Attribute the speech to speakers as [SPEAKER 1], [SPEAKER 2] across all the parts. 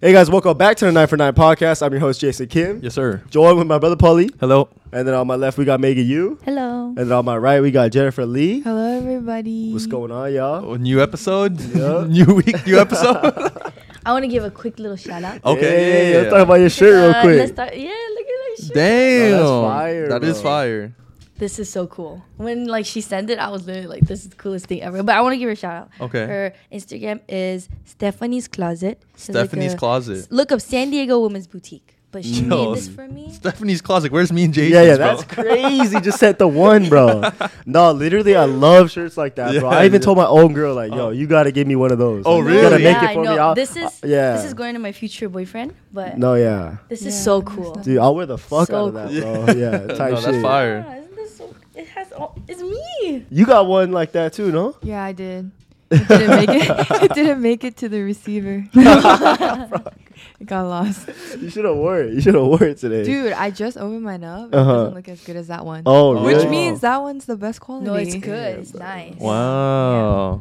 [SPEAKER 1] Hey guys, welcome back to the Nine for Nine podcast. I'm your host Jason Kim.
[SPEAKER 2] Yes, sir.
[SPEAKER 1] Joined with my brother Paulie,
[SPEAKER 2] Hello.
[SPEAKER 1] and then on my left we got Megan Yu,
[SPEAKER 3] Hello.
[SPEAKER 1] and then on my right we got Jennifer Lee.
[SPEAKER 3] Hello, everybody.
[SPEAKER 1] What's going on, y'all?
[SPEAKER 2] A Oh, new episode.
[SPEAKER 1] Yeah.
[SPEAKER 2] new week. New episode.
[SPEAKER 3] I want to give a quick little shout out.
[SPEAKER 2] okay.
[SPEAKER 1] Hey,
[SPEAKER 2] yeah,
[SPEAKER 1] let's
[SPEAKER 2] yeah,
[SPEAKER 1] talk about your shirt
[SPEAKER 3] Uh,
[SPEAKER 1] Oh, real quick.
[SPEAKER 3] Let's start. Yeah, look at that shirt.
[SPEAKER 2] Damn.
[SPEAKER 1] No, that's fire,
[SPEAKER 2] That is
[SPEAKER 1] bro.
[SPEAKER 2] fire.
[SPEAKER 3] This is so cool. When like she sent it, I was literally like, "This is the coolest thing ever." But I want to give her a shout out.
[SPEAKER 2] Okay.
[SPEAKER 3] Her Instagram is Stephanie's Closet. She's like
[SPEAKER 2] Stephanie's
[SPEAKER 3] a-
[SPEAKER 2] Closet.
[SPEAKER 3] Look up San Diego Women's Boutique. But she
[SPEAKER 2] Yo,
[SPEAKER 3] made this for me.
[SPEAKER 2] Stephanie's closet. Where's me and Jason?
[SPEAKER 1] yeah, yeah, that's crazy. Just set the one, bro. No, literally, I love shirts like that, bro.
[SPEAKER 2] Yeah,
[SPEAKER 1] I even
[SPEAKER 2] yeah.
[SPEAKER 1] told my own girl, like, yo,
[SPEAKER 2] Oh.
[SPEAKER 1] you gotta give me one of those.
[SPEAKER 2] Oh,
[SPEAKER 1] Like,
[SPEAKER 2] really?
[SPEAKER 1] You gotta
[SPEAKER 3] yeah,
[SPEAKER 1] make it for
[SPEAKER 3] I know.
[SPEAKER 1] me. I'll-
[SPEAKER 3] this is
[SPEAKER 1] I- yeah.
[SPEAKER 3] this is going to my future boyfriend, but
[SPEAKER 1] no, yeah,
[SPEAKER 3] this is
[SPEAKER 4] Yeah,
[SPEAKER 3] so
[SPEAKER 4] that's
[SPEAKER 3] cool.
[SPEAKER 4] nice.
[SPEAKER 1] dude, I'll wear the fuck
[SPEAKER 3] So
[SPEAKER 1] out of that,
[SPEAKER 2] cool.
[SPEAKER 1] bro. Yeah, type
[SPEAKER 2] No, that's
[SPEAKER 1] shit.
[SPEAKER 2] fire.
[SPEAKER 3] Yeah, isn't this so? It has all. It's me.
[SPEAKER 1] You got one like that too, no?
[SPEAKER 4] Yeah, I did. It didn't make it. it didn't make it to the receiver. it got lost.
[SPEAKER 1] You should have wore it. You should have wore it today.
[SPEAKER 4] Dude, I just opened mine up. It
[SPEAKER 1] Uh-huh.
[SPEAKER 4] doesn't look as good as that one.
[SPEAKER 1] Oh,
[SPEAKER 2] Which
[SPEAKER 1] really?
[SPEAKER 4] Which means that one's the best quality.
[SPEAKER 3] No, it's good. It's nice.
[SPEAKER 2] Wow.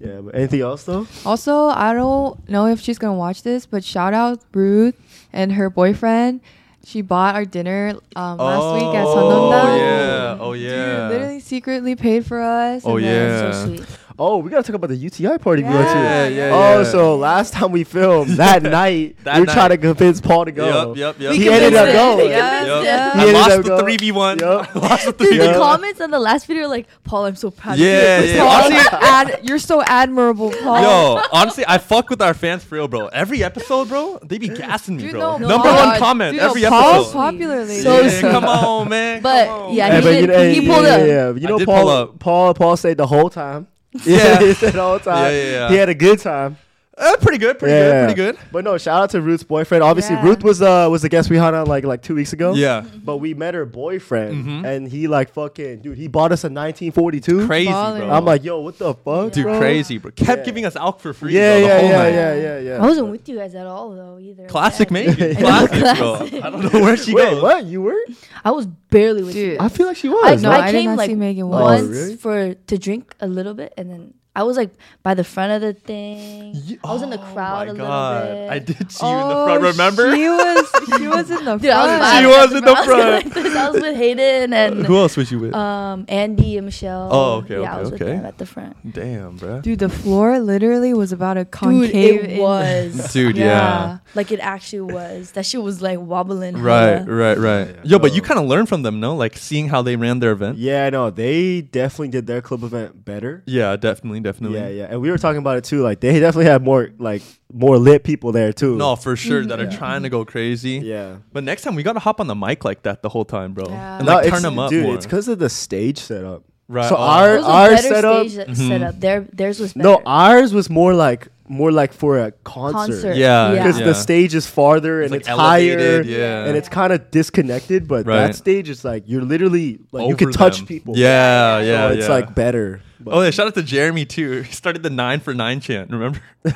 [SPEAKER 1] Yeah, but anything else though?
[SPEAKER 4] Also, I don't know if she's gonna watch this, but shout out Ruth and her boyfriend. She bought our dinner um, last week at Sononda.
[SPEAKER 2] Oh yeah. Oh yeah.
[SPEAKER 4] Dude, literally secretly paid for us.
[SPEAKER 2] Oh,
[SPEAKER 4] and then-
[SPEAKER 2] yeah.
[SPEAKER 3] So sweet.
[SPEAKER 1] Oh, we gotta talk about the UTI party we went to.
[SPEAKER 2] Yeah, yeah,
[SPEAKER 1] oh,
[SPEAKER 2] yeah.
[SPEAKER 1] so last time we filmed that night,
[SPEAKER 2] That
[SPEAKER 1] we were
[SPEAKER 2] night.
[SPEAKER 1] trying to convince Paul to go.
[SPEAKER 2] Yep. Yep. Yep.
[SPEAKER 1] He ended up going.
[SPEAKER 4] Yeah.
[SPEAKER 2] Yep.
[SPEAKER 4] Yeah.
[SPEAKER 1] He
[SPEAKER 2] I
[SPEAKER 1] ended
[SPEAKER 2] lost
[SPEAKER 1] up
[SPEAKER 2] the
[SPEAKER 1] going.
[SPEAKER 2] three v one.
[SPEAKER 1] Yup.
[SPEAKER 2] Lost the three
[SPEAKER 3] Dude,
[SPEAKER 2] v
[SPEAKER 3] the
[SPEAKER 1] Yeah.
[SPEAKER 2] one.
[SPEAKER 3] comments on the last video, like, Paul, I'm so proud
[SPEAKER 2] Yeah,
[SPEAKER 3] of you.
[SPEAKER 2] yeah.
[SPEAKER 4] Paul,
[SPEAKER 2] Honestly-
[SPEAKER 4] you're ad- you're so admirable, Paul.
[SPEAKER 2] Yo, honestly, I fuck with our fans for real, bro. Every episode, bro, they be gassing me,
[SPEAKER 4] Dude,
[SPEAKER 2] bro.
[SPEAKER 4] no,
[SPEAKER 2] Number
[SPEAKER 4] Paul-
[SPEAKER 2] one comment
[SPEAKER 4] dude,
[SPEAKER 2] every
[SPEAKER 4] no, Paul's
[SPEAKER 2] episode.
[SPEAKER 4] popular lately.
[SPEAKER 3] So
[SPEAKER 2] yeah,
[SPEAKER 3] sweet.
[SPEAKER 2] come on, man.
[SPEAKER 3] But,
[SPEAKER 2] come on,
[SPEAKER 3] yeah,
[SPEAKER 2] man.
[SPEAKER 1] but
[SPEAKER 3] he did- he pulled
[SPEAKER 1] yeah,
[SPEAKER 3] up.
[SPEAKER 1] Yeah, you
[SPEAKER 2] I
[SPEAKER 1] know,
[SPEAKER 2] did
[SPEAKER 1] Paul,
[SPEAKER 2] pull up.
[SPEAKER 1] Paul, Paul stayed the whole time.
[SPEAKER 2] Yeah.
[SPEAKER 1] he stayed the whole time.
[SPEAKER 2] Yeah, yeah, yeah.
[SPEAKER 1] He had a good time.
[SPEAKER 2] Uh, pretty good, pretty
[SPEAKER 1] Yeah.
[SPEAKER 2] good, pretty good.
[SPEAKER 1] But no, shout out to Ruth's boyfriend. Obviously,
[SPEAKER 4] Yeah.
[SPEAKER 1] Ruth was uh was the guest we had on like like two weeks ago.
[SPEAKER 2] Yeah,
[SPEAKER 1] But we met her boyfriend,
[SPEAKER 2] Mhm.
[SPEAKER 1] and he like fucking dude. He bought us a 1942.
[SPEAKER 2] crazy,
[SPEAKER 4] Ballin'.
[SPEAKER 2] bro.
[SPEAKER 1] I'm like, yo, what the fuck,
[SPEAKER 2] Oh. dude,
[SPEAKER 1] bro?
[SPEAKER 2] crazy, bro. Kept
[SPEAKER 1] Yeah.
[SPEAKER 2] giving us alk for free.
[SPEAKER 1] Yeah,
[SPEAKER 2] bro, the
[SPEAKER 1] yeah,
[SPEAKER 2] whole
[SPEAKER 1] yeah,
[SPEAKER 2] night.
[SPEAKER 1] yeah, yeah, yeah.
[SPEAKER 3] I wasn't with you guys at all, though, either.
[SPEAKER 2] Classic,
[SPEAKER 3] Yeah.
[SPEAKER 2] maybe.
[SPEAKER 1] Yeah.
[SPEAKER 2] Classic,
[SPEAKER 3] Classic.
[SPEAKER 2] bro. I don't know where she
[SPEAKER 1] Wait,
[SPEAKER 2] goes.
[SPEAKER 1] what? You were?
[SPEAKER 3] I was barely with
[SPEAKER 4] Dude.
[SPEAKER 3] you.
[SPEAKER 1] I feel like she
[SPEAKER 3] I,
[SPEAKER 1] was.
[SPEAKER 4] No,
[SPEAKER 3] I
[SPEAKER 4] I did
[SPEAKER 3] came
[SPEAKER 4] not
[SPEAKER 3] like
[SPEAKER 4] see Megan
[SPEAKER 3] once
[SPEAKER 1] once. Oh, really?
[SPEAKER 3] for to drink a little bit, and then I was like by the front of the thing.
[SPEAKER 2] Ye-
[SPEAKER 3] I was in the
[SPEAKER 2] Oh
[SPEAKER 3] crowd
[SPEAKER 2] my
[SPEAKER 3] a little
[SPEAKER 2] God.
[SPEAKER 3] bit.
[SPEAKER 2] I did see you in the
[SPEAKER 4] Oh,
[SPEAKER 2] front. Remember?
[SPEAKER 4] She was she was in the
[SPEAKER 3] Dude, I was
[SPEAKER 4] front.
[SPEAKER 3] by
[SPEAKER 2] She
[SPEAKER 3] the
[SPEAKER 2] was in the
[SPEAKER 3] I
[SPEAKER 2] front.
[SPEAKER 3] like this. I was with Hayden and
[SPEAKER 2] Who else was you with?
[SPEAKER 3] um Andy and Michelle.
[SPEAKER 2] Oh, okay,
[SPEAKER 3] Yeah, I
[SPEAKER 2] okay,
[SPEAKER 3] was with
[SPEAKER 2] okay.
[SPEAKER 3] them at the front.
[SPEAKER 2] Damn, bro.
[SPEAKER 4] Dude, the floor literally was about a
[SPEAKER 3] Dude,
[SPEAKER 4] concave.
[SPEAKER 3] it
[SPEAKER 4] in-
[SPEAKER 3] was.
[SPEAKER 2] Dude, yeah.
[SPEAKER 3] Like it actually was. That shit was like wobbling.
[SPEAKER 2] Right,
[SPEAKER 3] hella.
[SPEAKER 2] right, right. Yo, but you kind of learn from them, no? Like seeing how they ran their event.
[SPEAKER 1] Yeah, no, they definitely did their club event better.
[SPEAKER 2] Yeah, definitely, definitely.
[SPEAKER 1] Yeah, yeah, and we were talking about it too. Like they definitely had more like more lit people there too.
[SPEAKER 2] No, for sure that are
[SPEAKER 1] Yeah.
[SPEAKER 2] trying to go crazy.
[SPEAKER 1] yeah.
[SPEAKER 2] But next time we gotta hop on the mic like that the whole time, bro.
[SPEAKER 4] Yeah.
[SPEAKER 2] And
[SPEAKER 1] No,
[SPEAKER 2] like
[SPEAKER 1] it's-
[SPEAKER 2] turn them up
[SPEAKER 1] dude.
[SPEAKER 2] more.
[SPEAKER 1] It's because of the stage setup.
[SPEAKER 2] Right,
[SPEAKER 1] So
[SPEAKER 2] oh.
[SPEAKER 1] our
[SPEAKER 3] It was a
[SPEAKER 1] our
[SPEAKER 3] better
[SPEAKER 1] setup.
[SPEAKER 3] stage that-
[SPEAKER 2] Mm-hmm.
[SPEAKER 3] setup. Their theirs was better.
[SPEAKER 1] No, ours was more like more like for a concert.
[SPEAKER 3] concert.
[SPEAKER 2] Yeah,
[SPEAKER 1] Because
[SPEAKER 2] Yeah.
[SPEAKER 1] the stage is farther and
[SPEAKER 2] like,
[SPEAKER 1] it's, higher,
[SPEAKER 2] elevated, yeah.
[SPEAKER 1] and it's kind of disconnected. But that
[SPEAKER 2] Right.
[SPEAKER 1] stage is like you're literally like you can
[SPEAKER 2] Over
[SPEAKER 1] touch
[SPEAKER 2] them.
[SPEAKER 1] people.
[SPEAKER 2] Yeah,
[SPEAKER 1] So
[SPEAKER 2] yeah.
[SPEAKER 1] it's
[SPEAKER 2] yeah.
[SPEAKER 1] like better. But
[SPEAKER 2] Oh yeah, shout out to Jeremy too. He started the nine for nine chant, remember? it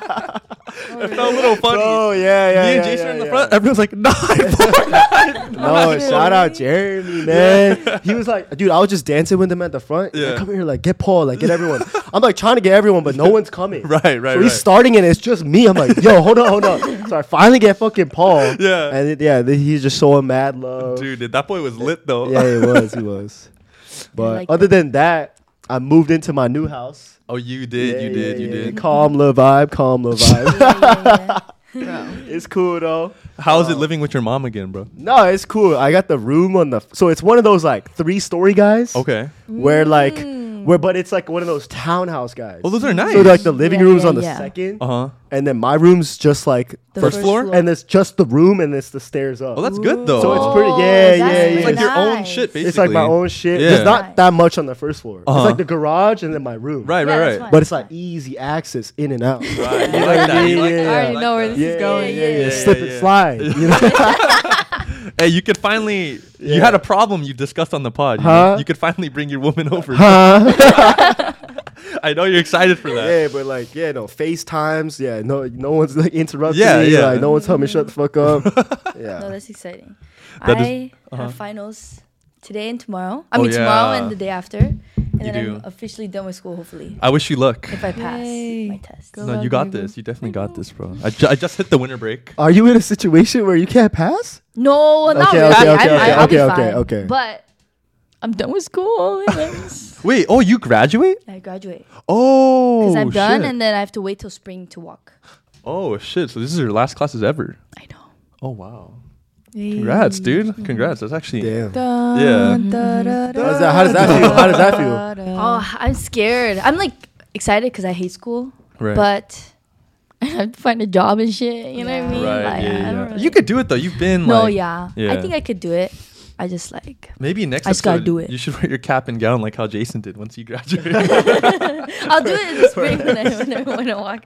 [SPEAKER 2] felt a little funny.
[SPEAKER 1] Oh yeah, yeah.
[SPEAKER 2] Me and
[SPEAKER 1] yeah, yeah,
[SPEAKER 2] Jason were in the
[SPEAKER 1] yeah.
[SPEAKER 2] front. Everyone's like nine for nine.
[SPEAKER 1] No, shout out Jeremy, man. he was like, dude, I was just dancing with him at the front. Yeah.
[SPEAKER 2] Yeah.
[SPEAKER 1] come here, like, get Paul, like, get everyone. I'm like trying to get everyone, but no one's coming.
[SPEAKER 2] Right, right,
[SPEAKER 1] So he's
[SPEAKER 2] right.
[SPEAKER 1] starting it. It's just me. I'm like, yo, hold on, hold on. So I finally get fucking Paul.
[SPEAKER 2] Yeah.
[SPEAKER 1] And it, yeah, then he's just showing mad love.
[SPEAKER 2] Dude, that boy was lit though.
[SPEAKER 1] Yeah, he was. He was. But
[SPEAKER 3] like
[SPEAKER 1] other than that, I moved into my new house.
[SPEAKER 2] Oh, you did,
[SPEAKER 1] Yeah,
[SPEAKER 2] you did,
[SPEAKER 1] yeah,
[SPEAKER 2] you
[SPEAKER 1] yeah.
[SPEAKER 2] did.
[SPEAKER 1] Calm little vibe, calm little vibe.
[SPEAKER 3] Yeah, yeah, yeah.
[SPEAKER 1] it's cool though.
[SPEAKER 2] How's it living with your mom again, bro?
[SPEAKER 1] No, it's cool. I got the room on the. So it's one of those like three story guys.
[SPEAKER 2] Okay.
[SPEAKER 1] where like
[SPEAKER 3] Mm.
[SPEAKER 1] where but it's like one of those townhouse guys.
[SPEAKER 2] Well, those are Oh, nice.
[SPEAKER 1] so like the living
[SPEAKER 3] Yeah,
[SPEAKER 1] room's
[SPEAKER 3] yeah,
[SPEAKER 1] on the
[SPEAKER 3] yeah.
[SPEAKER 1] second,
[SPEAKER 2] uh huh.
[SPEAKER 1] and then my room's just like
[SPEAKER 3] The
[SPEAKER 2] First floor?
[SPEAKER 1] and it's just the room and it's the stairs up.
[SPEAKER 2] Oh, that's good though.
[SPEAKER 1] So it's
[SPEAKER 3] Oh,
[SPEAKER 1] pretty- yeah,
[SPEAKER 3] that's
[SPEAKER 1] yeah,
[SPEAKER 2] It's
[SPEAKER 1] yeah.
[SPEAKER 2] like your own
[SPEAKER 3] nice.
[SPEAKER 2] shit, basically.
[SPEAKER 1] it's like my own shit.
[SPEAKER 2] Yeah.
[SPEAKER 1] There's not
[SPEAKER 3] Nice.
[SPEAKER 1] that much on the first floor. It's
[SPEAKER 2] Uh-huh.
[SPEAKER 1] like the garage and then my room.
[SPEAKER 2] Right, right,
[SPEAKER 3] Yeah, that's
[SPEAKER 2] right.
[SPEAKER 3] fine.
[SPEAKER 1] But it's like easy access in and out. Yeah,
[SPEAKER 2] Right. You
[SPEAKER 1] Yeah,
[SPEAKER 2] like that. you
[SPEAKER 1] yeah,
[SPEAKER 2] like
[SPEAKER 1] yeah.
[SPEAKER 2] that,
[SPEAKER 4] I already
[SPEAKER 2] like
[SPEAKER 4] know where
[SPEAKER 2] that.
[SPEAKER 4] this is going.
[SPEAKER 1] yeah, yeah,
[SPEAKER 2] yeah,
[SPEAKER 1] slip
[SPEAKER 2] yeah.
[SPEAKER 1] and slide. You know?
[SPEAKER 2] Hey, you could finally.
[SPEAKER 1] Yeah.
[SPEAKER 2] You had a problem you discussed on the pod. You,
[SPEAKER 1] Huh?
[SPEAKER 2] you could finally bring your woman over.
[SPEAKER 1] huh?
[SPEAKER 2] I know you're excited for that.
[SPEAKER 1] Yeah, but like, yeah, no FaceTimes. Yeah, no, no one's like interrupting
[SPEAKER 2] Yeah,
[SPEAKER 1] me.
[SPEAKER 2] yeah.
[SPEAKER 1] Like, no one's telling me shut the fuck up.
[SPEAKER 3] No,
[SPEAKER 1] yeah.
[SPEAKER 3] that's exciting.
[SPEAKER 2] That is- uh-huh.
[SPEAKER 3] I have finals today and tomorrow. I
[SPEAKER 2] Oh,
[SPEAKER 3] mean, tomorrow
[SPEAKER 2] yeah.
[SPEAKER 3] and the day after. And
[SPEAKER 2] You
[SPEAKER 3] then
[SPEAKER 2] do.
[SPEAKER 3] I'm officially done with school, hopefully.
[SPEAKER 2] I wish you luck.
[SPEAKER 3] if I pass
[SPEAKER 4] Yay.
[SPEAKER 3] my test.
[SPEAKER 4] Go.
[SPEAKER 2] no,
[SPEAKER 4] luck,
[SPEAKER 2] you got
[SPEAKER 4] Gabriel.
[SPEAKER 2] this. You definitely got this, bro. I, ju- I just hit the winter break.
[SPEAKER 1] Are you in a situation where you can't pass?
[SPEAKER 3] No, not
[SPEAKER 1] Okay,
[SPEAKER 3] really.
[SPEAKER 1] okay,
[SPEAKER 3] I-
[SPEAKER 1] okay,
[SPEAKER 3] I-
[SPEAKER 1] okay,
[SPEAKER 3] I'll be
[SPEAKER 1] okay,
[SPEAKER 3] fine.
[SPEAKER 1] okay, okay.
[SPEAKER 3] But I'm done with school. anyways.
[SPEAKER 2] Wait, oh, you graduate?
[SPEAKER 3] I graduate
[SPEAKER 2] Oh,
[SPEAKER 3] because I'm done,
[SPEAKER 2] shit.
[SPEAKER 3] and then I have to wait till spring to walk.
[SPEAKER 2] oh shit! So this is your last classes ever.
[SPEAKER 3] I know.
[SPEAKER 2] Oh wow! Congrats, dude. Congrats. That's actually
[SPEAKER 1] Damn.
[SPEAKER 2] Yeah.
[SPEAKER 1] How does that, how does that feel? How does that feel?
[SPEAKER 3] Oh, I'm scared. I'm like excited because I hate school,
[SPEAKER 2] right.
[SPEAKER 3] but I have to find a job and shit. You know what I mean?
[SPEAKER 2] right,
[SPEAKER 3] Like,
[SPEAKER 2] yeah,
[SPEAKER 3] I
[SPEAKER 2] yeah.
[SPEAKER 3] don't really-
[SPEAKER 2] You could do it though. You've been
[SPEAKER 3] No,
[SPEAKER 2] like,
[SPEAKER 3] yeah.
[SPEAKER 2] yeah.
[SPEAKER 3] I think I could do it. I just like
[SPEAKER 2] Maybe next
[SPEAKER 3] I just gotta
[SPEAKER 2] episode
[SPEAKER 3] do it.
[SPEAKER 2] you should wear your cap and gown like how Jason did once you graduated.
[SPEAKER 3] I'll do it in the spring when I, when I want to walk.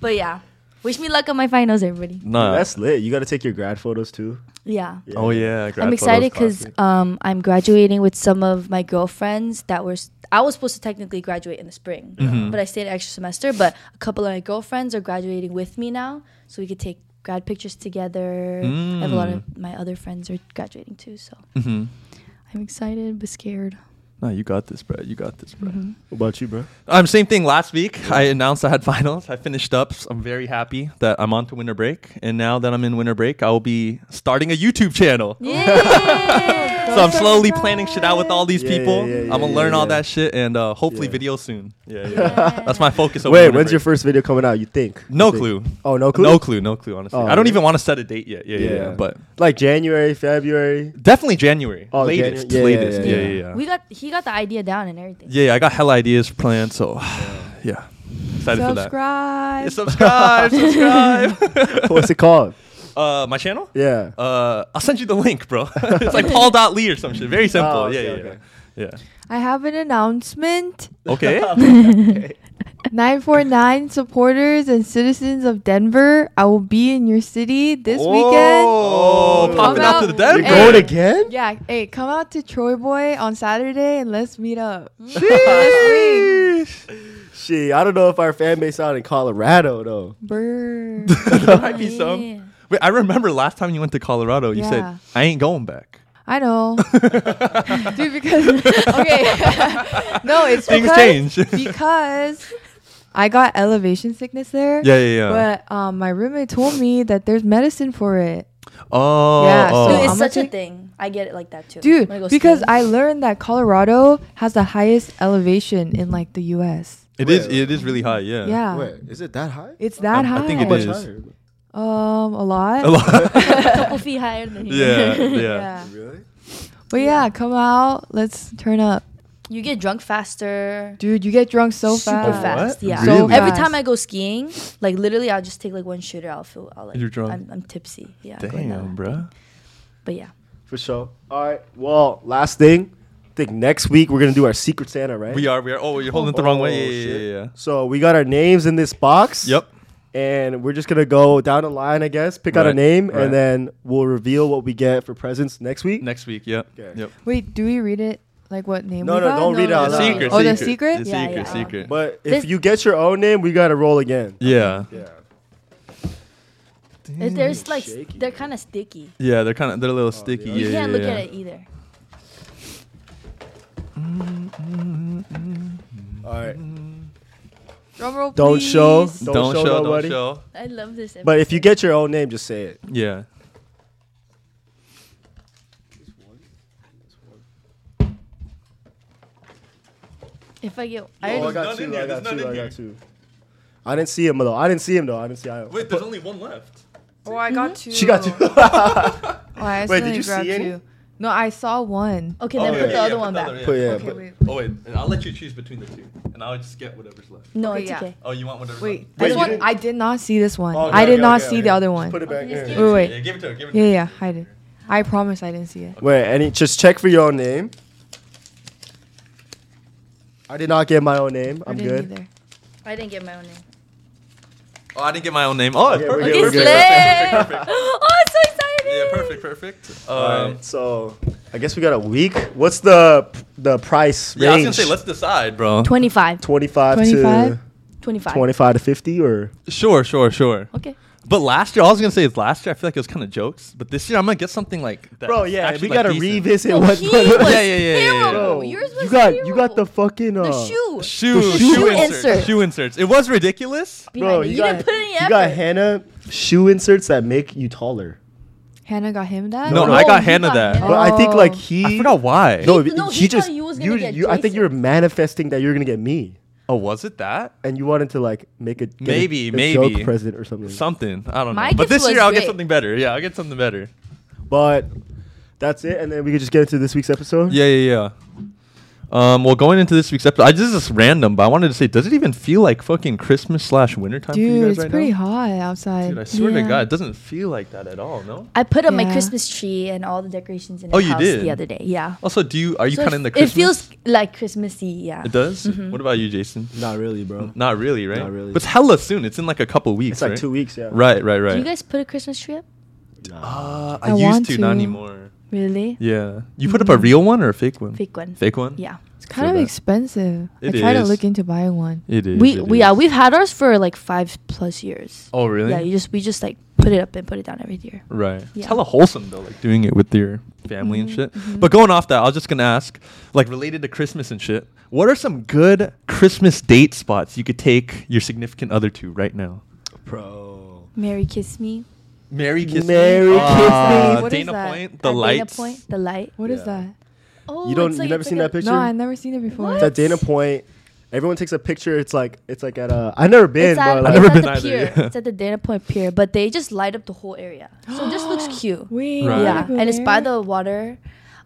[SPEAKER 3] but yeah, wish me luck on my finals, everybody.
[SPEAKER 2] nah.
[SPEAKER 1] That's lit. You got to take your grad photos too.
[SPEAKER 3] Yeah.
[SPEAKER 2] oh yeah. grad photos,
[SPEAKER 3] I'm excited because
[SPEAKER 2] classy.
[SPEAKER 3] um, I'm graduating with some of my girlfriends that were. s- I was supposed to technically graduate in the spring,
[SPEAKER 2] Mm-hmm.
[SPEAKER 3] but I stayed an extra semester. But a couple of my girlfriends are graduating with me now, so we could take grad pictures together. I have a lot
[SPEAKER 2] Mm.
[SPEAKER 3] of my other friends are graduating too, so
[SPEAKER 2] Mhm.
[SPEAKER 3] I'm excited but scared.
[SPEAKER 2] No, you got this, bro. You got this, bro.
[SPEAKER 3] Mm-hmm.
[SPEAKER 1] What about you, bro?
[SPEAKER 2] Um, same thing. Last week, I announced I had finals. I finished up. So I'm very happy that I'm on to winter break. And now that I'm in winter break, I will be starting a YouTube channel.
[SPEAKER 3] Yeah.
[SPEAKER 2] So I'm slowly planning shit out with all these
[SPEAKER 1] Yeah,
[SPEAKER 2] people.
[SPEAKER 1] yeah, yeah,
[SPEAKER 2] I'm gonna
[SPEAKER 1] yeah,
[SPEAKER 2] learn all
[SPEAKER 1] yeah.
[SPEAKER 2] that shit and uh, hopefully
[SPEAKER 1] Yeah.
[SPEAKER 2] video soon. Yeah,
[SPEAKER 3] Yeah.
[SPEAKER 2] that's my focus. Over
[SPEAKER 1] Wait,
[SPEAKER 2] winter
[SPEAKER 1] when's your
[SPEAKER 2] break.
[SPEAKER 1] first video coming out? You think?
[SPEAKER 2] No
[SPEAKER 1] You think?
[SPEAKER 2] clue.
[SPEAKER 1] Oh, no clue.
[SPEAKER 2] No clue. No clue. Honestly,
[SPEAKER 1] Oh,
[SPEAKER 2] I don't
[SPEAKER 1] yeah.
[SPEAKER 2] even want to set a date yet. Yeah, yeah,
[SPEAKER 1] Yeah.
[SPEAKER 2] yeah. But
[SPEAKER 1] Like January, February.
[SPEAKER 2] definitely January.
[SPEAKER 1] Oh,
[SPEAKER 2] latest.
[SPEAKER 1] Janu- yeah, yeah,
[SPEAKER 2] latest.
[SPEAKER 1] yeah,
[SPEAKER 2] Yeah,
[SPEAKER 1] yeah.
[SPEAKER 2] yeah, yeah.
[SPEAKER 3] we got he got the idea down and everything.
[SPEAKER 2] Yeah, yeah, I got hella ideas planned. So, yeah, excited for that.
[SPEAKER 4] Subscribe.
[SPEAKER 2] Yeah, subscribe. Subscribe.
[SPEAKER 1] What's it called?
[SPEAKER 2] uh, my channel.
[SPEAKER 1] Yeah.
[SPEAKER 2] Uh, I'll send you the link, bro. it's like Paul.lee or some shit. Very simple.
[SPEAKER 1] Oh,
[SPEAKER 2] yeah,
[SPEAKER 1] okay,
[SPEAKER 2] yeah,
[SPEAKER 4] I have an announcement.
[SPEAKER 2] yeah. Okay.
[SPEAKER 4] 949 supporters and citizens of Denver, I will be in your city this
[SPEAKER 2] Oh,
[SPEAKER 1] Come
[SPEAKER 2] popping out to the
[SPEAKER 4] out
[SPEAKER 2] Denver.
[SPEAKER 1] You're
[SPEAKER 4] Hey.
[SPEAKER 1] going again?
[SPEAKER 4] weekend. Yeah, hey, come out to Troy Boy on Saturday and let's meet up.
[SPEAKER 1] Shit, I don't know if our fan base out in Colorado though.
[SPEAKER 4] Brr.
[SPEAKER 2] there might be some.
[SPEAKER 3] Yeah.
[SPEAKER 2] Wait, I remember last time you went to Colorado, you
[SPEAKER 4] Yeah.
[SPEAKER 2] said, I ain't going back.
[SPEAKER 4] I know. Dude, because okay. no, it's
[SPEAKER 2] Things
[SPEAKER 4] because,
[SPEAKER 2] change.
[SPEAKER 4] because I got elevation sickness there.
[SPEAKER 2] Yeah, yeah, yeah.
[SPEAKER 4] But um, my roommate told me that there's medicine for it,
[SPEAKER 2] oh,
[SPEAKER 4] Yeah,
[SPEAKER 2] oh.
[SPEAKER 4] so
[SPEAKER 3] Dude, it's
[SPEAKER 4] I'ma
[SPEAKER 3] such a
[SPEAKER 4] take-
[SPEAKER 3] thing. I get it like that too.
[SPEAKER 4] dude.
[SPEAKER 3] When I go
[SPEAKER 4] Because
[SPEAKER 3] skiing.
[SPEAKER 4] I learned that Colorado has the highest elevation in like the U.S.
[SPEAKER 2] it is. It is really high. Yeah.
[SPEAKER 4] Yeah,
[SPEAKER 1] is it that high?
[SPEAKER 4] it's that
[SPEAKER 2] I-
[SPEAKER 4] high.
[SPEAKER 2] I think it
[SPEAKER 1] Much
[SPEAKER 2] is.
[SPEAKER 1] higher.
[SPEAKER 4] Um, a lot.
[SPEAKER 2] A lot.
[SPEAKER 3] a couple feet higher than you.
[SPEAKER 2] yeah. Yeah.
[SPEAKER 4] Yeah.
[SPEAKER 1] Really?
[SPEAKER 4] But yeah, come out. Let's turn up,
[SPEAKER 3] You get drunk faster.
[SPEAKER 4] dude. You get drunk so
[SPEAKER 3] super
[SPEAKER 4] fast.
[SPEAKER 2] What?
[SPEAKER 3] fast. Yeah.
[SPEAKER 4] So
[SPEAKER 3] Every
[SPEAKER 4] fast.
[SPEAKER 3] time I go skiing, like literally, I'll just take like one shooter. I'll feel. I'll like.
[SPEAKER 2] You're drunk.
[SPEAKER 3] I'm, I'm tipsy. Yeah. going that way.
[SPEAKER 2] Damn, bro.
[SPEAKER 3] But yeah.
[SPEAKER 1] For sure. All right. Well, last thing. I think next week we're gonna do our Secret Santa, right?
[SPEAKER 2] We are. We are. Oh, you're holding it the wrong
[SPEAKER 1] Oh,
[SPEAKER 2] way. Yeah,
[SPEAKER 1] shit.
[SPEAKER 2] yeah, yeah,
[SPEAKER 1] So we got our names in this box.
[SPEAKER 2] yeah. Yep.
[SPEAKER 1] And we're just gonna go down the line, I guess. Pick out a
[SPEAKER 2] Right,
[SPEAKER 1] name,
[SPEAKER 2] right.
[SPEAKER 1] and then we'll reveal what we get for presents next week.
[SPEAKER 2] Next week. Yep.
[SPEAKER 1] Okay.
[SPEAKER 2] Yep.
[SPEAKER 4] Wait, do we read it? Like what name?
[SPEAKER 1] No,
[SPEAKER 4] we
[SPEAKER 1] no,
[SPEAKER 4] got?
[SPEAKER 1] don't read it
[SPEAKER 3] no,
[SPEAKER 1] out
[SPEAKER 3] no.
[SPEAKER 1] loud.
[SPEAKER 2] Secret.
[SPEAKER 4] Oh, the secret?
[SPEAKER 2] The
[SPEAKER 3] Yeah,
[SPEAKER 2] secret.
[SPEAKER 3] yeah.
[SPEAKER 2] Secret.
[SPEAKER 1] But if
[SPEAKER 3] This-
[SPEAKER 1] you get your own name, we gotta roll again.
[SPEAKER 2] Yeah.
[SPEAKER 1] Yeah.
[SPEAKER 3] If There's like s-
[SPEAKER 1] shaky.
[SPEAKER 3] they're kind of sticky.
[SPEAKER 2] Yeah. They're kind of. They're a little
[SPEAKER 1] yeah.
[SPEAKER 2] sticky. Oh, Yeah.
[SPEAKER 3] You
[SPEAKER 2] yeah,
[SPEAKER 3] can't look
[SPEAKER 2] yeah.
[SPEAKER 3] at it either.
[SPEAKER 1] All right.
[SPEAKER 4] Drum roll,
[SPEAKER 1] Don't
[SPEAKER 4] please.
[SPEAKER 1] show. Don't,
[SPEAKER 2] Don't, show.
[SPEAKER 1] show nobody.
[SPEAKER 2] Don't show.
[SPEAKER 3] I love this.
[SPEAKER 1] But if you get your own name, just say it.
[SPEAKER 2] Yeah.
[SPEAKER 3] if I get, I
[SPEAKER 1] Oh, I
[SPEAKER 3] already,
[SPEAKER 1] got
[SPEAKER 2] none in
[SPEAKER 1] two.
[SPEAKER 2] here,
[SPEAKER 1] I got
[SPEAKER 2] there's none
[SPEAKER 1] two.
[SPEAKER 2] in
[SPEAKER 1] I
[SPEAKER 2] here.
[SPEAKER 1] got two. I didn't see him though. I didn't see him though. I didn't see him.
[SPEAKER 2] Wait, there's only one left.
[SPEAKER 4] Oh, I got two.
[SPEAKER 1] Mm-hmm. She got two.
[SPEAKER 4] Oh, I
[SPEAKER 1] Wait,
[SPEAKER 4] Wait,
[SPEAKER 1] did you see any?
[SPEAKER 4] No, I saw one.
[SPEAKER 3] okay,
[SPEAKER 2] Oh,
[SPEAKER 3] then
[SPEAKER 2] yeah,
[SPEAKER 3] put the
[SPEAKER 2] yeah,
[SPEAKER 3] other
[SPEAKER 2] yeah,
[SPEAKER 3] one
[SPEAKER 2] put the
[SPEAKER 3] back.
[SPEAKER 2] other- yeah.
[SPEAKER 1] But yeah,
[SPEAKER 4] Okay,
[SPEAKER 1] but-
[SPEAKER 4] wait,
[SPEAKER 2] Oh wait, and I'll let you choose between the two, and I'll just get whatever's left.
[SPEAKER 3] No,
[SPEAKER 4] Okay,
[SPEAKER 3] it's
[SPEAKER 4] yeah.
[SPEAKER 3] okay.
[SPEAKER 2] Oh, you want whatever's
[SPEAKER 4] wait.
[SPEAKER 1] Wait,
[SPEAKER 4] This
[SPEAKER 1] you
[SPEAKER 4] one,
[SPEAKER 1] didn't-
[SPEAKER 4] I did not see this one.
[SPEAKER 1] Okay,
[SPEAKER 4] I did
[SPEAKER 1] okay,
[SPEAKER 4] not
[SPEAKER 1] okay,
[SPEAKER 4] see
[SPEAKER 1] okay.
[SPEAKER 4] the other
[SPEAKER 1] Just
[SPEAKER 4] one.
[SPEAKER 1] Put it back
[SPEAKER 3] Okay,
[SPEAKER 1] in.
[SPEAKER 3] excuse-
[SPEAKER 4] wait,
[SPEAKER 2] Yeah, give it to her. Give it to
[SPEAKER 4] Yeah,
[SPEAKER 2] her.
[SPEAKER 4] yeah, hide it. I promise I didn't see it.
[SPEAKER 1] Wait, and it- just check for your own name. I did not get my own name. I'm
[SPEAKER 4] I didn't
[SPEAKER 1] good.
[SPEAKER 4] either.
[SPEAKER 3] I didn't get my own name.
[SPEAKER 2] Oh, I didn't get my own name. Oh,
[SPEAKER 1] Okay,
[SPEAKER 2] it's
[SPEAKER 1] we're
[SPEAKER 2] perfect.
[SPEAKER 1] good, we're
[SPEAKER 3] Okay,
[SPEAKER 1] good.
[SPEAKER 2] perfect,
[SPEAKER 3] slay!
[SPEAKER 2] perfect, perfect, perfect.
[SPEAKER 3] oh, I'm so excited.
[SPEAKER 2] Yeah, perfect, perfect. Um,
[SPEAKER 1] All right. So I guess we got a week. What's the the price
[SPEAKER 2] yeah, I was
[SPEAKER 1] range?
[SPEAKER 2] gonna say let's decide, bro.
[SPEAKER 3] 25,
[SPEAKER 1] 25 to
[SPEAKER 4] 25?
[SPEAKER 3] 25.
[SPEAKER 1] 25 to 50 or
[SPEAKER 2] Sure, sure, sure.
[SPEAKER 3] Okay.
[SPEAKER 2] But last year, all I was gonna say is last year I feel like it was kind of jokes. But this year I'm gonna get something like that.
[SPEAKER 1] bro. Yeah, we
[SPEAKER 2] actually, like,
[SPEAKER 1] gotta
[SPEAKER 2] decent.
[SPEAKER 1] revisit
[SPEAKER 3] No,
[SPEAKER 1] what.
[SPEAKER 3] he was
[SPEAKER 2] Yeah, yeah, yeah, yeah, yeah.
[SPEAKER 3] terrible.
[SPEAKER 1] Bro,
[SPEAKER 3] Yours was
[SPEAKER 1] you got you
[SPEAKER 3] terrible.
[SPEAKER 1] got the fucking uh,
[SPEAKER 3] the shoe.
[SPEAKER 2] Shoe,
[SPEAKER 1] The
[SPEAKER 2] shoe,
[SPEAKER 1] shoe
[SPEAKER 2] inserts.
[SPEAKER 3] insert.
[SPEAKER 2] Shoe inserts. It was ridiculous.
[SPEAKER 1] Bro,
[SPEAKER 3] Behind it. you,
[SPEAKER 1] got,
[SPEAKER 3] didn't put any effort.
[SPEAKER 1] you got Hannah shoe inserts that make you taller.
[SPEAKER 4] Hannah got him that.
[SPEAKER 2] No,
[SPEAKER 1] No,
[SPEAKER 2] I
[SPEAKER 3] no,
[SPEAKER 2] got
[SPEAKER 3] he
[SPEAKER 2] Hannah
[SPEAKER 3] got
[SPEAKER 2] that.
[SPEAKER 3] Hannah.
[SPEAKER 1] But I think like
[SPEAKER 4] Oh.
[SPEAKER 1] he.
[SPEAKER 2] I forgot why.
[SPEAKER 1] No,
[SPEAKER 3] He-
[SPEAKER 1] he,
[SPEAKER 3] no, he
[SPEAKER 1] just.
[SPEAKER 3] thought you was gonna
[SPEAKER 1] you,
[SPEAKER 3] get
[SPEAKER 1] you, I think
[SPEAKER 3] Jason.
[SPEAKER 1] you were manifesting that you're gonna get me,
[SPEAKER 2] Oh, was it that?
[SPEAKER 1] and you wanted to like make a get a-
[SPEAKER 2] Maybe,
[SPEAKER 1] a
[SPEAKER 2] maybe.
[SPEAKER 1] joke present or something.
[SPEAKER 2] Something. I don't know.
[SPEAKER 3] My
[SPEAKER 2] but
[SPEAKER 3] gift
[SPEAKER 2] this
[SPEAKER 3] was
[SPEAKER 2] year I'll get
[SPEAKER 3] big.
[SPEAKER 2] something better. Yeah, I'll get something better.
[SPEAKER 1] But that's it, and then we could just get into this week's episode.
[SPEAKER 2] Yeah, yeah, yeah. Um, well, going into this week's episode, I, this is just random, but I wanted to say, does it even feel like fucking Christmas slash wintertime for you
[SPEAKER 4] Dude,
[SPEAKER 2] guys
[SPEAKER 4] it's
[SPEAKER 2] right
[SPEAKER 4] pretty
[SPEAKER 2] now?
[SPEAKER 4] hot outside.
[SPEAKER 2] Dude, I swear to
[SPEAKER 3] Yeah.
[SPEAKER 2] God, it doesn't feel like that at all. No.
[SPEAKER 3] I put up my
[SPEAKER 4] Yeah.
[SPEAKER 3] Christmas tree and all the decorations in the
[SPEAKER 2] Oh, you
[SPEAKER 3] house
[SPEAKER 2] did?
[SPEAKER 3] the other day. Yeah.
[SPEAKER 2] Also, do you are you
[SPEAKER 3] So
[SPEAKER 2] kind of
[SPEAKER 3] it-
[SPEAKER 2] in the Christmas?
[SPEAKER 3] It feels Mm-hmm. like Christmassy, yeah.
[SPEAKER 2] It does. What about you, Jason?
[SPEAKER 1] Not really, bro.
[SPEAKER 2] Not really, right?
[SPEAKER 1] Not really.
[SPEAKER 2] But it's hella soon. It's in like a couple weeks.
[SPEAKER 1] It's like
[SPEAKER 2] right?
[SPEAKER 1] two weeks. Yeah.
[SPEAKER 2] Right, right, right.
[SPEAKER 3] Do you guys put a Christmas tree up?
[SPEAKER 1] Nah.
[SPEAKER 2] Uh, I,
[SPEAKER 4] I
[SPEAKER 2] used
[SPEAKER 4] want
[SPEAKER 2] to, not
[SPEAKER 4] to.
[SPEAKER 2] anymore.
[SPEAKER 3] Really?
[SPEAKER 2] Yeah. You put up a real one or a fake one?
[SPEAKER 3] Mm-hmm. Fake one.
[SPEAKER 2] Fake one.
[SPEAKER 3] Yeah.
[SPEAKER 4] It's kind
[SPEAKER 2] Feel
[SPEAKER 4] of
[SPEAKER 2] that.
[SPEAKER 4] expensive.
[SPEAKER 2] It
[SPEAKER 4] I try to
[SPEAKER 2] is.
[SPEAKER 4] look into buying one.
[SPEAKER 2] It is.
[SPEAKER 3] we
[SPEAKER 2] it
[SPEAKER 3] we yeah,
[SPEAKER 2] is.
[SPEAKER 3] we've had ours for like five plus years.
[SPEAKER 2] Oh really?
[SPEAKER 3] Yeah, you just we just like put it up and put it down every year.
[SPEAKER 2] Right. It's
[SPEAKER 3] Yeah. Mm-hmm,
[SPEAKER 2] hella wholesome though, like doing it with your family and
[SPEAKER 4] Mhm,
[SPEAKER 2] shit.
[SPEAKER 4] mhm.
[SPEAKER 2] But going off that, I was just gonna ask, like related to Christmas and shit, what are some good Christmas date spots you could take your significant other to right now?
[SPEAKER 1] Bro.
[SPEAKER 3] Mary kiss me.
[SPEAKER 2] Mary kiss
[SPEAKER 1] Mary
[SPEAKER 2] me.
[SPEAKER 1] Kiss
[SPEAKER 2] Ah,
[SPEAKER 1] Me.
[SPEAKER 4] What is
[SPEAKER 2] Dana
[SPEAKER 4] that?
[SPEAKER 2] Point,
[SPEAKER 3] At
[SPEAKER 2] the
[SPEAKER 3] Dana
[SPEAKER 2] lights.
[SPEAKER 3] Point, the light.
[SPEAKER 4] What is
[SPEAKER 1] Yeah.
[SPEAKER 4] that?
[SPEAKER 3] Oh,
[SPEAKER 1] You don't-
[SPEAKER 3] it's
[SPEAKER 1] you
[SPEAKER 3] like-
[SPEAKER 1] never
[SPEAKER 3] it's
[SPEAKER 1] seen
[SPEAKER 3] like
[SPEAKER 1] that
[SPEAKER 3] a-
[SPEAKER 1] picture?
[SPEAKER 4] No, I've never seen it before.
[SPEAKER 3] What?
[SPEAKER 1] It's at Dana Point. Everyone takes a picture. It's like it's like at a. I've never been,
[SPEAKER 3] It's at,
[SPEAKER 1] but
[SPEAKER 3] it's
[SPEAKER 1] like,
[SPEAKER 2] I've never
[SPEAKER 3] at
[SPEAKER 2] been
[SPEAKER 3] the
[SPEAKER 2] either,
[SPEAKER 3] pier.
[SPEAKER 2] yeah.
[SPEAKER 3] It's at the Dana Point Pier, but they just light up the whole area, so it just looks cute.
[SPEAKER 4] Wait,
[SPEAKER 2] Right.
[SPEAKER 4] I
[SPEAKER 3] Yeah,
[SPEAKER 4] wanna go
[SPEAKER 3] and it's by
[SPEAKER 4] there.
[SPEAKER 3] the water.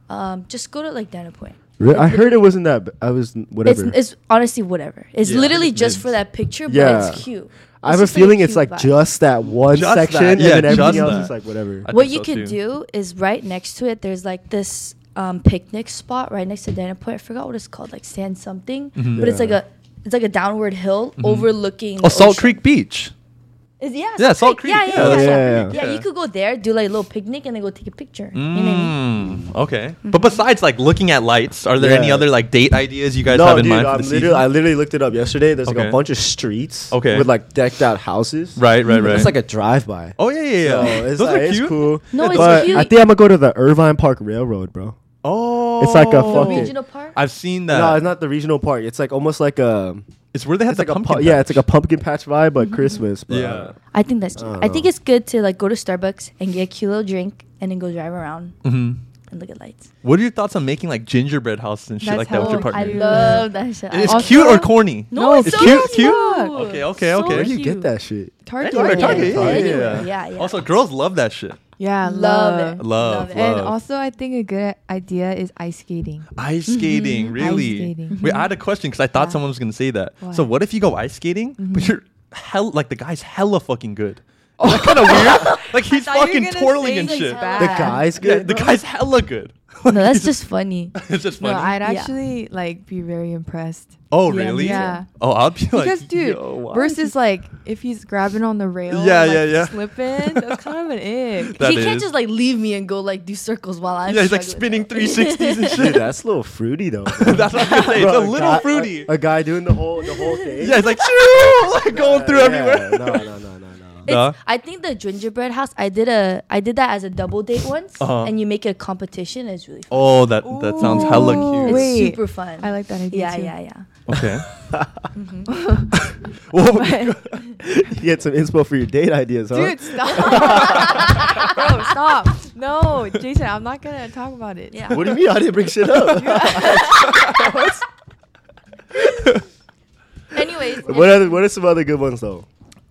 [SPEAKER 3] Um, just go to like Dana Point.
[SPEAKER 1] Re- I heard it wasn't that. b- I was
[SPEAKER 3] It's,
[SPEAKER 1] whatever.
[SPEAKER 3] it's honestly whatever. It's
[SPEAKER 2] Yeah, I think
[SPEAKER 3] literally
[SPEAKER 2] it's
[SPEAKER 3] just
[SPEAKER 2] mid.
[SPEAKER 3] for that picture,
[SPEAKER 1] Yeah.
[SPEAKER 3] but it's cute.
[SPEAKER 1] I have
[SPEAKER 3] It's
[SPEAKER 1] a
[SPEAKER 3] just like a
[SPEAKER 1] feeling it's
[SPEAKER 3] cute
[SPEAKER 1] like
[SPEAKER 3] vibe.
[SPEAKER 1] just that one
[SPEAKER 2] Just that,
[SPEAKER 1] section, and
[SPEAKER 2] yeah,
[SPEAKER 1] then everything
[SPEAKER 2] just
[SPEAKER 1] else
[SPEAKER 2] that.
[SPEAKER 1] is like whatever.
[SPEAKER 2] I
[SPEAKER 3] what
[SPEAKER 2] think
[SPEAKER 3] you
[SPEAKER 2] so,
[SPEAKER 3] could
[SPEAKER 2] too.
[SPEAKER 3] do is right next to it. There's like this um, picnic spot right next to Dana Point. I forgot what it's called, like sand something,
[SPEAKER 2] Mhm.
[SPEAKER 3] but it's like
[SPEAKER 1] Yeah.
[SPEAKER 3] a it's like a downward hill overlooking
[SPEAKER 2] Oh,
[SPEAKER 3] the
[SPEAKER 2] Salt
[SPEAKER 3] ocean.
[SPEAKER 2] Creek Beach.
[SPEAKER 3] Is- yeah,
[SPEAKER 2] Yeah, Salt Creek.
[SPEAKER 3] Yeah,
[SPEAKER 2] Yeah,
[SPEAKER 3] yeah, yeah.
[SPEAKER 1] that's
[SPEAKER 3] yeah,
[SPEAKER 1] Salt
[SPEAKER 2] Creek.
[SPEAKER 3] Yeah,
[SPEAKER 2] Yeah.
[SPEAKER 3] you could go there, do like a little picnic, and then go take a picture. You know what I mean?
[SPEAKER 2] Mm, okay. But besides like looking at lights, are there any
[SPEAKER 1] Yeah.
[SPEAKER 2] other like date ideas you guys
[SPEAKER 1] no,
[SPEAKER 2] have in
[SPEAKER 1] dude,
[SPEAKER 2] mind
[SPEAKER 1] I'm
[SPEAKER 2] for the
[SPEAKER 1] literally,
[SPEAKER 2] season?
[SPEAKER 1] I literally looked it up yesterday. There's like
[SPEAKER 2] Okay.
[SPEAKER 1] a bunch of streets
[SPEAKER 2] Okay.
[SPEAKER 1] with like decked out houses.
[SPEAKER 2] Right, right, right.
[SPEAKER 1] It's like a drive by.
[SPEAKER 2] Oh yeah, yeah, yeah.
[SPEAKER 1] So it's,
[SPEAKER 2] Those
[SPEAKER 1] like,
[SPEAKER 2] are
[SPEAKER 1] it's
[SPEAKER 2] cute.
[SPEAKER 1] cool.
[SPEAKER 3] No, it's
[SPEAKER 1] but
[SPEAKER 3] cute.
[SPEAKER 1] I think I'm gonna go to the Irvine Park Railroad, bro.
[SPEAKER 2] Oh,
[SPEAKER 1] It's like a
[SPEAKER 3] The
[SPEAKER 1] fucking-
[SPEAKER 3] regional park.
[SPEAKER 2] I've seen that.
[SPEAKER 1] No, it's not the regional park. It's like almost like a.
[SPEAKER 2] It's where they had
[SPEAKER 1] It's
[SPEAKER 2] the
[SPEAKER 1] like a
[SPEAKER 2] pumpkin.
[SPEAKER 1] pu- yeah, it's
[SPEAKER 2] patch.
[SPEAKER 1] like a pumpkin patch vibe, but Christmas. Bro.
[SPEAKER 2] Yeah.
[SPEAKER 3] I think that's. Cute.
[SPEAKER 1] I don't
[SPEAKER 3] I, think
[SPEAKER 1] know.
[SPEAKER 3] it's good to like go to Starbucks and get a cute little drink, and then go drive around
[SPEAKER 2] Mhm.
[SPEAKER 3] and look at lights. Oh,
[SPEAKER 2] What are your thoughts on making like gingerbread houses and shit
[SPEAKER 4] That's
[SPEAKER 2] like that with your
[SPEAKER 4] how
[SPEAKER 2] partner?
[SPEAKER 3] I
[SPEAKER 4] Cute.
[SPEAKER 3] love that shit.
[SPEAKER 2] It's
[SPEAKER 4] Also-
[SPEAKER 2] cute or corny?
[SPEAKER 3] No,
[SPEAKER 4] No,
[SPEAKER 3] it's,
[SPEAKER 4] it's
[SPEAKER 3] so
[SPEAKER 2] cute,
[SPEAKER 3] cute.
[SPEAKER 2] cute. Okay, okay, okay.
[SPEAKER 1] Where
[SPEAKER 2] Where
[SPEAKER 3] Oh,
[SPEAKER 1] do you get that shit?
[SPEAKER 4] Target.
[SPEAKER 2] Anywhere,
[SPEAKER 3] Yeah,
[SPEAKER 2] Target,
[SPEAKER 3] yeah,
[SPEAKER 2] yeah,
[SPEAKER 3] anywhere,
[SPEAKER 2] yeah.
[SPEAKER 3] yeah, yeah.
[SPEAKER 2] Also, girls love that shit.
[SPEAKER 4] Yeah,
[SPEAKER 3] Love,
[SPEAKER 4] love.
[SPEAKER 3] it.
[SPEAKER 2] Love,
[SPEAKER 3] it.
[SPEAKER 4] And
[SPEAKER 2] Love.
[SPEAKER 4] also, I think a good idea is ice skating.
[SPEAKER 2] Ice skating, really?
[SPEAKER 4] Mm-hmm. skating.
[SPEAKER 2] Wait, I had a question because I thought
[SPEAKER 4] Yeah.
[SPEAKER 2] someone was gonna say that.
[SPEAKER 4] What? Mm-hmm.
[SPEAKER 2] So what if you go ice skating, but you're hell like the guy's hella fucking good? Is that kind of weird? Like he's
[SPEAKER 4] Oh. thought you were
[SPEAKER 2] fucking
[SPEAKER 4] gonna
[SPEAKER 2] twirling
[SPEAKER 4] say
[SPEAKER 2] and
[SPEAKER 4] he's
[SPEAKER 2] shit.
[SPEAKER 4] bad.
[SPEAKER 1] The
[SPEAKER 4] Yeah.
[SPEAKER 1] guy's
[SPEAKER 2] Yeah,
[SPEAKER 1] good.
[SPEAKER 2] the guy's hella good.
[SPEAKER 3] No, that's just funny.
[SPEAKER 2] it's just
[SPEAKER 4] No,
[SPEAKER 2] funny.
[SPEAKER 4] I'd
[SPEAKER 3] Yeah.
[SPEAKER 4] actually like be very impressed
[SPEAKER 2] oh
[SPEAKER 3] Yeah, me
[SPEAKER 2] really?
[SPEAKER 3] too.
[SPEAKER 4] Yeah.
[SPEAKER 2] Oh, I'll be like,
[SPEAKER 4] because, dude,
[SPEAKER 2] yo, why is
[SPEAKER 4] versus like if he's grabbing on the rail,
[SPEAKER 2] Yeah,
[SPEAKER 4] and, like,
[SPEAKER 2] yeah, yeah.
[SPEAKER 4] slipping. That's kind of an ick.
[SPEAKER 2] That
[SPEAKER 3] he can't
[SPEAKER 2] is.
[SPEAKER 3] just like leave me and go like do circles while I'm.
[SPEAKER 2] Yeah, he's like
[SPEAKER 3] struggling.
[SPEAKER 2] spinning 360s and
[SPEAKER 1] Dude,
[SPEAKER 2] shit.
[SPEAKER 1] that's a little fruity though.
[SPEAKER 2] That's what I'm saying. It's a
[SPEAKER 1] Bro,
[SPEAKER 2] little
[SPEAKER 1] guy-
[SPEAKER 2] fruity.
[SPEAKER 1] A, a guy doing the whole the whole thing.
[SPEAKER 2] yeah, he's like, "Shoo!" like going through
[SPEAKER 1] Yeah,
[SPEAKER 2] everywhere.
[SPEAKER 1] No, no, no, no, no.
[SPEAKER 3] It's,
[SPEAKER 2] Nah.
[SPEAKER 3] I think the gingerbread house. I did a. I did that as a double date once,
[SPEAKER 2] Uh-huh.
[SPEAKER 3] and you make it a competition. It's really. Fun.
[SPEAKER 2] Oh, that that sounds hella
[SPEAKER 4] Ooh.
[SPEAKER 2] cute.
[SPEAKER 3] It's
[SPEAKER 4] wait.
[SPEAKER 3] super fun.
[SPEAKER 4] I like that idea.
[SPEAKER 3] Yeah,
[SPEAKER 4] too.
[SPEAKER 3] yeah, yeah.
[SPEAKER 2] Okay.
[SPEAKER 4] Mm-hmm.
[SPEAKER 2] well,
[SPEAKER 1] You get some inspo for your date ideas, huh?
[SPEAKER 4] Dude, stop. Bro, stop. No, Jason, I'm not going to talk about it.
[SPEAKER 3] Yeah.
[SPEAKER 1] What do you mean? I didn't bring shit up.
[SPEAKER 3] Anyways,
[SPEAKER 1] what are what are some other good ones though?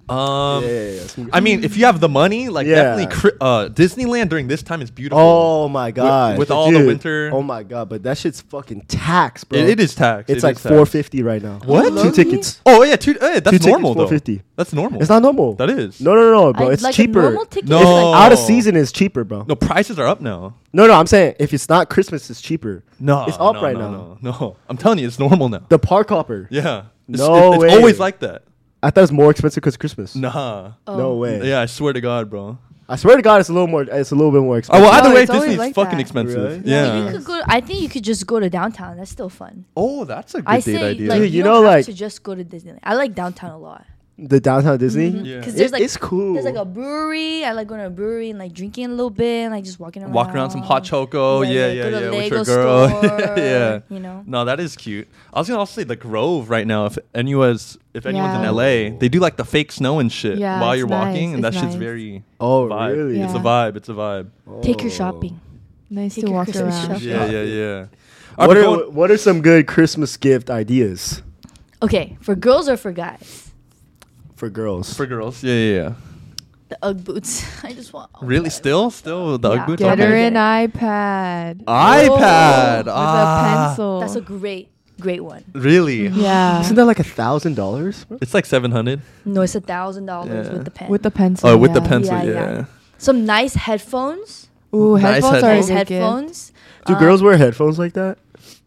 [SPEAKER 2] um,
[SPEAKER 1] yeah, yeah, yeah. Some-
[SPEAKER 2] I mean, if you have the money, like
[SPEAKER 1] Yeah.
[SPEAKER 2] definitely cri- uh, Disneyland during this time is beautiful.
[SPEAKER 1] Oh my god!
[SPEAKER 2] with all the winter-
[SPEAKER 1] Oh my god! But that shit's fucking taxed, bro.
[SPEAKER 2] It- it is taxed.
[SPEAKER 1] It's
[SPEAKER 2] It
[SPEAKER 1] like
[SPEAKER 2] is taxed.
[SPEAKER 1] four fifty right now.
[SPEAKER 2] What?
[SPEAKER 1] Two
[SPEAKER 4] Low-key?
[SPEAKER 1] tickets.
[SPEAKER 2] Oh yeah, two, eh, that's
[SPEAKER 1] tickets,
[SPEAKER 2] normal though.
[SPEAKER 1] 450.
[SPEAKER 2] That's normal.
[SPEAKER 1] It's not normal.
[SPEAKER 2] That is.
[SPEAKER 1] No, no, no, no bro.
[SPEAKER 3] I-
[SPEAKER 1] it's
[SPEAKER 3] like A
[SPEAKER 1] cheaper.
[SPEAKER 3] normal ticket
[SPEAKER 2] No.
[SPEAKER 3] is like,
[SPEAKER 1] Out of
[SPEAKER 2] Oh.
[SPEAKER 1] season is cheaper, bro.
[SPEAKER 2] No, prices are up now.
[SPEAKER 1] No, no, I'm saying if it's not Christmas, it's cheaper.
[SPEAKER 2] No,
[SPEAKER 1] It's up
[SPEAKER 2] no,
[SPEAKER 1] right
[SPEAKER 2] no,
[SPEAKER 1] now.
[SPEAKER 2] No, no, I'm telling you, it's normal now.
[SPEAKER 1] The park hopper.
[SPEAKER 2] Yeah. It's,
[SPEAKER 1] No
[SPEAKER 2] it- it's
[SPEAKER 1] way.
[SPEAKER 2] always like that.
[SPEAKER 1] I thought it was more expensive because Christmas.
[SPEAKER 2] Nah.
[SPEAKER 3] oh.
[SPEAKER 1] No way.
[SPEAKER 2] Yeah, I swear to God, bro.
[SPEAKER 1] I swear to God, it's a little more. It's a little bit more
[SPEAKER 2] Oh,
[SPEAKER 1] expensive.
[SPEAKER 2] well, either
[SPEAKER 4] No,
[SPEAKER 2] way,
[SPEAKER 4] it's always
[SPEAKER 2] Disney's
[SPEAKER 4] like
[SPEAKER 2] fucking
[SPEAKER 4] that.
[SPEAKER 2] expensive.
[SPEAKER 1] Really?
[SPEAKER 2] Yeah.
[SPEAKER 3] You could go. I think you could just go to downtown. That's still fun.
[SPEAKER 2] oh, that's a good
[SPEAKER 3] I
[SPEAKER 2] date
[SPEAKER 3] say
[SPEAKER 2] idea.
[SPEAKER 3] like
[SPEAKER 1] Dude,
[SPEAKER 3] you,
[SPEAKER 1] you know,
[SPEAKER 3] don't have
[SPEAKER 1] like-
[SPEAKER 3] to just go to Disneyland. I like downtown a lot.
[SPEAKER 1] the downtown Disney.
[SPEAKER 2] Yeah.
[SPEAKER 3] Because Mm-hmm.
[SPEAKER 1] It-
[SPEAKER 3] there's like
[SPEAKER 1] it's cool.
[SPEAKER 3] There's like a brewery. I like going to a brewery and like drinking a little bit and like just walking around.
[SPEAKER 2] Walk around some hot choco. Yeah, yeah,
[SPEAKER 3] go to
[SPEAKER 2] yeah. with
[SPEAKER 3] Lego
[SPEAKER 2] your girl.
[SPEAKER 3] store,
[SPEAKER 2] yeah.
[SPEAKER 3] You know.
[SPEAKER 2] No, that is cute. I was gonna also say the Grove right now. If anyone's if anyone's
[SPEAKER 4] Yeah.
[SPEAKER 2] in LA, they do like the fake snow and shit
[SPEAKER 4] Yeah,
[SPEAKER 2] while
[SPEAKER 4] it's
[SPEAKER 2] you're
[SPEAKER 4] nice,
[SPEAKER 2] walking, and that
[SPEAKER 4] it's
[SPEAKER 2] shit's
[SPEAKER 4] nice.
[SPEAKER 2] very
[SPEAKER 1] oh
[SPEAKER 2] vibe.
[SPEAKER 1] really?
[SPEAKER 2] It's a
[SPEAKER 4] Yeah.
[SPEAKER 2] vibe. It's a vibe.
[SPEAKER 3] Take your
[SPEAKER 1] Oh.
[SPEAKER 3] shopping.
[SPEAKER 4] Nice
[SPEAKER 3] Take
[SPEAKER 4] to
[SPEAKER 3] your
[SPEAKER 4] walk
[SPEAKER 3] Christmas
[SPEAKER 4] around.
[SPEAKER 3] shopping.
[SPEAKER 2] Yeah, yeah, yeah. Are
[SPEAKER 1] What
[SPEAKER 2] we
[SPEAKER 1] are
[SPEAKER 2] going-
[SPEAKER 1] what are some good Christmas gift ideas
[SPEAKER 3] Okay, for girls or for guys?
[SPEAKER 1] for girls?
[SPEAKER 2] for girls? Yeah, yeah, yeah.
[SPEAKER 3] The UGG boots. I just want. oh
[SPEAKER 2] Really?
[SPEAKER 3] God.
[SPEAKER 2] Still, still the
[SPEAKER 3] Yeah.
[SPEAKER 2] Ugg boots.
[SPEAKER 4] Get her
[SPEAKER 2] Okay.
[SPEAKER 4] an iPad
[SPEAKER 2] iPad.
[SPEAKER 4] with
[SPEAKER 2] ah.
[SPEAKER 4] a pencil.
[SPEAKER 3] That's a great, great one.
[SPEAKER 2] Really?
[SPEAKER 4] yeah.
[SPEAKER 1] Isn't that like a thousand dollars?
[SPEAKER 2] It's like seven hundred.
[SPEAKER 3] No, it's a thousand dollars
[SPEAKER 2] Yeah.
[SPEAKER 3] with the pen.
[SPEAKER 4] with the pencil.
[SPEAKER 2] Oh, with the
[SPEAKER 4] yeah.
[SPEAKER 2] pencil. Yeah.
[SPEAKER 3] Yeah, yeah. some nice headphones.
[SPEAKER 4] Ooh,
[SPEAKER 2] Nice
[SPEAKER 4] headphones are a
[SPEAKER 3] Nice
[SPEAKER 2] headphones.
[SPEAKER 4] good gift.
[SPEAKER 3] headphones.
[SPEAKER 1] Do
[SPEAKER 3] Um,
[SPEAKER 1] girls wear headphones like that?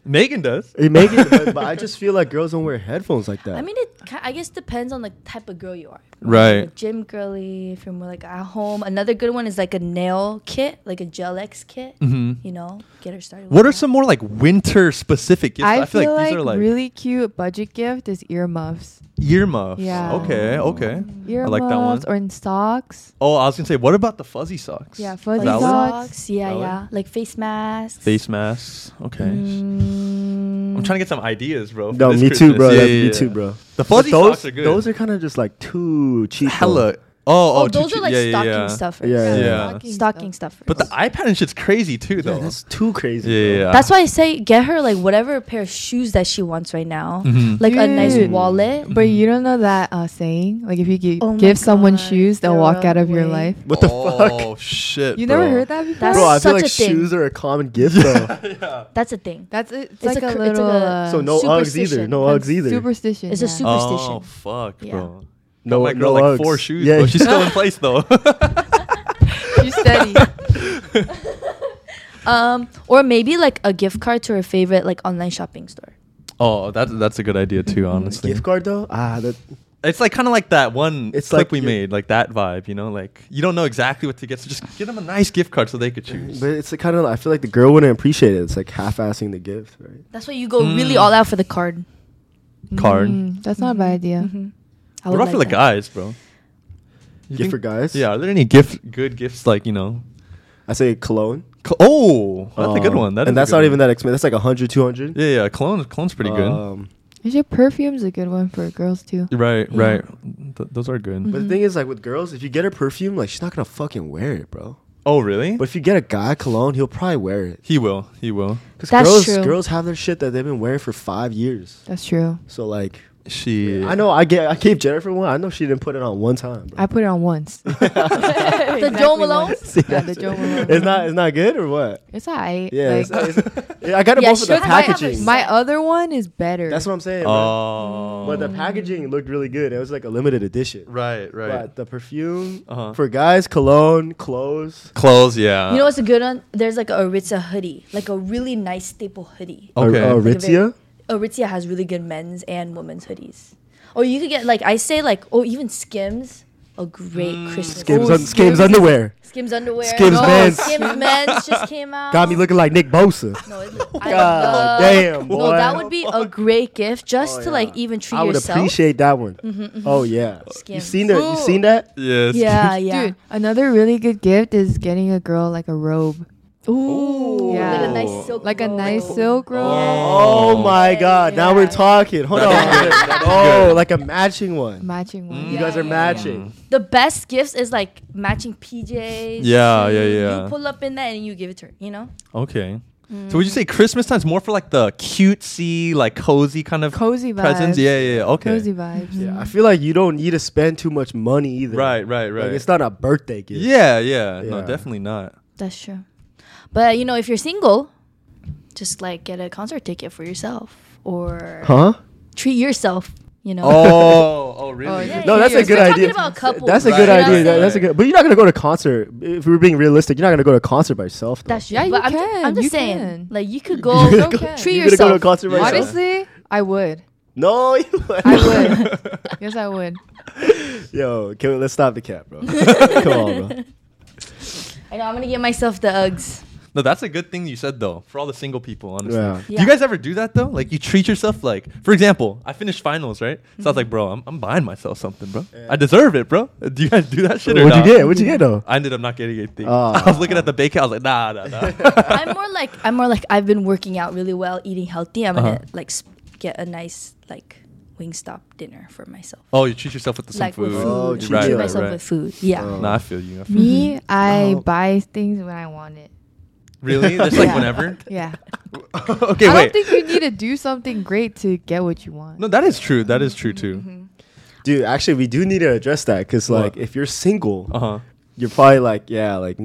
[SPEAKER 2] Megan does.
[SPEAKER 1] It make it, but, but I just feel like girls don't wear headphones like that.
[SPEAKER 3] I mean, it. ki- I guess depends on the type of girl you are. If you're
[SPEAKER 2] Right.
[SPEAKER 3] a gym girly, if you're more like at home. Another good one is like a nail kit, like a gel X kit.
[SPEAKER 2] Mhm.
[SPEAKER 3] You know, get her started. with
[SPEAKER 2] What are
[SPEAKER 3] that.
[SPEAKER 2] some more like winter specific gifts?
[SPEAKER 4] I, feel like, really cute budget gift is earmuffs.
[SPEAKER 2] earmuffs.
[SPEAKER 4] Yeah.
[SPEAKER 2] Okay. Okay.
[SPEAKER 4] Earmuffs
[SPEAKER 2] like that one.
[SPEAKER 4] or in socks.
[SPEAKER 2] Oh, I was gonna say, what about the fuzzy socks?
[SPEAKER 4] Yeah,
[SPEAKER 3] Like
[SPEAKER 4] fuzzy
[SPEAKER 2] That one?
[SPEAKER 4] socks.
[SPEAKER 3] Yeah,
[SPEAKER 2] That one?
[SPEAKER 3] yeah. Like face masks. Mm.
[SPEAKER 2] Face masks. Okay. I'm trying to get some ideas, bro. for
[SPEAKER 1] no,
[SPEAKER 2] this
[SPEAKER 1] me
[SPEAKER 2] Christmas.
[SPEAKER 1] too, bro.
[SPEAKER 2] Yeah,
[SPEAKER 1] That's
[SPEAKER 2] yeah,
[SPEAKER 1] me
[SPEAKER 2] yeah.
[SPEAKER 1] too, bro.
[SPEAKER 2] The fuzzy
[SPEAKER 1] But those,
[SPEAKER 2] socks are good.
[SPEAKER 1] Those are kind of just like too cheap. though.
[SPEAKER 2] hella. Oh,
[SPEAKER 3] Oh,
[SPEAKER 2] oh, too
[SPEAKER 3] those
[SPEAKER 2] cheap.
[SPEAKER 3] are like
[SPEAKER 2] Yeah, yeah,
[SPEAKER 3] stocking
[SPEAKER 2] yeah.
[SPEAKER 3] stuffers.
[SPEAKER 1] Yeah, yeah.
[SPEAKER 2] Yeah.
[SPEAKER 4] Stocking
[SPEAKER 3] Stocking
[SPEAKER 4] stuff.
[SPEAKER 3] stuffers.
[SPEAKER 2] But the iPad and shit's crazy too,
[SPEAKER 1] Yeah,
[SPEAKER 2] though.
[SPEAKER 1] that's too crazy.
[SPEAKER 2] yeah,
[SPEAKER 1] bro.
[SPEAKER 2] yeah.
[SPEAKER 3] That's why I say get her like whatever pair of shoes that she wants right now,
[SPEAKER 2] Mhm.
[SPEAKER 3] like a nice
[SPEAKER 4] Dude.
[SPEAKER 3] wallet.
[SPEAKER 4] But you don't know that uh, saying? Like if you gi-
[SPEAKER 3] Oh my
[SPEAKER 4] give someone
[SPEAKER 3] God,
[SPEAKER 4] shoes, they'll
[SPEAKER 3] they're
[SPEAKER 4] walk out of your
[SPEAKER 3] away.
[SPEAKER 4] life.
[SPEAKER 1] What the
[SPEAKER 2] Oh
[SPEAKER 1] fuck?
[SPEAKER 2] shit.
[SPEAKER 4] You
[SPEAKER 2] bro.
[SPEAKER 4] never heard that before?
[SPEAKER 3] That's
[SPEAKER 1] Bro, I
[SPEAKER 3] such
[SPEAKER 1] feel like
[SPEAKER 3] a thing.
[SPEAKER 1] shoes are a common gift, though.
[SPEAKER 3] That's a thing.
[SPEAKER 4] That's it. It's,
[SPEAKER 3] It's
[SPEAKER 4] like
[SPEAKER 3] a
[SPEAKER 4] a,
[SPEAKER 3] cr- it's
[SPEAKER 4] little
[SPEAKER 3] like a-
[SPEAKER 4] uh,
[SPEAKER 1] so no Uggs either. No
[SPEAKER 4] kind of
[SPEAKER 1] Uggs either. Uh,
[SPEAKER 4] Superstition.
[SPEAKER 3] It's a
[SPEAKER 4] yeah.
[SPEAKER 3] super- superstition.
[SPEAKER 2] Oh fuck,
[SPEAKER 3] Yeah.
[SPEAKER 2] bro.
[SPEAKER 1] No,
[SPEAKER 2] my
[SPEAKER 1] no
[SPEAKER 2] girl like four
[SPEAKER 1] Uggs.
[SPEAKER 2] shoes,
[SPEAKER 1] Yeah.
[SPEAKER 2] bro. She's still in place though.
[SPEAKER 4] She's steady.
[SPEAKER 3] Um, or maybe like a gift card to her favorite like online shopping store.
[SPEAKER 2] oh, that's that's a good idea too, honestly.
[SPEAKER 1] Mm-hmm. Gift card though? Ah, that
[SPEAKER 2] It's like kind of like that one
[SPEAKER 1] It's
[SPEAKER 2] clip
[SPEAKER 1] like
[SPEAKER 2] we
[SPEAKER 1] you-
[SPEAKER 2] made, like that vibe, you know, like you don't know exactly what to get, so just give them a nice gift card so they could choose.
[SPEAKER 1] But it's kind of I feel like the girl wouldn't appreciate it. It's like half-assing the gift, right?
[SPEAKER 3] That's why you go really
[SPEAKER 2] Mm.
[SPEAKER 3] all out for the card.
[SPEAKER 2] Card.
[SPEAKER 4] Mm, that's not a bad idea.
[SPEAKER 3] Mhm. I
[SPEAKER 2] What
[SPEAKER 3] would
[SPEAKER 2] about for the
[SPEAKER 3] like that.
[SPEAKER 2] guys, bro? You
[SPEAKER 1] gift
[SPEAKER 2] think-
[SPEAKER 1] for guys?
[SPEAKER 2] Yeah, are there any gift good gifts like you know?
[SPEAKER 1] I say cologne.
[SPEAKER 2] Cl- oh, that's a good
[SPEAKER 1] Um,
[SPEAKER 2] one. That
[SPEAKER 1] and
[SPEAKER 2] is a
[SPEAKER 1] that's
[SPEAKER 2] good
[SPEAKER 1] not
[SPEAKER 2] one.
[SPEAKER 1] even that expensive. That's like 100, 200.
[SPEAKER 2] Yeah, yeah. Clone, clone's pretty
[SPEAKER 1] Um,
[SPEAKER 4] Is your perfume's a good one for girls too?
[SPEAKER 2] good. Right,
[SPEAKER 3] yeah.
[SPEAKER 2] right. Th- those are good.
[SPEAKER 3] Mm-hmm.
[SPEAKER 1] But the thing is, like with girls, if you get her perfume, like she's not gonna fucking wear it, bro.
[SPEAKER 2] Oh, really?
[SPEAKER 1] But if you get a guy cologne, he'll probably wear it.
[SPEAKER 2] he will. He will.
[SPEAKER 1] Because
[SPEAKER 3] That's
[SPEAKER 1] girls,
[SPEAKER 3] true.
[SPEAKER 1] girls have their shit that they've been wearing for five years.
[SPEAKER 4] That's true.
[SPEAKER 1] So like,
[SPEAKER 2] She.
[SPEAKER 1] I know I get I gave Jennifer one. I know she didn't put it on one time. Bro.
[SPEAKER 4] I put it on once.
[SPEAKER 3] The Joe Malone.
[SPEAKER 1] See,
[SPEAKER 4] Yeah, the
[SPEAKER 1] that's-
[SPEAKER 4] Joe Malone.
[SPEAKER 1] It's not it's not good or what?
[SPEAKER 4] It's alright.
[SPEAKER 1] Yeah,
[SPEAKER 4] like,
[SPEAKER 1] it's, it's- yeah, I got it
[SPEAKER 3] Yeah,
[SPEAKER 1] both for the
[SPEAKER 3] she'll have it.
[SPEAKER 1] packaging.
[SPEAKER 4] my other one is better.
[SPEAKER 1] That's what I'm saying. bro.
[SPEAKER 2] Oh.
[SPEAKER 1] But the packaging looked really good. It was like a limited edition.
[SPEAKER 2] right, right.
[SPEAKER 1] But the perfume
[SPEAKER 2] Uh-huh.
[SPEAKER 1] for guys, cologne, clothes.
[SPEAKER 2] Clothes, yeah.
[SPEAKER 3] You know what's a good one? There's like a Aritzia hoodie, like a really nice staple hoodie.
[SPEAKER 2] Okay.
[SPEAKER 1] Ar-
[SPEAKER 3] Like a very-
[SPEAKER 1] Aritzia.
[SPEAKER 3] Aritzia has really good men's and women's hoodies. Or you could get like I say like oh even Skims, a great
[SPEAKER 2] Hmm.
[SPEAKER 3] Christmas
[SPEAKER 1] Skims,
[SPEAKER 4] Ooh,
[SPEAKER 1] un-
[SPEAKER 4] Skims.
[SPEAKER 1] Skims underwear.
[SPEAKER 3] Skims underwear.
[SPEAKER 1] Skims
[SPEAKER 3] Oh,
[SPEAKER 1] men's.
[SPEAKER 3] Skims men's just came out.
[SPEAKER 1] Got me looking like Nick Bosa.
[SPEAKER 3] No, it, I
[SPEAKER 1] God
[SPEAKER 3] love-
[SPEAKER 1] damn, boy.
[SPEAKER 3] No, that would be a great gift just
[SPEAKER 1] Oh,
[SPEAKER 3] to like
[SPEAKER 1] yeah.
[SPEAKER 3] even treat
[SPEAKER 1] I would
[SPEAKER 3] yourself.
[SPEAKER 1] appreciate that one. Oh yeah, you
[SPEAKER 3] Skims.
[SPEAKER 1] seen that? You
[SPEAKER 4] Ooh.
[SPEAKER 1] seen that?
[SPEAKER 2] Yes.
[SPEAKER 3] yeah, yeah.
[SPEAKER 4] Dude, another really good gift is getting a girl like a robe.
[SPEAKER 3] Ooh,
[SPEAKER 4] Yeah.
[SPEAKER 3] like a nice silk.
[SPEAKER 4] Like a
[SPEAKER 3] robe.
[SPEAKER 4] nice silk robe.
[SPEAKER 1] Oh, my God! Now we're
[SPEAKER 3] Yeah.
[SPEAKER 1] talking. Hold
[SPEAKER 2] That's good.
[SPEAKER 1] on.
[SPEAKER 2] That's
[SPEAKER 1] Oh,
[SPEAKER 2] good.
[SPEAKER 1] like a matching one.
[SPEAKER 4] Matching one.
[SPEAKER 2] Mm.
[SPEAKER 1] You guys are matching.
[SPEAKER 3] The best gifts is like matching PJs.
[SPEAKER 2] Yeah, yeah,
[SPEAKER 3] shoes.
[SPEAKER 2] yeah.
[SPEAKER 3] You pull up in that and you give it to her. You know.
[SPEAKER 2] Okay.
[SPEAKER 3] Mm.
[SPEAKER 2] So would you say Christmas time's more for like the cutesy, like cozy kind of
[SPEAKER 4] Cozy vibes.
[SPEAKER 2] presents? Yeah, yeah, yeah. Okay.
[SPEAKER 4] Cozy vibes.
[SPEAKER 1] Yeah, I feel like you don't need to spend too much money either.
[SPEAKER 2] Right, right, right.
[SPEAKER 1] Like it's not a birthday gift.
[SPEAKER 2] yeah, yeah, No,
[SPEAKER 1] Yeah.
[SPEAKER 2] definitely not.
[SPEAKER 3] That's true. But you know, if you're single, just like get a concert ticket for yourself or
[SPEAKER 1] Huh?
[SPEAKER 3] treat yourself. You know.
[SPEAKER 2] Oh, oh, really?
[SPEAKER 4] Oh, yeah.
[SPEAKER 1] No, that's a
[SPEAKER 4] We're
[SPEAKER 1] good
[SPEAKER 3] talking
[SPEAKER 1] idea.
[SPEAKER 3] about couples,
[SPEAKER 1] that's a
[SPEAKER 2] Right,
[SPEAKER 1] good
[SPEAKER 2] right,
[SPEAKER 1] idea.
[SPEAKER 2] right,
[SPEAKER 1] That- that's a
[SPEAKER 2] right.
[SPEAKER 1] good. But you're not gonna go to concert. If we're being realistic, you're not gonna go to a concert by yourself. Though.
[SPEAKER 3] That's true.
[SPEAKER 4] Yeah, you
[SPEAKER 3] but I'm, ju-
[SPEAKER 4] can,
[SPEAKER 3] I'm just
[SPEAKER 4] you
[SPEAKER 3] saying,
[SPEAKER 4] can.
[SPEAKER 3] like you could go
[SPEAKER 4] You go-
[SPEAKER 3] go-
[SPEAKER 4] can.
[SPEAKER 3] treat
[SPEAKER 1] You're gonna go to a
[SPEAKER 3] yourself.
[SPEAKER 1] concert by
[SPEAKER 2] Yeah.
[SPEAKER 1] yourself.
[SPEAKER 4] Honestly, I would.
[SPEAKER 1] No, you wouldn't.
[SPEAKER 4] I would. yes, I would.
[SPEAKER 1] Yo, can we, let's stop the cap, bro. Come on, bro.
[SPEAKER 3] I know. I'm gonna get myself the Uggs.
[SPEAKER 2] No, that's a good thing you said though. For all the single people, honestly.
[SPEAKER 1] Yeah.
[SPEAKER 2] Do
[SPEAKER 3] Yeah.
[SPEAKER 2] you guys ever do that though? Like you treat yourself like, for example, I finished finals, right? So I was
[SPEAKER 3] Mm-hmm.
[SPEAKER 2] like, bro, I'm, I'm buying myself something, bro. I deserve it, bro. Do you guys do that shit or
[SPEAKER 1] What'd
[SPEAKER 2] not?
[SPEAKER 1] you get? What'd you get though?
[SPEAKER 2] I ended up not getting anything.
[SPEAKER 1] Ah.
[SPEAKER 2] I was looking at the bakehouse, I was like, nah, nah, nah.
[SPEAKER 3] I'm more like I'm more like I've been working out really well, eating healthy. I'm
[SPEAKER 2] Uh-huh.
[SPEAKER 3] gonna like sp- get a nice like Wingstop dinner for myself.
[SPEAKER 2] oh, you treat yourself with some
[SPEAKER 3] like
[SPEAKER 2] food.
[SPEAKER 3] with food,
[SPEAKER 1] Oh,
[SPEAKER 3] treat
[SPEAKER 1] right, right,
[SPEAKER 3] myself
[SPEAKER 2] right.
[SPEAKER 3] with food. Yeah.
[SPEAKER 1] Oh.
[SPEAKER 2] Nah, I feel you. I feel you.
[SPEAKER 4] Me, I
[SPEAKER 1] Wow.
[SPEAKER 4] buy things when I want it.
[SPEAKER 2] Really? Just like
[SPEAKER 4] Yeah.
[SPEAKER 2] whenever?
[SPEAKER 4] Yeah.
[SPEAKER 2] okay,
[SPEAKER 4] I
[SPEAKER 2] wait.
[SPEAKER 4] don't think you need to do something great to get what you want.
[SPEAKER 2] no, that is true. That is true too.
[SPEAKER 1] Dude, actually, we do need to address that because,
[SPEAKER 2] What?
[SPEAKER 1] like, if you're single,
[SPEAKER 2] Uh huh.
[SPEAKER 1] you're probably like, yeah, like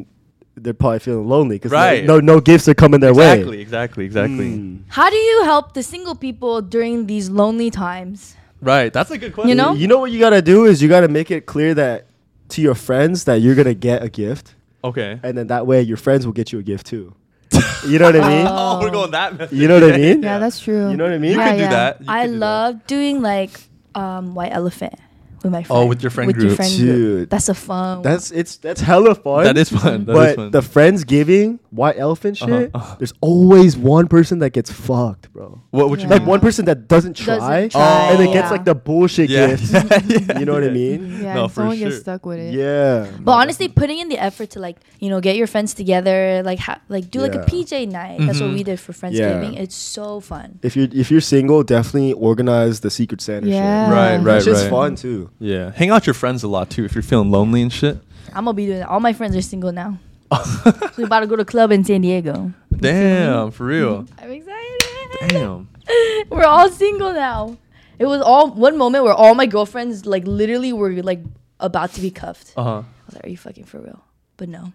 [SPEAKER 1] they're probably feeling lonely because
[SPEAKER 2] Right.
[SPEAKER 1] no, no gifts are coming their
[SPEAKER 2] Exactly,
[SPEAKER 1] way.
[SPEAKER 2] exactly, exactly.
[SPEAKER 1] Hmm.
[SPEAKER 3] How do you help the single people during these lonely times?
[SPEAKER 2] Right. That's a good question.
[SPEAKER 3] You know?
[SPEAKER 1] You know what you gotta do is you gotta make it clear that to your friends that you're gonna get a gift,
[SPEAKER 2] Okay.
[SPEAKER 1] and then that way your friends will get you a gift too. you know what I mean?
[SPEAKER 2] Oh, we're going that method.
[SPEAKER 1] You know what I mean?
[SPEAKER 4] Yeah, that's true.
[SPEAKER 1] You know what I mean?
[SPEAKER 2] You
[SPEAKER 4] yeah,
[SPEAKER 2] could do
[SPEAKER 4] yeah.
[SPEAKER 2] that. You
[SPEAKER 3] I
[SPEAKER 2] could do that.
[SPEAKER 3] love doing like um white elephant with my
[SPEAKER 2] Oh,
[SPEAKER 3] friend.
[SPEAKER 2] with your friend
[SPEAKER 3] with
[SPEAKER 2] group.
[SPEAKER 3] Your friend group.
[SPEAKER 1] Dude.
[SPEAKER 3] That's a fun. one.
[SPEAKER 1] That's it's that's hella fun.
[SPEAKER 2] That is fun. That is
[SPEAKER 1] but
[SPEAKER 2] fun.
[SPEAKER 1] the friends giving white elephant
[SPEAKER 2] Uh-huh.
[SPEAKER 1] shit,
[SPEAKER 2] Uh-huh.
[SPEAKER 1] there's always one person that gets fucked, bro.
[SPEAKER 2] what would you
[SPEAKER 1] Like
[SPEAKER 2] mean?
[SPEAKER 1] one person that doesn't
[SPEAKER 3] Doesn't
[SPEAKER 1] try,
[SPEAKER 3] try,
[SPEAKER 1] and then gets
[SPEAKER 3] yeah.
[SPEAKER 1] like the bullshit
[SPEAKER 2] Yeah.
[SPEAKER 1] gift.
[SPEAKER 2] Yeah,
[SPEAKER 1] You know what I
[SPEAKER 2] yeah.
[SPEAKER 1] mean?
[SPEAKER 4] Yeah,
[SPEAKER 2] No,
[SPEAKER 4] and
[SPEAKER 2] for
[SPEAKER 4] someone gets
[SPEAKER 2] sure.
[SPEAKER 4] stuck with it.
[SPEAKER 1] Yeah.
[SPEAKER 3] But honestly, putting in the effort to like you know get your friends together, like ha- like do like a
[SPEAKER 1] Yeah.
[SPEAKER 3] PJ night. That's what
[SPEAKER 2] Mhm.
[SPEAKER 3] we did for friendsgiving. It's so fun.
[SPEAKER 1] If you're if you're single, definitely organize the Secret Santa
[SPEAKER 4] Yeah.
[SPEAKER 1] shit.
[SPEAKER 2] Right,
[SPEAKER 4] That
[SPEAKER 2] right,
[SPEAKER 1] It's just
[SPEAKER 2] right.
[SPEAKER 1] fun too.
[SPEAKER 2] Yeah. Hang out with your friends a lot too if you're feeling lonely and shit.
[SPEAKER 3] I'm gonna be doing that. All my friends are single now. so we about to go to club in San Diego.
[SPEAKER 2] Damn, for real.
[SPEAKER 3] I'm excited.
[SPEAKER 2] Damn.
[SPEAKER 3] we're all single now. It was all one moment where all my girlfriends like literally were like about to be cuffed.
[SPEAKER 2] Uh huh.
[SPEAKER 3] I was like, "Are you fucking for real?" But no.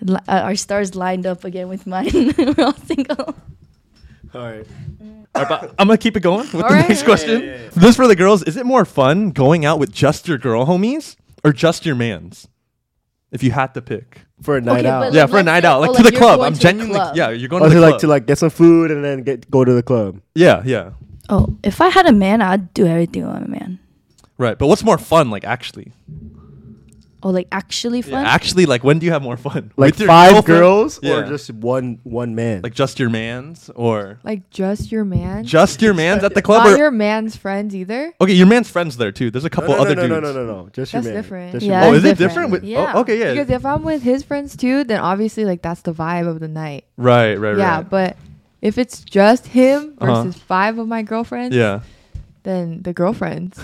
[SPEAKER 3] Li- uh, Our stars lined up again with mine. we're all single.
[SPEAKER 1] All right.
[SPEAKER 2] I'm gonna keep it going with the
[SPEAKER 4] Alright.
[SPEAKER 2] next question. This for the girls. Is it more fun going out with just your girl homies or just your mans? If you had to pick,
[SPEAKER 1] For a night
[SPEAKER 3] Okay,
[SPEAKER 1] out.
[SPEAKER 3] but,
[SPEAKER 2] yeah,
[SPEAKER 3] like,
[SPEAKER 2] for a
[SPEAKER 3] let's
[SPEAKER 2] night
[SPEAKER 3] say-
[SPEAKER 2] out, like
[SPEAKER 3] oh,
[SPEAKER 2] to
[SPEAKER 3] like
[SPEAKER 2] the
[SPEAKER 3] you're
[SPEAKER 2] club.
[SPEAKER 3] going
[SPEAKER 2] I'm
[SPEAKER 3] to the
[SPEAKER 2] genuinely,
[SPEAKER 3] club.
[SPEAKER 2] yeah, you're going
[SPEAKER 1] Also
[SPEAKER 2] to the
[SPEAKER 1] Oh, like
[SPEAKER 2] club.
[SPEAKER 1] to like get some food and then get go to the club.
[SPEAKER 2] yeah, yeah,
[SPEAKER 3] Oh, if I had a man, I'd do everything with a man.
[SPEAKER 2] right. But what's more fun, like actually,
[SPEAKER 3] Oh, like actually
[SPEAKER 2] Yeah,
[SPEAKER 3] fun.
[SPEAKER 2] actually, like when do you have more fun?
[SPEAKER 1] Like
[SPEAKER 2] With your
[SPEAKER 1] five
[SPEAKER 2] girlfriend?
[SPEAKER 1] girls or
[SPEAKER 2] Yeah.
[SPEAKER 1] just one one man.
[SPEAKER 2] like just your man's or
[SPEAKER 4] Like just your man.
[SPEAKER 2] just your man's at the club? Or,
[SPEAKER 4] not your man's friends either.
[SPEAKER 2] okay, your man's friends there too. There's
[SPEAKER 1] no,
[SPEAKER 2] a couple
[SPEAKER 1] no, no,
[SPEAKER 2] other
[SPEAKER 1] no,
[SPEAKER 2] dudes.
[SPEAKER 1] no, no, no, no, Just your
[SPEAKER 4] That's
[SPEAKER 1] man.
[SPEAKER 4] different.
[SPEAKER 1] Just your
[SPEAKER 3] Yeah.
[SPEAKER 1] man.
[SPEAKER 2] Oh, is
[SPEAKER 3] That's
[SPEAKER 2] it different?
[SPEAKER 3] different.
[SPEAKER 2] With,
[SPEAKER 4] Yeah.
[SPEAKER 2] oh, okay, yeah.
[SPEAKER 4] Because if I'm with his friends too, then obviously like that's the vibe of the night.
[SPEAKER 2] right, right,
[SPEAKER 4] yeah,
[SPEAKER 2] right.
[SPEAKER 4] but if it's just him
[SPEAKER 2] Uh-huh.
[SPEAKER 4] versus five of my girlfriends,
[SPEAKER 2] yeah.
[SPEAKER 4] then the girlfriends.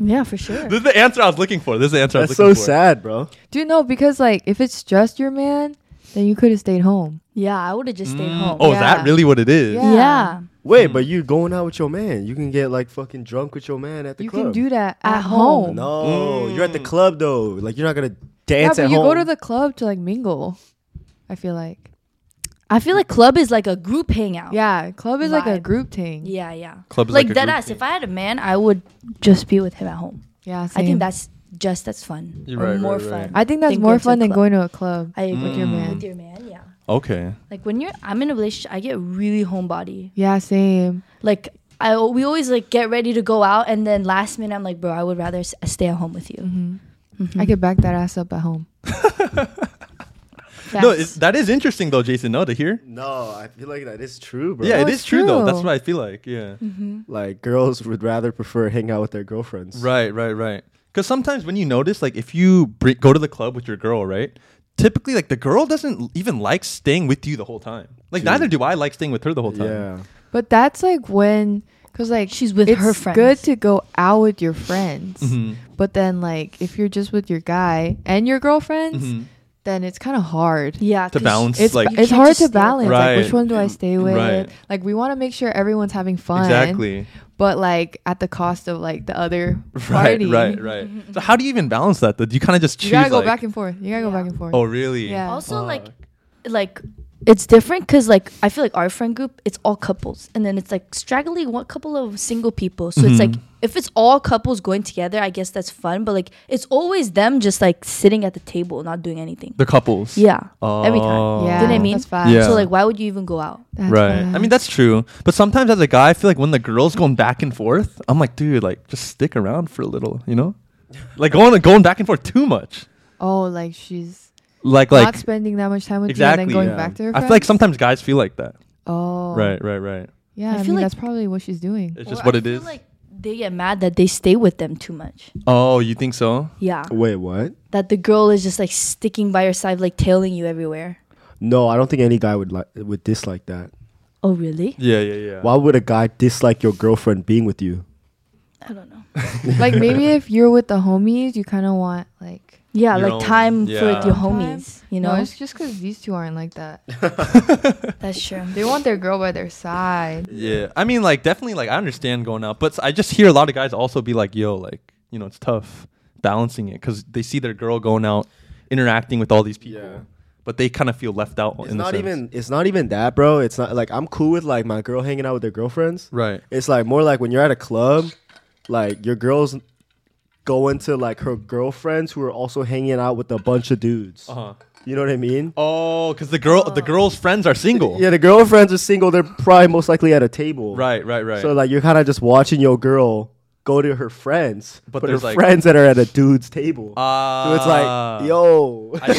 [SPEAKER 3] yeah, for sure.
[SPEAKER 2] This is the answer I was looking for. This is the answer
[SPEAKER 1] That's
[SPEAKER 2] I
[SPEAKER 1] so
[SPEAKER 2] was looking for.
[SPEAKER 1] sad, bro.
[SPEAKER 4] Do you know? Because like if it's just your man, then you could have stayed home.
[SPEAKER 3] Yeah, I would have just stayed
[SPEAKER 2] Mm.
[SPEAKER 3] home.
[SPEAKER 2] Oh, is that
[SPEAKER 4] Yeah.
[SPEAKER 2] really what it is?
[SPEAKER 4] Yeah.
[SPEAKER 3] yeah.
[SPEAKER 4] Hmm.
[SPEAKER 1] Wait, but you going out with your man. You can get like fucking drunk with your man at the
[SPEAKER 4] you
[SPEAKER 1] club.
[SPEAKER 4] can do that at,
[SPEAKER 3] At home.
[SPEAKER 4] home.
[SPEAKER 1] No,
[SPEAKER 2] Mm.
[SPEAKER 1] you're at the club though. Like you're not gonna
[SPEAKER 4] yeah,
[SPEAKER 1] dance
[SPEAKER 4] but
[SPEAKER 1] at
[SPEAKER 4] you
[SPEAKER 1] home.
[SPEAKER 4] go to the club to like mingle. I feel like.
[SPEAKER 3] I feel like club is like a group hangout.
[SPEAKER 4] Yeah, club is like a
[SPEAKER 3] Oh. Vibe.
[SPEAKER 4] group thing.
[SPEAKER 3] Yeah, yeah.
[SPEAKER 2] Club is
[SPEAKER 3] like,
[SPEAKER 2] like a
[SPEAKER 3] dead
[SPEAKER 2] group
[SPEAKER 3] ass.
[SPEAKER 2] thing.
[SPEAKER 3] If I had a man, I would just be with him at home.
[SPEAKER 4] Yeah,
[SPEAKER 3] I
[SPEAKER 4] same.
[SPEAKER 3] think that's just as fun.
[SPEAKER 2] You're
[SPEAKER 3] or
[SPEAKER 2] right,
[SPEAKER 3] more
[SPEAKER 2] right, right. Mm.
[SPEAKER 3] fun.
[SPEAKER 4] I think that's
[SPEAKER 3] than
[SPEAKER 4] more
[SPEAKER 3] going to
[SPEAKER 4] fun
[SPEAKER 3] the
[SPEAKER 4] than
[SPEAKER 3] club.
[SPEAKER 4] going to a club.
[SPEAKER 3] I agree.
[SPEAKER 4] with your man.
[SPEAKER 3] With your man, yeah.
[SPEAKER 2] Okay.
[SPEAKER 3] Like when you're, I'm in a relationship. I get really homebody.
[SPEAKER 4] Yeah, same.
[SPEAKER 3] Like I, we always like get ready to go out, and then last minute, I'm like, bro, I would rather s- stay at home with you.
[SPEAKER 4] Mm-hmm.
[SPEAKER 3] Mm-hmm.
[SPEAKER 4] I could back that ass up at home.
[SPEAKER 2] No,
[SPEAKER 3] Facts.
[SPEAKER 2] it's, that is interesting though, Jason. No, to hear.
[SPEAKER 1] No, I feel like that is true, bro.
[SPEAKER 2] Yeah, it
[SPEAKER 4] it's
[SPEAKER 2] is true, though. That's
[SPEAKER 4] true.
[SPEAKER 2] what I feel like. Yeah.
[SPEAKER 1] Like girls would rather prefer hang out with their girlfriends.
[SPEAKER 2] Right, right, right. Because sometimes when you notice, like, if you br- go to the club with your girl, right? Typically, like, the girl doesn't l- even like staying with you the whole time. Like,
[SPEAKER 1] True.
[SPEAKER 2] neither do I like staying with her the whole time.
[SPEAKER 1] Yeah.
[SPEAKER 4] But that's like when, cause like
[SPEAKER 3] She's with
[SPEAKER 4] it's
[SPEAKER 3] her friends.
[SPEAKER 4] Good to go out with your friends,
[SPEAKER 2] Mhm.
[SPEAKER 4] but then like if you're just with your guy and your girlfriends,
[SPEAKER 2] Mhm.
[SPEAKER 4] then it's kind of hard.
[SPEAKER 3] yeah,
[SPEAKER 2] To
[SPEAKER 3] 'cause
[SPEAKER 2] balance,
[SPEAKER 4] It's
[SPEAKER 2] like,
[SPEAKER 3] You
[SPEAKER 4] it's
[SPEAKER 3] can't
[SPEAKER 4] hard
[SPEAKER 3] just
[SPEAKER 4] to
[SPEAKER 3] stay with
[SPEAKER 4] balance.
[SPEAKER 2] Right.
[SPEAKER 4] Like which one do I stay with?
[SPEAKER 2] Right.
[SPEAKER 4] Like we want to make sure everyone's having fun.
[SPEAKER 2] exactly.
[SPEAKER 4] But like at the cost of like the other
[SPEAKER 2] Right,
[SPEAKER 4] party.
[SPEAKER 2] right, right. So, how do you even balance that? Though? Do you kind of just choose?
[SPEAKER 4] You gotta go
[SPEAKER 2] like-
[SPEAKER 4] back and forth. You gotta go
[SPEAKER 3] Yeah.
[SPEAKER 4] back and forth.
[SPEAKER 2] Oh, really?
[SPEAKER 4] Yeah.
[SPEAKER 3] Also, like,
[SPEAKER 2] Fuck.
[SPEAKER 3] like it's different because like I feel like our friend group, it's all couples, and then it's like straggly one couple of single people. So it's like
[SPEAKER 2] Mhm.
[SPEAKER 3] if it's all couples going together, I guess that's fun. But like it's always them just like sitting at the table, not doing anything.
[SPEAKER 2] The couples.
[SPEAKER 3] Yeah,
[SPEAKER 2] Oh.
[SPEAKER 3] every time.
[SPEAKER 4] Yeah,
[SPEAKER 3] Didn't I mean?
[SPEAKER 4] that's fast.
[SPEAKER 2] Yeah.
[SPEAKER 3] So like, why would you even go out?
[SPEAKER 4] That's
[SPEAKER 2] right.
[SPEAKER 4] bad.
[SPEAKER 2] I mean, that's true. But sometimes as a guy, I feel like when the girl's going back and forth, I'm like, dude, like just stick around for a little, you know? Like going going back and forth too much.
[SPEAKER 4] oh, like she's
[SPEAKER 2] like
[SPEAKER 4] not
[SPEAKER 2] like
[SPEAKER 4] spending that much time with you and
[SPEAKER 2] Exactly,
[SPEAKER 4] then going
[SPEAKER 1] yeah.
[SPEAKER 4] back to her
[SPEAKER 2] I
[SPEAKER 4] friends.
[SPEAKER 2] feel like sometimes guys feel like that.
[SPEAKER 4] Oh.
[SPEAKER 2] Right, right, right.
[SPEAKER 4] Yeah,
[SPEAKER 3] I
[SPEAKER 4] I,
[SPEAKER 3] feel
[SPEAKER 4] mean
[SPEAKER 3] like-
[SPEAKER 4] that's probably what she's doing.
[SPEAKER 2] It's just
[SPEAKER 3] Or
[SPEAKER 2] what
[SPEAKER 3] Oh, I
[SPEAKER 2] it
[SPEAKER 3] feel
[SPEAKER 2] is.
[SPEAKER 3] Like they get mad that they stay with them too much.
[SPEAKER 2] oh, you think so?
[SPEAKER 3] Yeah,
[SPEAKER 1] Wait, what?
[SPEAKER 3] that the girl is just like sticking by your side, like tailing you everywhere.
[SPEAKER 1] No, I don't think any guy would like would dislike that.
[SPEAKER 3] Oh really?
[SPEAKER 2] Yeah, yeah, yeah.
[SPEAKER 1] Why would a guy dislike your girlfriend being with you?
[SPEAKER 3] I don't know.
[SPEAKER 4] like maybe if you're with the homies, you kind of want like
[SPEAKER 3] Yeah,
[SPEAKER 2] Your
[SPEAKER 3] like
[SPEAKER 2] own-
[SPEAKER 3] time for like,
[SPEAKER 2] yeah.
[SPEAKER 3] your homies. You know,
[SPEAKER 4] No, it's just because these two aren't like that.
[SPEAKER 3] that's true.
[SPEAKER 4] they want their girl by their side.
[SPEAKER 2] Yeah, I mean, like definitely, like I understand going out, but I just hear a lot of guys also be like, "Yo, like you know, it's tough balancing it because they see their girl going out, interacting with all these people,
[SPEAKER 1] Yeah.
[SPEAKER 2] but they kind of feel left out."
[SPEAKER 1] It's
[SPEAKER 2] in a
[SPEAKER 1] not
[SPEAKER 2] sense.
[SPEAKER 1] even it's not even that, bro. It's not like I'm cool with like my girl hanging out with their girlfriends.
[SPEAKER 2] right.
[SPEAKER 1] It's like more like when you're at a club, like your girl's going to like her girlfriends who are also hanging out with a bunch of dudes.
[SPEAKER 2] Uh huh.
[SPEAKER 1] You know what I mean?
[SPEAKER 2] Oh, because the girl, the girl's friends are single.
[SPEAKER 1] Yeah, the girlfriends are single. They're probably most likely at a table.
[SPEAKER 2] Oh. Right, right, right.
[SPEAKER 1] So like you're kind of just watching your girl go to her friends,
[SPEAKER 2] But
[SPEAKER 1] but, her
[SPEAKER 2] there's, like-
[SPEAKER 1] friends that are at a dude's table.
[SPEAKER 2] Ah.
[SPEAKER 1] so it's like, yo,
[SPEAKER 2] I, see-
[SPEAKER 1] You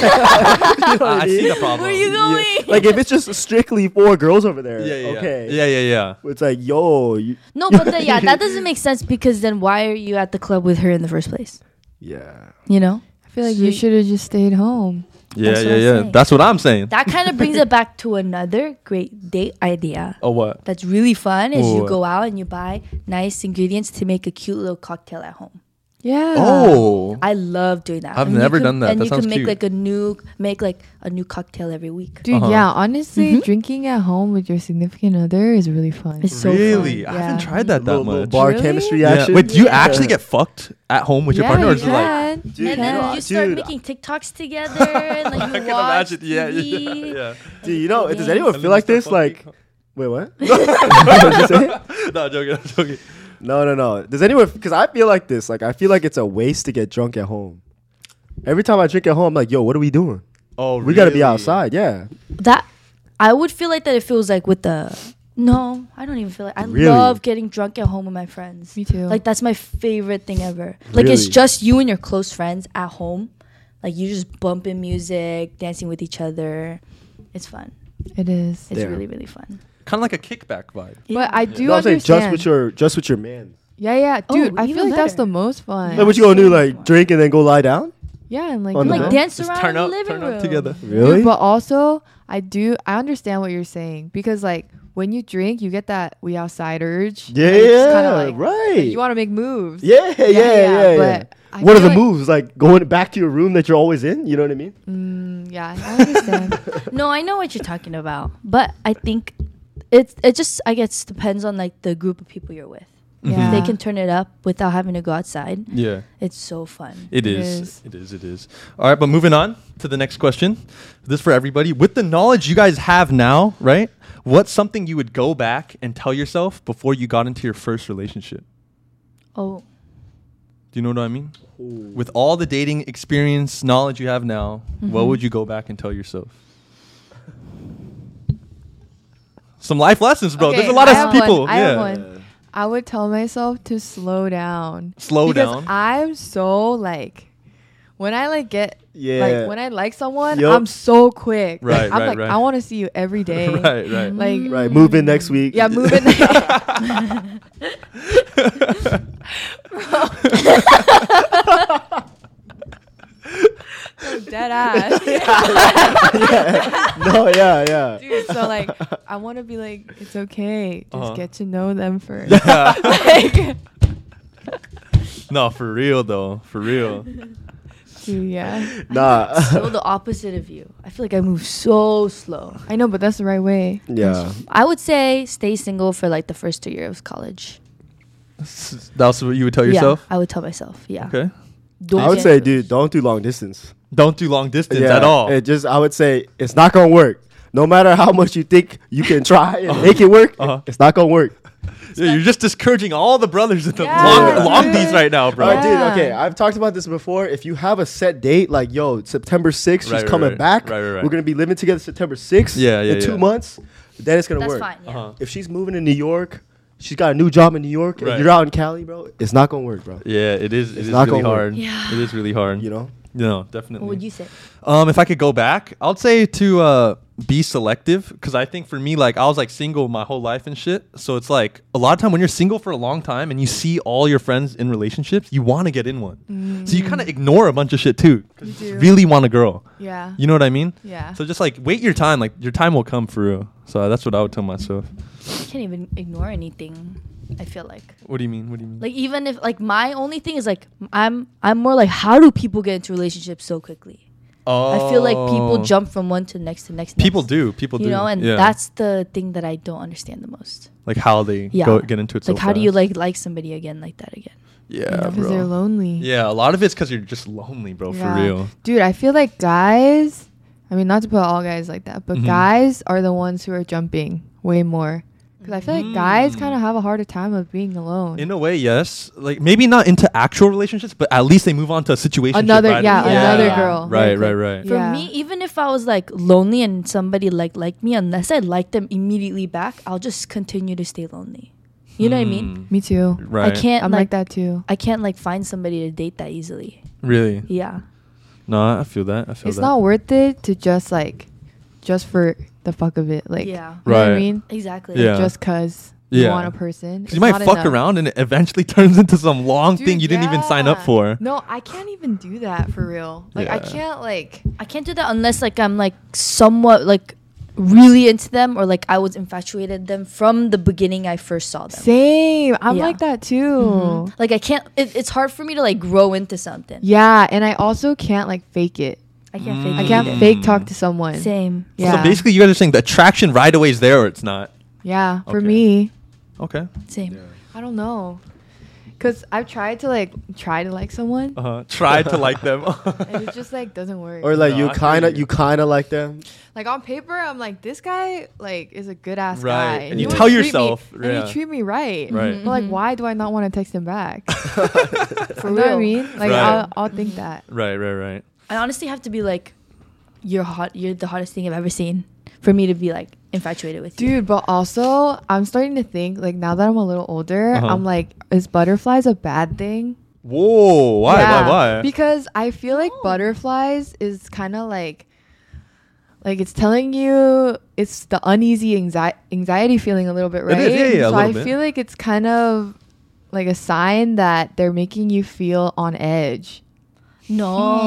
[SPEAKER 1] know what
[SPEAKER 2] I
[SPEAKER 1] I
[SPEAKER 2] see
[SPEAKER 1] mean?
[SPEAKER 2] the problem.
[SPEAKER 3] Where are you going?
[SPEAKER 1] Yeah. like if it's just strictly four girls over there,
[SPEAKER 2] Yeah, yeah, yeah.
[SPEAKER 1] okay,
[SPEAKER 2] Yeah, yeah, yeah.
[SPEAKER 1] It's like, yo, you,
[SPEAKER 3] No, but the, yeah, that doesn't make sense because then why are you at the club with her in the first place?
[SPEAKER 1] yeah.
[SPEAKER 3] You know,
[SPEAKER 4] I feel like you
[SPEAKER 3] So-
[SPEAKER 4] should have just stayed home.
[SPEAKER 2] Yeah,
[SPEAKER 3] That's what
[SPEAKER 2] yeah,
[SPEAKER 3] I'm
[SPEAKER 2] yeah.
[SPEAKER 3] saying.
[SPEAKER 2] That's what I'm saying.
[SPEAKER 3] that kind of brings it back to another great date idea.
[SPEAKER 2] oh, what?
[SPEAKER 3] That's really fun is
[SPEAKER 2] Ooh.
[SPEAKER 3] you go out and you buy nice ingredients to make a cute little cocktail at home.
[SPEAKER 4] Yeah.
[SPEAKER 2] Oh,
[SPEAKER 3] I love doing that.
[SPEAKER 2] I've
[SPEAKER 3] you
[SPEAKER 2] never
[SPEAKER 3] can-
[SPEAKER 2] done that.
[SPEAKER 3] And
[SPEAKER 2] That
[SPEAKER 3] you
[SPEAKER 2] sounds
[SPEAKER 3] can make
[SPEAKER 2] cute.
[SPEAKER 3] like a new make like a new cocktail every week.
[SPEAKER 4] Dude,
[SPEAKER 2] Uh-huh.
[SPEAKER 4] yeah, honestly, drinking at home with your significant other is really fun.
[SPEAKER 3] Mm-hmm. It's so
[SPEAKER 2] really?
[SPEAKER 3] Fun.
[SPEAKER 2] I haven't
[SPEAKER 4] yeah.
[SPEAKER 2] tried that that
[SPEAKER 1] Little- little
[SPEAKER 2] much.
[SPEAKER 1] bar
[SPEAKER 3] Really?
[SPEAKER 1] chemistry
[SPEAKER 2] Yeah.
[SPEAKER 1] action.
[SPEAKER 2] Wait, do you
[SPEAKER 1] Yeah.
[SPEAKER 2] actually get fucked at home with your
[SPEAKER 4] Yeah,
[SPEAKER 2] partner, or
[SPEAKER 4] you
[SPEAKER 2] is it like?
[SPEAKER 4] can.
[SPEAKER 1] Dude,
[SPEAKER 3] And then
[SPEAKER 1] Yeah.
[SPEAKER 3] you start
[SPEAKER 1] Dude.
[SPEAKER 3] making TikToks together and like you watch TV.
[SPEAKER 1] Dude, you know, does
[SPEAKER 3] Yeah.
[SPEAKER 1] anyone feel like this? Like, wait, what? What'd you say?
[SPEAKER 2] no, joking, I'm joking.
[SPEAKER 1] No, no, no. Does anyone? Because I feel like this. Like, I feel like it's a waste to get drunk at home. Every time I drink at home, I'm like, yo, what are we doing?
[SPEAKER 2] Oh,
[SPEAKER 1] We gotta be outside. Yeah.
[SPEAKER 3] That I would feel like that it feels like with the no, I don't even feel like I
[SPEAKER 1] Really?
[SPEAKER 3] love getting drunk at home with my friends.
[SPEAKER 4] Me too.
[SPEAKER 3] Like that's my favorite thing ever. Like it's
[SPEAKER 1] Really?
[SPEAKER 3] just you and your close friends at home. Like you just bumping music, dancing with each other. It's fun.
[SPEAKER 4] it is.
[SPEAKER 3] It's
[SPEAKER 1] Damn.
[SPEAKER 3] really really fun.
[SPEAKER 2] Kind of like a kickback vibe.
[SPEAKER 4] But I do
[SPEAKER 1] No, I'm saying
[SPEAKER 4] understand.
[SPEAKER 1] just with your just with your man.
[SPEAKER 4] yeah, yeah,
[SPEAKER 3] Oh,
[SPEAKER 4] dude. I
[SPEAKER 3] even
[SPEAKER 4] feel like that's
[SPEAKER 3] better.
[SPEAKER 4] the most fun.
[SPEAKER 3] Yeah.
[SPEAKER 1] Like, what you gonna do? Like, drink and then go lie down?
[SPEAKER 4] Yeah, and like,
[SPEAKER 1] On the
[SPEAKER 4] you
[SPEAKER 3] like
[SPEAKER 1] bed?
[SPEAKER 4] know?
[SPEAKER 3] dance
[SPEAKER 2] Just
[SPEAKER 3] around
[SPEAKER 2] turn
[SPEAKER 3] the
[SPEAKER 2] up,
[SPEAKER 3] living
[SPEAKER 2] turn
[SPEAKER 3] room.
[SPEAKER 2] up together.
[SPEAKER 1] Really?
[SPEAKER 4] But also, I do. I understand what you're saying because, like, when you drink, you get that we outside urge.
[SPEAKER 1] Yeah,
[SPEAKER 4] Like, it's kinda
[SPEAKER 1] yeah,
[SPEAKER 4] like-
[SPEAKER 1] right.
[SPEAKER 4] like, you want to make moves.
[SPEAKER 1] yeah, yeah, yeah, yeah.
[SPEAKER 4] But I
[SPEAKER 1] What are
[SPEAKER 4] feel
[SPEAKER 1] the
[SPEAKER 4] like-
[SPEAKER 1] moves? Like going back to your room that you're always in? You know what I mean?
[SPEAKER 4] Mm, yeah, I understand.
[SPEAKER 3] No, I know what you're talking about, but I think it it just I guess depends on like the group of people you're with.
[SPEAKER 4] yeah.
[SPEAKER 3] They can turn it up without having to go outside.
[SPEAKER 2] Yeah,
[SPEAKER 3] It's so fun.
[SPEAKER 2] it
[SPEAKER 4] It
[SPEAKER 2] is.
[SPEAKER 4] is.
[SPEAKER 2] It is. It is. All right, but moving on to the next question. This for everybody. With the knowledge you guys have now, right? What's something you would go back and tell yourself before you got into your first relationship?
[SPEAKER 3] Oh,
[SPEAKER 2] Do you know what I mean?
[SPEAKER 4] Mm,
[SPEAKER 2] With all the dating experience, knowledge you have now,
[SPEAKER 4] Mm-hmm.
[SPEAKER 2] what would you go back and tell yourself? Some life lessons, bro. There's a
[SPEAKER 4] Okay,
[SPEAKER 2] lot
[SPEAKER 4] I
[SPEAKER 2] of
[SPEAKER 4] have
[SPEAKER 2] people.
[SPEAKER 4] one, I
[SPEAKER 2] yeah.
[SPEAKER 4] have
[SPEAKER 2] Uh,
[SPEAKER 4] one. I would tell myself to slow down.
[SPEAKER 2] Slow
[SPEAKER 4] because
[SPEAKER 2] down.
[SPEAKER 4] I'm so like, when I like get.
[SPEAKER 1] Yeah.
[SPEAKER 4] Like when I like someone,
[SPEAKER 1] Yup.
[SPEAKER 4] I'm so quick. Like,
[SPEAKER 2] Right,
[SPEAKER 4] I'm
[SPEAKER 2] right,
[SPEAKER 4] like,
[SPEAKER 2] right.
[SPEAKER 4] I want to see you every day.
[SPEAKER 2] right, right.
[SPEAKER 4] Like,
[SPEAKER 1] Right. Move in next week.
[SPEAKER 4] yeah, move in. Bro. Dead ass.
[SPEAKER 1] no, yeah, yeah.
[SPEAKER 4] Dude, so like, I want to be like, it's okay. Just
[SPEAKER 2] Uh-huh.
[SPEAKER 4] get to know them first.
[SPEAKER 2] Yeah. no, for real though. For real.
[SPEAKER 4] Dude, yeah.
[SPEAKER 1] Nah.
[SPEAKER 3] so the opposite of you. I feel like I move so slow.
[SPEAKER 4] I know, but that's the right way.
[SPEAKER 1] yeah.
[SPEAKER 3] I would say stay single for like the first two years of college.
[SPEAKER 2] S- That's what you would tell
[SPEAKER 4] Uh,
[SPEAKER 2] yourself?
[SPEAKER 3] Yeah, I would tell myself. Yeah.
[SPEAKER 2] Okay.
[SPEAKER 3] Don't
[SPEAKER 1] I would
[SPEAKER 3] get-
[SPEAKER 1] say, dude, don't do long distance
[SPEAKER 2] Don't do long distance at all.
[SPEAKER 1] It just, I would say, it's not gonna work. No matter how much you think you can try and make it work,
[SPEAKER 2] Uh-huh.
[SPEAKER 1] it's not gonna work.
[SPEAKER 2] Yeah, you're just discouraging all the brothers in the
[SPEAKER 4] Yeah,
[SPEAKER 2] long,
[SPEAKER 1] dude.
[SPEAKER 2] long these right now, bro.
[SPEAKER 1] All right,
[SPEAKER 4] Yeah.
[SPEAKER 1] dude. Okay, I've talked about this before. If you have a set date, like yo, September 6th, she's
[SPEAKER 2] Right, right,
[SPEAKER 1] coming
[SPEAKER 2] right.
[SPEAKER 1] back.
[SPEAKER 2] Right, right, right.
[SPEAKER 1] We're gonna be living together September 6th.
[SPEAKER 2] Yeah, yeah,
[SPEAKER 1] In two
[SPEAKER 2] yeah.
[SPEAKER 1] months, then it's gonna
[SPEAKER 3] That's
[SPEAKER 1] work.
[SPEAKER 3] fine. Yeah.
[SPEAKER 2] Uh-huh.
[SPEAKER 1] If she's moving to New York, she's got a new job in New York,
[SPEAKER 2] Right.
[SPEAKER 1] and you're out in Cali, bro. It's not gonna work, bro.
[SPEAKER 2] Yeah, it is. It is
[SPEAKER 1] not
[SPEAKER 2] really
[SPEAKER 1] gonna work.
[SPEAKER 2] hard.
[SPEAKER 3] Yeah.
[SPEAKER 2] It is really hard.
[SPEAKER 1] You know.
[SPEAKER 2] No, definitely.
[SPEAKER 3] What would you say?
[SPEAKER 2] Um, if I could go back, I'd say to uh, be selective because I think for me, like I was like single my whole life and shit. So it's like a lot of time when you're single for a long time and you see all your friends in relationships, you want to get in one. So you kind
[SPEAKER 3] Mm.
[SPEAKER 2] of ignore a bunch of shit too. 'cause
[SPEAKER 4] You
[SPEAKER 2] you
[SPEAKER 4] do.
[SPEAKER 2] really want a girl.
[SPEAKER 4] Yeah.
[SPEAKER 2] You know what I mean?
[SPEAKER 4] Yeah.
[SPEAKER 2] So just like wait your time. Like your time will come for real. So that's what I would tell myself.
[SPEAKER 3] You can't even ignore anything. I feel like.
[SPEAKER 2] What do you mean? What do you mean?
[SPEAKER 3] Like even if like my only thing is like I'm I'm more like how do people get into relationships so quickly? I feel like people
[SPEAKER 2] Oh.
[SPEAKER 3] jump from one to next to next.
[SPEAKER 2] People
[SPEAKER 3] next.
[SPEAKER 2] do. People
[SPEAKER 3] you
[SPEAKER 2] do.
[SPEAKER 3] know, and
[SPEAKER 2] Yeah.
[SPEAKER 3] that's the thing that I don't understand the most.
[SPEAKER 2] like how they
[SPEAKER 3] Yeah,
[SPEAKER 2] go get into it. so
[SPEAKER 3] Like how do you
[SPEAKER 2] fast.
[SPEAKER 3] like like somebody again like that again?
[SPEAKER 2] Yeah,
[SPEAKER 4] Because they're
[SPEAKER 2] bro.
[SPEAKER 4] lonely.
[SPEAKER 2] Yeah, a lot of it's because you're just lonely, bro.
[SPEAKER 4] Yeah.
[SPEAKER 2] For real.
[SPEAKER 4] Dude, I feel like guys, I mean, not to put all guys like that, but
[SPEAKER 2] Mhm.
[SPEAKER 4] guys are the ones who are jumping way more. Because I feel like guys
[SPEAKER 2] Mm.
[SPEAKER 4] kind of have a harder time of being alone.
[SPEAKER 2] In a way, yes. Like maybe not into actual relationships, but at least they move on to a situation.
[SPEAKER 4] Another- yeah,
[SPEAKER 3] Yeah. another
[SPEAKER 4] girl.
[SPEAKER 2] Right,
[SPEAKER 4] Very
[SPEAKER 2] right,
[SPEAKER 4] quick.
[SPEAKER 2] right.
[SPEAKER 3] For
[SPEAKER 4] Yeah.
[SPEAKER 3] me, even if I was like lonely and somebody like liked me, unless I like them immediately back, I'll just continue to stay lonely. You know what I mean?
[SPEAKER 4] Me too.
[SPEAKER 2] Hmm. Right.
[SPEAKER 3] I can't
[SPEAKER 4] I'm
[SPEAKER 3] like,
[SPEAKER 4] like, that too.
[SPEAKER 3] I can't like find somebody to date that easily.
[SPEAKER 2] Really?
[SPEAKER 3] Yeah.
[SPEAKER 2] No, I feel that. I feel
[SPEAKER 4] It's
[SPEAKER 2] that.
[SPEAKER 4] not worth it to just like, just for the fuck of it. Like,
[SPEAKER 3] Yeah.
[SPEAKER 4] you know what I
[SPEAKER 2] Right.
[SPEAKER 4] mean?
[SPEAKER 3] Exactly.
[SPEAKER 2] Yeah.
[SPEAKER 4] Just because you
[SPEAKER 2] Yeah.
[SPEAKER 4] want a person.
[SPEAKER 2] 'Cause you might fuck around and it eventually turns into some long thing you didn't even sign up for.
[SPEAKER 4] No, I can't even do that for real. Like, I
[SPEAKER 2] Yeah.
[SPEAKER 4] can't, like,
[SPEAKER 3] I can't do that unless like I'm like somewhat like really into them or like I was infatuated them from the beginning I first saw them.
[SPEAKER 4] same. I'm
[SPEAKER 3] Yeah.
[SPEAKER 4] like that too.
[SPEAKER 3] Mhm. Like I can't. It, it's hard for me to like grow into something.
[SPEAKER 4] Mm-hmm. Yeah, and I also can't like fake it.
[SPEAKER 3] I can't fake.
[SPEAKER 4] I
[SPEAKER 3] it
[SPEAKER 4] can't
[SPEAKER 2] Mm.
[SPEAKER 3] either.
[SPEAKER 4] fake talk to someone.
[SPEAKER 3] Same.
[SPEAKER 4] Yeah.
[SPEAKER 2] So basically, you guys are saying the attraction right away is there or it's not.
[SPEAKER 4] Yeah, for
[SPEAKER 2] Okay.
[SPEAKER 4] me,
[SPEAKER 2] Okay.
[SPEAKER 3] Same.
[SPEAKER 4] I don't know. Cuz I've tried to like try to like someone
[SPEAKER 2] Uh huh. Try to like them.
[SPEAKER 4] and it just like doesn't work.
[SPEAKER 1] Or like
[SPEAKER 2] No,
[SPEAKER 1] you
[SPEAKER 2] I feel
[SPEAKER 1] kind of
[SPEAKER 2] you.
[SPEAKER 1] you kind of like them.
[SPEAKER 4] like on paper I'm like this guy like is a good ass
[SPEAKER 2] Right,
[SPEAKER 4] guy.
[SPEAKER 2] and
[SPEAKER 4] he
[SPEAKER 1] you
[SPEAKER 4] would
[SPEAKER 1] tell
[SPEAKER 4] treat me-
[SPEAKER 2] yourself,
[SPEAKER 4] And
[SPEAKER 2] yeah.
[SPEAKER 4] you treat me right.
[SPEAKER 2] Right.
[SPEAKER 4] But like why do I not want to text him back?
[SPEAKER 3] For
[SPEAKER 4] you know what I
[SPEAKER 3] real.
[SPEAKER 4] mean? Mm-hmm. Like
[SPEAKER 2] Right.
[SPEAKER 4] I'll, I'll think that.
[SPEAKER 2] right, right, right.
[SPEAKER 3] I honestly have to be like, you're hot. You're the hottest thing I've ever seen. For me to be like infatuated with you.
[SPEAKER 4] Dude, but also I'm starting to think like now that I'm a little older,
[SPEAKER 2] Uh-huh.
[SPEAKER 4] I'm like is butterflies a bad thing?
[SPEAKER 2] Whoa. Why?
[SPEAKER 4] Yeah,
[SPEAKER 2] Why? Why?
[SPEAKER 4] Because I feel like
[SPEAKER 3] No.
[SPEAKER 4] butterflies is kind of like, like it's telling you it's the uneasy anxiety anxiety feeling a little bit, right?
[SPEAKER 2] It is, yeah, yeah, a little
[SPEAKER 4] so I
[SPEAKER 2] bit.
[SPEAKER 4] feel like it's kind of like a sign that they're making you feel on edge.
[SPEAKER 3] No,
[SPEAKER 2] Hmm,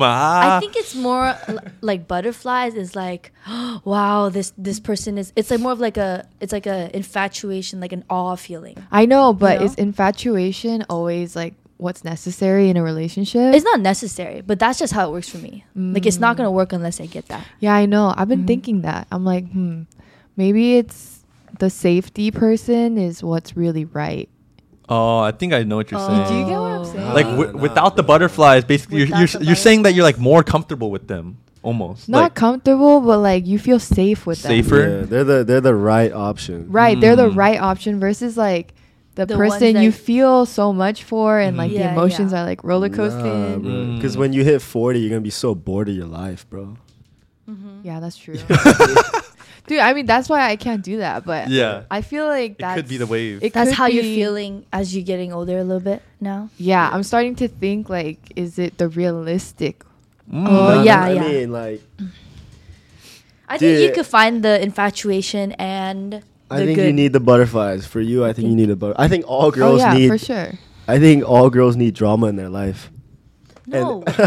[SPEAKER 3] I,
[SPEAKER 2] ah.
[SPEAKER 3] I think it's more l- like butterflies is like, wow, this this person is. It's like more of like a. It's like a infatuation, like an awe feeling.
[SPEAKER 4] I know, but
[SPEAKER 3] know?
[SPEAKER 4] is infatuation always like what's necessary in a relationship?
[SPEAKER 3] It's not necessary, but that's just how it works for me. Like it's not gonna work unless I get that.
[SPEAKER 4] Mm. yeah, I know. I've been
[SPEAKER 3] Mm-hmm.
[SPEAKER 4] thinking that. I'm like, hmm, maybe it's the safety person is what's really right.
[SPEAKER 2] oh, I think I know what you're
[SPEAKER 3] Oh.
[SPEAKER 2] saying.
[SPEAKER 4] Do you get what I'm saying?
[SPEAKER 2] like
[SPEAKER 1] Nah,
[SPEAKER 2] wi-
[SPEAKER 1] nah,
[SPEAKER 2] without the
[SPEAKER 1] nah.
[SPEAKER 2] butterflies basically you're,
[SPEAKER 3] Without
[SPEAKER 2] you're,
[SPEAKER 3] the
[SPEAKER 2] you're saying that you're like
[SPEAKER 3] butterflies.
[SPEAKER 2] more comfortable with them almost
[SPEAKER 4] not
[SPEAKER 2] like,
[SPEAKER 4] comfortable, but like you feel safe with them.
[SPEAKER 2] Safer. For-
[SPEAKER 1] yeah, they're the they're the right option.
[SPEAKER 4] Right. They're the
[SPEAKER 2] Mm.
[SPEAKER 4] right option versus like the,
[SPEAKER 3] The ones
[SPEAKER 4] person
[SPEAKER 3] that-
[SPEAKER 4] you feel so much for and like the
[SPEAKER 3] Yeah,
[SPEAKER 4] emotions
[SPEAKER 3] yeah. Mm-hmm.
[SPEAKER 4] are like roller
[SPEAKER 1] Nah,
[SPEAKER 4] coasting.
[SPEAKER 1] bro.
[SPEAKER 2] Mm.
[SPEAKER 1] Cause when you hit forty, you're gonna be so bored of your life, bro.
[SPEAKER 4] yeah, that's true. Dude, I mean that's why I can't do that, but
[SPEAKER 2] Yeah.
[SPEAKER 4] I feel like
[SPEAKER 2] it
[SPEAKER 4] that's
[SPEAKER 2] could be the wave
[SPEAKER 4] it
[SPEAKER 3] That's
[SPEAKER 4] could
[SPEAKER 3] how you're
[SPEAKER 4] be-
[SPEAKER 3] feeling as you're getting older a little bit now.
[SPEAKER 4] Yeah, I'm starting to think like, is it the realistic?
[SPEAKER 2] Mm.
[SPEAKER 3] Oh,
[SPEAKER 1] Nah,
[SPEAKER 3] yeah,
[SPEAKER 1] I
[SPEAKER 3] yeah.
[SPEAKER 1] mean, like
[SPEAKER 3] I think
[SPEAKER 1] Dude.
[SPEAKER 3] you could find the infatuation and the
[SPEAKER 1] I think
[SPEAKER 3] good.
[SPEAKER 1] you need the butterflies. For you, I think you need a butter. I think all girls
[SPEAKER 4] oh yeah,
[SPEAKER 1] need.
[SPEAKER 4] for sure.
[SPEAKER 1] I think all girls need drama in their life.
[SPEAKER 3] no.
[SPEAKER 2] putting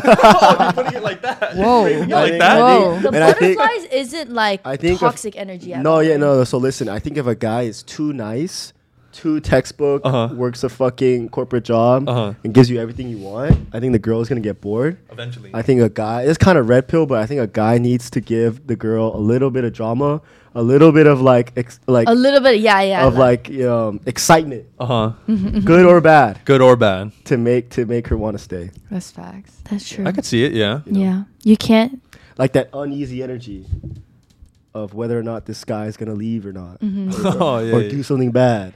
[SPEAKER 2] it like that
[SPEAKER 4] Whoa.
[SPEAKER 2] Putting it
[SPEAKER 1] I
[SPEAKER 2] like
[SPEAKER 1] think-
[SPEAKER 2] that
[SPEAKER 4] Whoa.
[SPEAKER 1] I
[SPEAKER 3] the
[SPEAKER 1] think, and I think-
[SPEAKER 3] butterflies isn't like
[SPEAKER 1] I think if-
[SPEAKER 3] toxic energy. At
[SPEAKER 1] No,
[SPEAKER 3] all.
[SPEAKER 1] yeah, no, no. So listen, I think if a guy is too nice, too textbook,
[SPEAKER 2] Uh-huh.
[SPEAKER 1] works a fucking corporate job,
[SPEAKER 2] Uh-huh.
[SPEAKER 1] and gives you everything you want, I think the girl's gonna get bored.
[SPEAKER 2] eventually
[SPEAKER 1] I think a guy, it's kind of red pill, but I think a guy needs to give the girl a little bit of drama, a little bit of like, ex- like,
[SPEAKER 3] A little bit, yeah, yeah.
[SPEAKER 1] of like um, excitement,
[SPEAKER 2] uh-huh
[SPEAKER 1] good or bad,
[SPEAKER 2] good or bad
[SPEAKER 1] to make to make her want to stay.
[SPEAKER 4] That's facts.
[SPEAKER 3] that's true.
[SPEAKER 2] i could see it yeah
[SPEAKER 1] know.
[SPEAKER 3] Yeah, you can't.
[SPEAKER 1] Like that uneasy energy of whether or not this guy is gonna leave or not,
[SPEAKER 2] oh yeah,
[SPEAKER 1] or
[SPEAKER 2] yeah.
[SPEAKER 1] do something bad.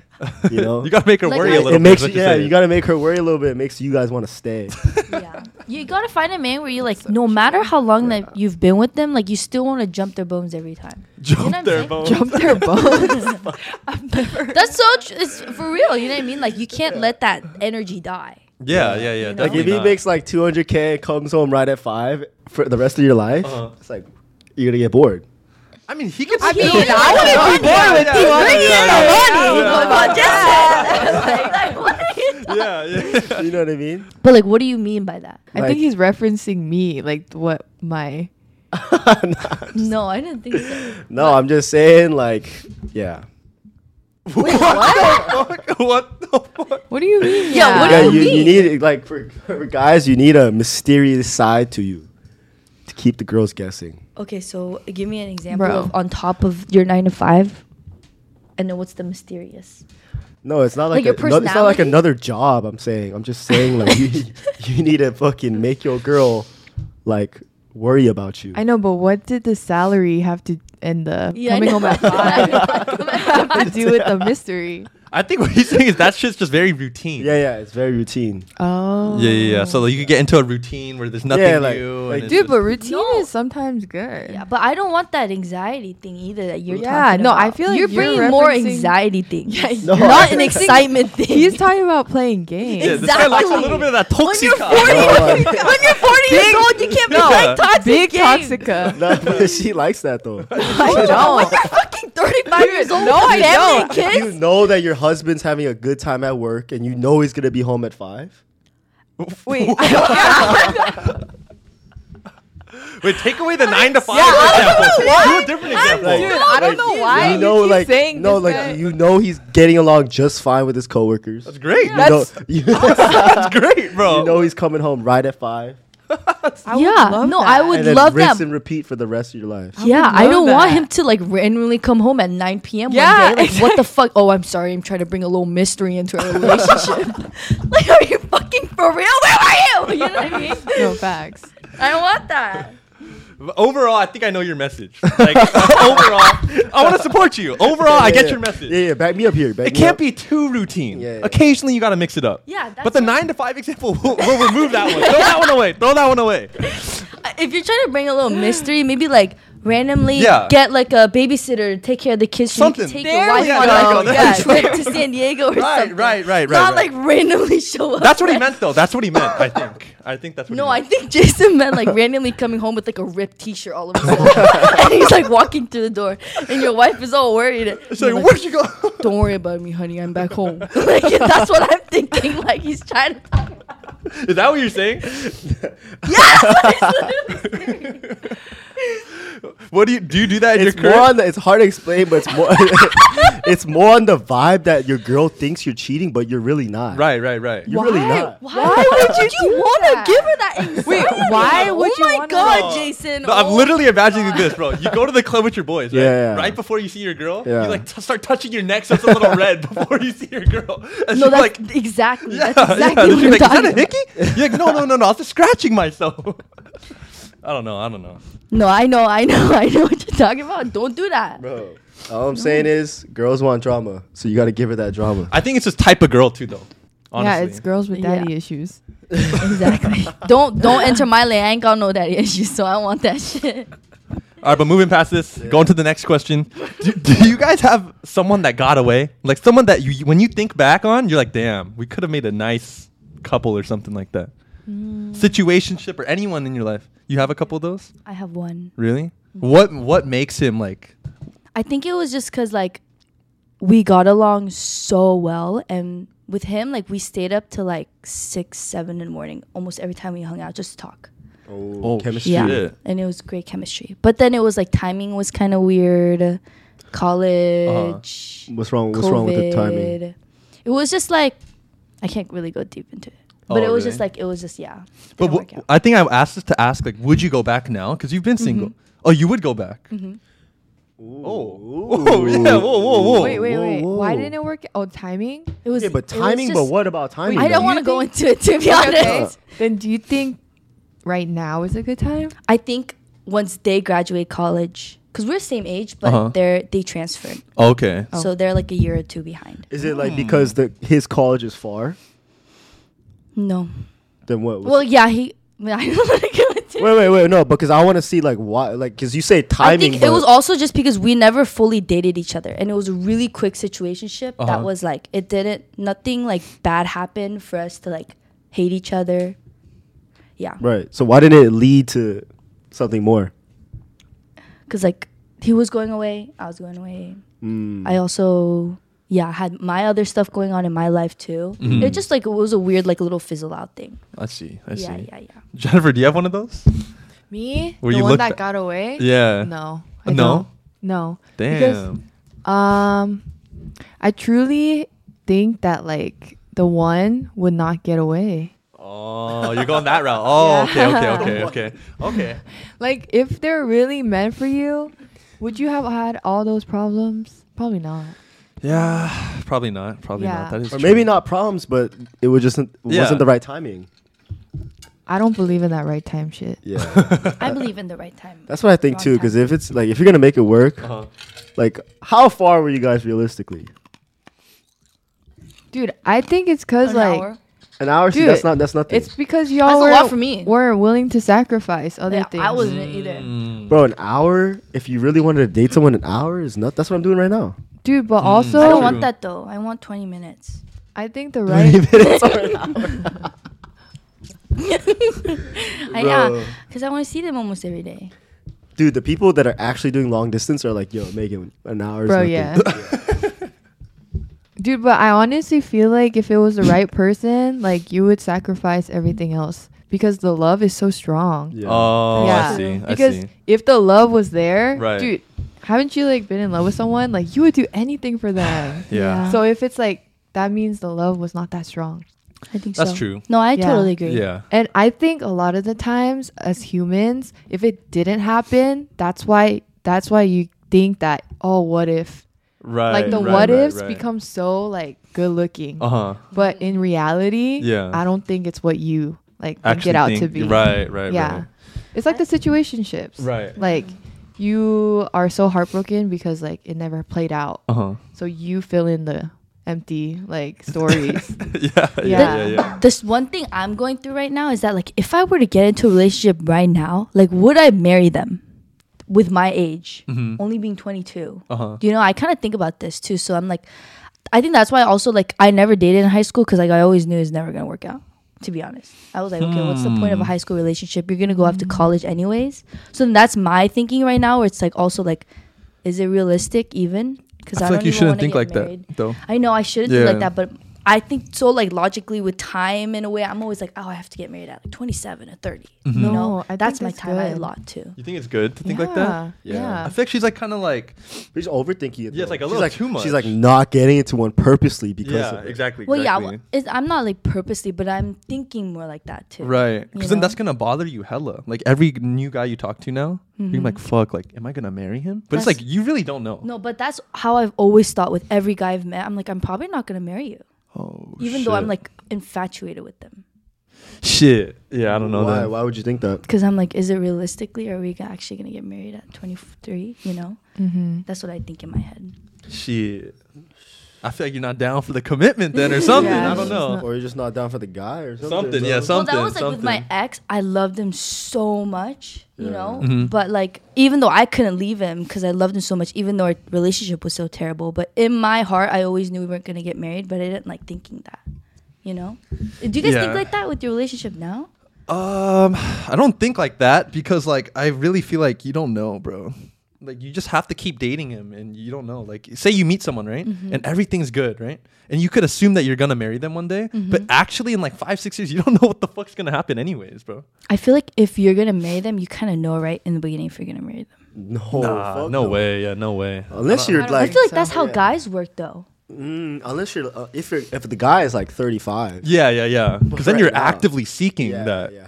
[SPEAKER 1] You know,
[SPEAKER 2] you gotta make her
[SPEAKER 3] Like,
[SPEAKER 2] worry
[SPEAKER 3] I-
[SPEAKER 2] a
[SPEAKER 3] It
[SPEAKER 2] little
[SPEAKER 1] it makes
[SPEAKER 2] bit, is what you're
[SPEAKER 1] yeah,
[SPEAKER 2] saying.
[SPEAKER 1] you gotta make her worry a little bit. It makes you guys want to stay.
[SPEAKER 3] Yeah, you gotta find a man where you like, no matter how long that you've been with them, like you still want to jump their bones every time.
[SPEAKER 2] jump
[SPEAKER 3] what I'm
[SPEAKER 2] their
[SPEAKER 3] saying?
[SPEAKER 2] bones
[SPEAKER 4] Jump their bones.
[SPEAKER 3] That's so. Tr- it's for real. You know what I mean? Like you can't let that energy die.
[SPEAKER 2] Yeah, yeah, yeah.
[SPEAKER 3] You know?
[SPEAKER 1] Like
[SPEAKER 2] definitely
[SPEAKER 1] if he
[SPEAKER 2] not.
[SPEAKER 1] makes like 200k and comes home right at five for the rest of your life,
[SPEAKER 2] Uh-huh.
[SPEAKER 1] it's like you're gonna get bored.
[SPEAKER 2] I mean, he could.
[SPEAKER 4] I
[SPEAKER 2] still-
[SPEAKER 4] mean, I wouldn't be bored with
[SPEAKER 2] Yeah, yeah,
[SPEAKER 4] 200.
[SPEAKER 2] yeah, yeah,
[SPEAKER 3] yeah.
[SPEAKER 2] Yeah, yeah.
[SPEAKER 1] You know what I mean?
[SPEAKER 3] But like, what do you mean by that?
[SPEAKER 4] I
[SPEAKER 1] Like-
[SPEAKER 4] think he's referencing me, like what my.
[SPEAKER 3] No, I didn't think so.
[SPEAKER 1] no, I'm just saying like yeah.
[SPEAKER 2] what? the fuck? What the fuck?
[SPEAKER 4] What do you mean?
[SPEAKER 3] Yeah, what do
[SPEAKER 1] yeah,
[SPEAKER 3] you
[SPEAKER 1] you, you
[SPEAKER 3] mean?
[SPEAKER 1] need like for, for guys, you need a mysterious side to you to keep the girls guessing.
[SPEAKER 3] Okay, so give me an example
[SPEAKER 4] Bro.
[SPEAKER 3] of on top of your nine to five, and then what's the mysterious?
[SPEAKER 1] No, it's not like,
[SPEAKER 3] Like your
[SPEAKER 1] a, no, it's not like
[SPEAKER 3] personality?
[SPEAKER 1] another job. I'm saying. I'm just saying like you, you need to fucking make your girl like worry about you.
[SPEAKER 4] I know, but what did the salary have to and the
[SPEAKER 3] Yeah, I
[SPEAKER 4] coming
[SPEAKER 3] know.
[SPEAKER 4] home at
[SPEAKER 3] Coming
[SPEAKER 4] five
[SPEAKER 3] home at
[SPEAKER 4] have to do with the mystery?
[SPEAKER 2] I think what he's saying is that shit's just very routine.
[SPEAKER 1] Yeah, yeah, it's very routine.
[SPEAKER 4] Oh,
[SPEAKER 2] Yeah, yeah, yeah. So like, you could get into a routine where there's nothing
[SPEAKER 1] Yeah, like-
[SPEAKER 2] new.
[SPEAKER 1] like-
[SPEAKER 2] and it's
[SPEAKER 4] dude, but
[SPEAKER 2] just-
[SPEAKER 4] routine
[SPEAKER 3] No.
[SPEAKER 4] is sometimes good.
[SPEAKER 3] Yeah, but I don't want that anxiety thing either that you're
[SPEAKER 4] Yeah,
[SPEAKER 3] talking
[SPEAKER 4] no, I
[SPEAKER 3] about.
[SPEAKER 4] feel like
[SPEAKER 3] you're
[SPEAKER 4] you're
[SPEAKER 3] bringing more
[SPEAKER 4] referencing-
[SPEAKER 3] anxiety things.
[SPEAKER 4] Yeah,
[SPEAKER 1] No. you're
[SPEAKER 3] not an
[SPEAKER 1] referencing-
[SPEAKER 3] excitement thing.
[SPEAKER 4] He's talking about playing games.
[SPEAKER 2] yeah, this guy likes a
[SPEAKER 3] Exactly.
[SPEAKER 2] little bit of that
[SPEAKER 3] when
[SPEAKER 2] toxic.
[SPEAKER 3] you're 40,
[SPEAKER 1] Oh,
[SPEAKER 3] when you're 40 years old, you can't be
[SPEAKER 2] No.
[SPEAKER 3] playing toxic
[SPEAKER 4] Big
[SPEAKER 3] games.
[SPEAKER 4] toxica.
[SPEAKER 1] No, but she likes that though.
[SPEAKER 4] I don't.
[SPEAKER 3] You're fucking 35 years old.
[SPEAKER 4] No,
[SPEAKER 3] with a
[SPEAKER 4] I
[SPEAKER 3] family
[SPEAKER 4] don't.
[SPEAKER 3] and kids?
[SPEAKER 1] you know that your husband's having a good time at work, and you know he's gonna be home at five.
[SPEAKER 4] Wait, I don't
[SPEAKER 2] Wait, take away the nine to five
[SPEAKER 4] I don't
[SPEAKER 2] example.
[SPEAKER 4] know why.
[SPEAKER 2] Do a different example.
[SPEAKER 1] Like-
[SPEAKER 4] Dude, I don't know why
[SPEAKER 1] you
[SPEAKER 4] you
[SPEAKER 1] know,
[SPEAKER 4] keep
[SPEAKER 1] like
[SPEAKER 4] saying
[SPEAKER 1] no,
[SPEAKER 4] this
[SPEAKER 1] like
[SPEAKER 4] guy-
[SPEAKER 1] you know he's getting along just fine with his coworkers.
[SPEAKER 2] That's great.
[SPEAKER 1] You know,
[SPEAKER 4] That's-
[SPEAKER 1] you,
[SPEAKER 2] That's great, bro.
[SPEAKER 1] you know he's coming home right at five,
[SPEAKER 4] I would
[SPEAKER 3] yeah,
[SPEAKER 4] love
[SPEAKER 3] no,
[SPEAKER 4] that.
[SPEAKER 3] I would
[SPEAKER 1] and then
[SPEAKER 3] love
[SPEAKER 1] rinse
[SPEAKER 3] that.
[SPEAKER 1] and repeat for the rest of your life.
[SPEAKER 2] Oh,
[SPEAKER 4] I
[SPEAKER 3] Yeah,
[SPEAKER 4] would
[SPEAKER 3] I
[SPEAKER 4] love
[SPEAKER 3] don't want
[SPEAKER 4] that.
[SPEAKER 3] him to like randomly come home at 9 p.m.
[SPEAKER 4] Yeah,
[SPEAKER 3] one day. Like, what the fuck? Oh, I'm sorry. I'm trying to bring a little mystery into our relationship. like, are you fucking for real? Where are you? You know what I mean?
[SPEAKER 4] No facts.
[SPEAKER 3] I don't want that.
[SPEAKER 2] Overall, I think I know your message. Like overall, I want to support you. Overall, I
[SPEAKER 1] Yeah,
[SPEAKER 2] get
[SPEAKER 1] yeah.
[SPEAKER 2] your message.
[SPEAKER 1] Yeah, yeah, back me up here. Back
[SPEAKER 2] It
[SPEAKER 1] me
[SPEAKER 2] can't
[SPEAKER 1] up.
[SPEAKER 2] be too routine.
[SPEAKER 1] Yeah, yeah.
[SPEAKER 2] Occasionally, you gotta mix it up.
[SPEAKER 3] Yeah, that's
[SPEAKER 2] but the
[SPEAKER 3] what-
[SPEAKER 2] nine to five example, we'll, we'll remove that one. Throw that one away. Throw that one away.
[SPEAKER 3] Uh, If you're trying to bring a little mystery, maybe like randomly
[SPEAKER 2] Yeah.
[SPEAKER 3] get like a babysitter to take care of the kids. so you can
[SPEAKER 2] Something.
[SPEAKER 3] take
[SPEAKER 4] There
[SPEAKER 3] your wife
[SPEAKER 4] we
[SPEAKER 3] on
[SPEAKER 2] go.
[SPEAKER 3] like, a-
[SPEAKER 2] Yeah,
[SPEAKER 3] yeah,
[SPEAKER 2] there
[SPEAKER 3] trip to San Diego or
[SPEAKER 2] Right,
[SPEAKER 3] something.
[SPEAKER 2] right, right, right,
[SPEAKER 3] Not
[SPEAKER 2] right.
[SPEAKER 3] like randomly show up.
[SPEAKER 2] That's what he meant, though. That's what he meant. I think. I think that's what.
[SPEAKER 3] No,
[SPEAKER 2] he
[SPEAKER 3] I
[SPEAKER 2] meant.
[SPEAKER 3] think Jason meant like randomly coming home with like a ripped T-shirt all over, and he's like walking through the door, and your wife is all worried. and
[SPEAKER 2] It's
[SPEAKER 3] you're
[SPEAKER 2] like, where'd you go?
[SPEAKER 3] Don't worry about me, honey. I'm back home. like that's what I'm thinking. Like he's trying to. Talk.
[SPEAKER 2] Is that what you're saying? What do you do? You do that in
[SPEAKER 1] It's
[SPEAKER 2] your
[SPEAKER 1] more
[SPEAKER 2] career?
[SPEAKER 1] on the, it's hard to explain, but it's more it's more on the vibe that your girl thinks you're cheating, but you're really not.
[SPEAKER 2] right, right, right.
[SPEAKER 1] You're really not.
[SPEAKER 3] Why, would you, want to give her that anxiety?
[SPEAKER 4] Wait, why would you
[SPEAKER 3] Oh my
[SPEAKER 4] wanna-
[SPEAKER 2] No.
[SPEAKER 3] god, Jason!
[SPEAKER 2] No, I'm
[SPEAKER 3] oh.
[SPEAKER 2] literally imagining this, bro. You go to the club with your boys, right?
[SPEAKER 1] Yeah.
[SPEAKER 2] Right before you see your girl,
[SPEAKER 1] Yeah.
[SPEAKER 2] you like t- start touching your neck so it's a little red before you see your girl. And
[SPEAKER 3] No,
[SPEAKER 2] she's
[SPEAKER 3] that's
[SPEAKER 2] like,
[SPEAKER 3] exactly.
[SPEAKER 2] yeah,
[SPEAKER 3] that's exactly
[SPEAKER 2] yeah.
[SPEAKER 3] what
[SPEAKER 2] She's
[SPEAKER 3] I'm
[SPEAKER 2] like, Is that
[SPEAKER 3] talking
[SPEAKER 2] a
[SPEAKER 3] about.
[SPEAKER 2] hickey? You're like, no, no, no, no. I was just scratching myself. I don't know. I don't know.
[SPEAKER 3] No, I know, I know, I know what you're talking about. Don't do that.
[SPEAKER 1] Bro. All I'm saying is girls want drama, so you got to give her that drama.
[SPEAKER 2] I think it's just type of girl too, though. Honestly.
[SPEAKER 4] Yeah, it's girls with
[SPEAKER 3] Yeah.
[SPEAKER 4] daddy issues.
[SPEAKER 3] Exactly. don't don't enter my lane. I ain't got no daddy issues, so I don't want that shit.
[SPEAKER 2] All right, but moving past this, going to the next question. Do, do you guys have someone that got away? Like someone that you, when you think back on, you're like, damn, we could have made a nice couple or something like that.
[SPEAKER 3] Mm.
[SPEAKER 2] Situationship or anyone in your life. You have a couple of those?
[SPEAKER 3] I have one.
[SPEAKER 2] Really? What what makes him like
[SPEAKER 3] I think it was just because like we got along so well, and with him, like we stayed up till like six, seven in the morning almost every time we hung out just to talk.
[SPEAKER 1] Oh, chemistry.
[SPEAKER 3] Yeah,
[SPEAKER 2] Shit.
[SPEAKER 3] and it was great chemistry. But then it was like timing was kind of weird. College.
[SPEAKER 1] What's wrong? Uh-huh. What's wrong with the timing?
[SPEAKER 3] COVID. It was just like I can't really go deep into it. But
[SPEAKER 2] Oh,
[SPEAKER 3] it was
[SPEAKER 2] really?
[SPEAKER 3] just like it was just yeah.
[SPEAKER 2] But
[SPEAKER 3] didn't work
[SPEAKER 2] wh-
[SPEAKER 3] out.
[SPEAKER 2] I think I asked this to ask like, would you go back now? Because you've been single.
[SPEAKER 3] Mm-hmm.
[SPEAKER 2] Oh, you would go back. Oh, oh yeah, whoa, whoa, whoa.
[SPEAKER 4] Wait, wait,
[SPEAKER 1] whoa,
[SPEAKER 4] wait. Why
[SPEAKER 1] whoa.
[SPEAKER 4] didn't it work? Oh, timing.
[SPEAKER 3] it was
[SPEAKER 1] Yeah, but
[SPEAKER 3] it was
[SPEAKER 1] timing. But
[SPEAKER 3] just-
[SPEAKER 1] what about timing?
[SPEAKER 3] I
[SPEAKER 1] though?
[SPEAKER 3] don't want to
[SPEAKER 4] you
[SPEAKER 3] go
[SPEAKER 4] think-
[SPEAKER 3] into it to be honest.
[SPEAKER 4] Okay. then do you think right now is a good time?
[SPEAKER 3] I think once they graduate college, because we're same age, but
[SPEAKER 2] Uh-huh.
[SPEAKER 3] they're they transferred,
[SPEAKER 2] Okay.
[SPEAKER 4] Oh.
[SPEAKER 3] so they're like a year or two behind.
[SPEAKER 1] Is it
[SPEAKER 2] Hmm.
[SPEAKER 1] like because the his college is far?
[SPEAKER 3] No,
[SPEAKER 1] Then what? was
[SPEAKER 3] well,
[SPEAKER 1] it?
[SPEAKER 3] yeah, he. I don't want to go into.
[SPEAKER 1] wait, wait, wait. No, because I want to see like why. Like, because you say
[SPEAKER 3] I
[SPEAKER 1] timing.
[SPEAKER 3] think it
[SPEAKER 1] but-
[SPEAKER 3] was also just because we never fully dated each other, and it was a really quick situationship
[SPEAKER 2] Uh-huh.
[SPEAKER 3] that was like it didn't nothing like bad happened for us to like hate each other. Yeah,
[SPEAKER 1] Right. So why didn't it lead to something more?
[SPEAKER 3] because like he was going away, I was going away.
[SPEAKER 1] Mm.
[SPEAKER 3] I also yeah had my other stuff going on in my life too. It just like it was a weird like little fizzle out thing.
[SPEAKER 2] I see. Mm-hmm. I
[SPEAKER 3] yeah,
[SPEAKER 2] see.
[SPEAKER 3] yeah, yeah.
[SPEAKER 2] Jennifer, do you have one of those?
[SPEAKER 4] Me?
[SPEAKER 2] Where
[SPEAKER 4] the
[SPEAKER 2] you
[SPEAKER 4] one
[SPEAKER 2] looked
[SPEAKER 4] that
[SPEAKER 2] at-
[SPEAKER 4] got away?
[SPEAKER 2] Yeah.
[SPEAKER 4] No. I
[SPEAKER 2] No?
[SPEAKER 4] don't. No. Because,
[SPEAKER 2] Damn.
[SPEAKER 4] um, I truly think that like the one would not get away.
[SPEAKER 2] Oh, you're going that route. Oh, okay, okay, okay, okay, okay.
[SPEAKER 4] Like if they're really meant for you, would you have had all those problems? Probably not.
[SPEAKER 2] Yeah, probably not. Probably
[SPEAKER 4] Yeah.
[SPEAKER 2] not. That is
[SPEAKER 1] Or
[SPEAKER 2] true.
[SPEAKER 1] maybe not problems, but it was just it
[SPEAKER 2] Yeah.
[SPEAKER 1] wasn't the right timing.
[SPEAKER 4] I don't believe in that right time shit.
[SPEAKER 1] Yeah.
[SPEAKER 3] I believe in the right time.
[SPEAKER 1] That's what I think
[SPEAKER 3] Wrong
[SPEAKER 1] too. Because if it's like if you're gonna make it work,
[SPEAKER 2] Uh-huh.
[SPEAKER 1] like how far were you guys realistically?
[SPEAKER 4] Dude, I think it's cause
[SPEAKER 3] An
[SPEAKER 4] like
[SPEAKER 3] hour.
[SPEAKER 1] An hour? See,
[SPEAKER 4] Dude,
[SPEAKER 1] that's not that's nothing.
[SPEAKER 4] it's because y'all
[SPEAKER 3] That's a
[SPEAKER 4] were,
[SPEAKER 3] lot for me.
[SPEAKER 4] weren't willing to sacrifice other
[SPEAKER 3] Yeah,
[SPEAKER 4] things.
[SPEAKER 3] I wasn't
[SPEAKER 2] Mm.
[SPEAKER 3] either.
[SPEAKER 2] Hmm.
[SPEAKER 1] Bro, an hour. If you really wanted to date someone, an hour is not. That's what I'm doing right now.
[SPEAKER 4] Dude,
[SPEAKER 2] Mm.
[SPEAKER 4] but
[SPEAKER 3] I don't
[SPEAKER 4] also
[SPEAKER 3] want that though. I want 20 minutes.
[SPEAKER 4] I think the right
[SPEAKER 3] I, yeah, because I want to see them almost every day.
[SPEAKER 1] Dude, the people that are actually doing long distance are like, yo, make it an hour. is
[SPEAKER 4] Bro,
[SPEAKER 1] nothing.
[SPEAKER 4] yeah. Dude, but I honestly feel like if it was the right person, like you would sacrifice everything else because the love is so strong.
[SPEAKER 1] yeah.
[SPEAKER 2] Oh,
[SPEAKER 4] Yeah.
[SPEAKER 2] I see. I
[SPEAKER 4] because
[SPEAKER 2] see.
[SPEAKER 4] if the love was there,
[SPEAKER 2] Right.
[SPEAKER 4] dude, haven't you like been in love with someone? Like you would do anything for them.
[SPEAKER 2] Yeah.
[SPEAKER 4] So if it's like that means the love was not that strong.
[SPEAKER 3] I think
[SPEAKER 2] That's
[SPEAKER 3] so.
[SPEAKER 2] true.
[SPEAKER 3] No, I
[SPEAKER 4] Yeah.
[SPEAKER 3] totally agree.
[SPEAKER 2] Yeah.
[SPEAKER 4] And I think a lot of the times as humans, if it didn't happen, that's why that's why you think that oh what if
[SPEAKER 2] Right.
[SPEAKER 4] like the
[SPEAKER 2] right,
[SPEAKER 4] what
[SPEAKER 2] right,
[SPEAKER 4] ifs
[SPEAKER 2] right.
[SPEAKER 4] become so like good looking.
[SPEAKER 2] Uh huh.
[SPEAKER 4] But in reality,
[SPEAKER 2] Yeah.
[SPEAKER 4] I don't think it's what you like think
[SPEAKER 2] Actually
[SPEAKER 4] it out
[SPEAKER 2] think,
[SPEAKER 4] to be.
[SPEAKER 2] Right. Right.
[SPEAKER 4] yeah. It's like the situationships.
[SPEAKER 2] Right. Right.
[SPEAKER 4] Like you are so heartbroken because like it never played out.
[SPEAKER 2] Uh huh.
[SPEAKER 4] So you fill in the empty like stories.
[SPEAKER 2] yeah, yeah. Yeah. Yeah.
[SPEAKER 4] Yeah.
[SPEAKER 3] This one thing I'm going through right now is that like if I were to get into a relationship right now, like would I marry them with my age,
[SPEAKER 2] Mm-hmm.
[SPEAKER 3] only being 22?
[SPEAKER 2] Uh huh.
[SPEAKER 3] You know, I kind of think about this too. So I'm like, I think that's why also like I never dated in high school because like I always knew it was never gonna work out. To be honest, I was like, okay, what's the point of a
[SPEAKER 2] Hmm.
[SPEAKER 3] high school relationship? You're gonna go off to college anyways. So then that's my thinking right now. Where it's like also like, is it realistic even? Because
[SPEAKER 2] I feel like you shouldn't think like that though.
[SPEAKER 3] I know I shouldn't think like
[SPEAKER 2] Yeah.
[SPEAKER 3] that, but I think so like logically with time in a way. I'm always like, oh, I have to get married at like 27 or 30. You
[SPEAKER 2] Mm-hmm.
[SPEAKER 4] No,
[SPEAKER 3] know,
[SPEAKER 4] I think
[SPEAKER 3] that's my
[SPEAKER 4] that's
[SPEAKER 3] time I
[SPEAKER 4] good.
[SPEAKER 3] lot too.
[SPEAKER 2] You think it's good to think like that?
[SPEAKER 4] Yeah.
[SPEAKER 1] Yeah.
[SPEAKER 4] yeah.
[SPEAKER 2] I feel like she's like kind of like
[SPEAKER 1] But She's overthinking it.
[SPEAKER 2] Yeah, it's
[SPEAKER 1] though.
[SPEAKER 2] like a
[SPEAKER 1] she's
[SPEAKER 2] little
[SPEAKER 1] like,
[SPEAKER 2] too much.
[SPEAKER 1] She's like not getting into one purposely because
[SPEAKER 2] yeah,
[SPEAKER 1] of it.
[SPEAKER 2] exactly.
[SPEAKER 3] Well, yeah,
[SPEAKER 2] exactly.
[SPEAKER 3] well, it's, I'm not like purposely, but I'm thinking more like that too.
[SPEAKER 2] Right.
[SPEAKER 3] You
[SPEAKER 2] Because then
[SPEAKER 3] know?
[SPEAKER 2] that's going to bother you hella. Like every new guy you talk to now, you're like, fuck, like, am I going to marry him? But it's
[SPEAKER 3] Mm-hmm. That's-
[SPEAKER 2] like, you really don't know.
[SPEAKER 3] No, but that's how I've always thought with every guy I've met. I'm like, I'm probably not gonna marry you,
[SPEAKER 2] Oh,
[SPEAKER 3] even though I'm
[SPEAKER 2] shit.
[SPEAKER 3] like infatuated with them.
[SPEAKER 2] shit. Yeah, I don't know
[SPEAKER 1] Why?
[SPEAKER 2] that.
[SPEAKER 1] Why would you think that?
[SPEAKER 3] Because I'm like, is it realistically? Are we actually gonna get married at 23? You know,
[SPEAKER 4] Mm-hmm.
[SPEAKER 3] that's what I think in my head.
[SPEAKER 2] Shit. I feel like you're not down for the commitment then or something.
[SPEAKER 4] Yeah,
[SPEAKER 2] I don't
[SPEAKER 4] she's
[SPEAKER 2] know.
[SPEAKER 1] Or you're just not down for the guy or something.
[SPEAKER 2] Something,
[SPEAKER 1] bro.
[SPEAKER 2] yeah, some-
[SPEAKER 3] well,
[SPEAKER 2] Something,
[SPEAKER 3] that was like with my
[SPEAKER 2] something.
[SPEAKER 3] ex. I loved him so much, you
[SPEAKER 1] Yeah.
[SPEAKER 3] know.
[SPEAKER 2] Mhm.
[SPEAKER 3] But like, even though I couldn't leave him because I loved him so much, even though our relationship was so terrible, but in my heart, I always knew we weren't gonna get married. But I didn't like thinking that, you know. Do you guys
[SPEAKER 2] Yeah.
[SPEAKER 3] think like that with your relationship now?
[SPEAKER 2] Um, I don't think like that because like I really feel like you don't know, bro. Like you just have to keep dating him and you don't know. Like say you meet someone, right? And everything's good, right? And you could assume that you're gonna marry them one day, but actually in like five, six years, you don't know what the fuck's gonna happen anyways, bro.
[SPEAKER 3] I feel like if you're gonna marry them, you kind of know right in the beginning if you're gonna marry them.
[SPEAKER 1] No,
[SPEAKER 2] Nah,
[SPEAKER 1] Oh, fuck
[SPEAKER 2] no way, yeah, no way.
[SPEAKER 1] Unless
[SPEAKER 2] I don't-
[SPEAKER 1] you're
[SPEAKER 4] don't
[SPEAKER 1] like,
[SPEAKER 3] I feel like
[SPEAKER 4] so.
[SPEAKER 3] that's how
[SPEAKER 1] Yeah.
[SPEAKER 3] guys work, though.
[SPEAKER 1] mm, unless you're uh, if you're if the guy is like 35.
[SPEAKER 2] Yeah, yeah, yeah. Because then
[SPEAKER 1] right
[SPEAKER 2] you're
[SPEAKER 1] now-
[SPEAKER 2] actively seeking
[SPEAKER 1] yeah,
[SPEAKER 2] that.
[SPEAKER 1] yeah.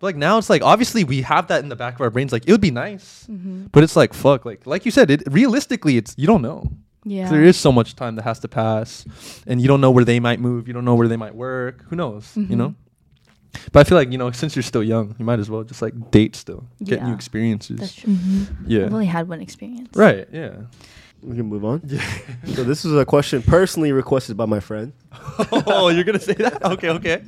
[SPEAKER 2] But, like now it's like obviously we have that in the back of our brains. Like it would be nice, but it's like fuck. Like like you said, it realistically it's you don't know. 'Cause
[SPEAKER 3] Yeah.
[SPEAKER 2] There is so much time that has to pass, and you don't know where they might move. You don't know where they might work. Who knows?
[SPEAKER 3] Mm-hmm.
[SPEAKER 2] You know. But I feel like you know, since you're still young, you might as well just like date still, get new
[SPEAKER 3] Yeah.
[SPEAKER 2] experiences.
[SPEAKER 3] That's true.
[SPEAKER 2] yeah.
[SPEAKER 3] I've only had one experience.
[SPEAKER 2] Right. Yeah.
[SPEAKER 1] We can move on. so this is a question personally requested by my friend.
[SPEAKER 2] oh, you're gonna say that? Okay. Okay.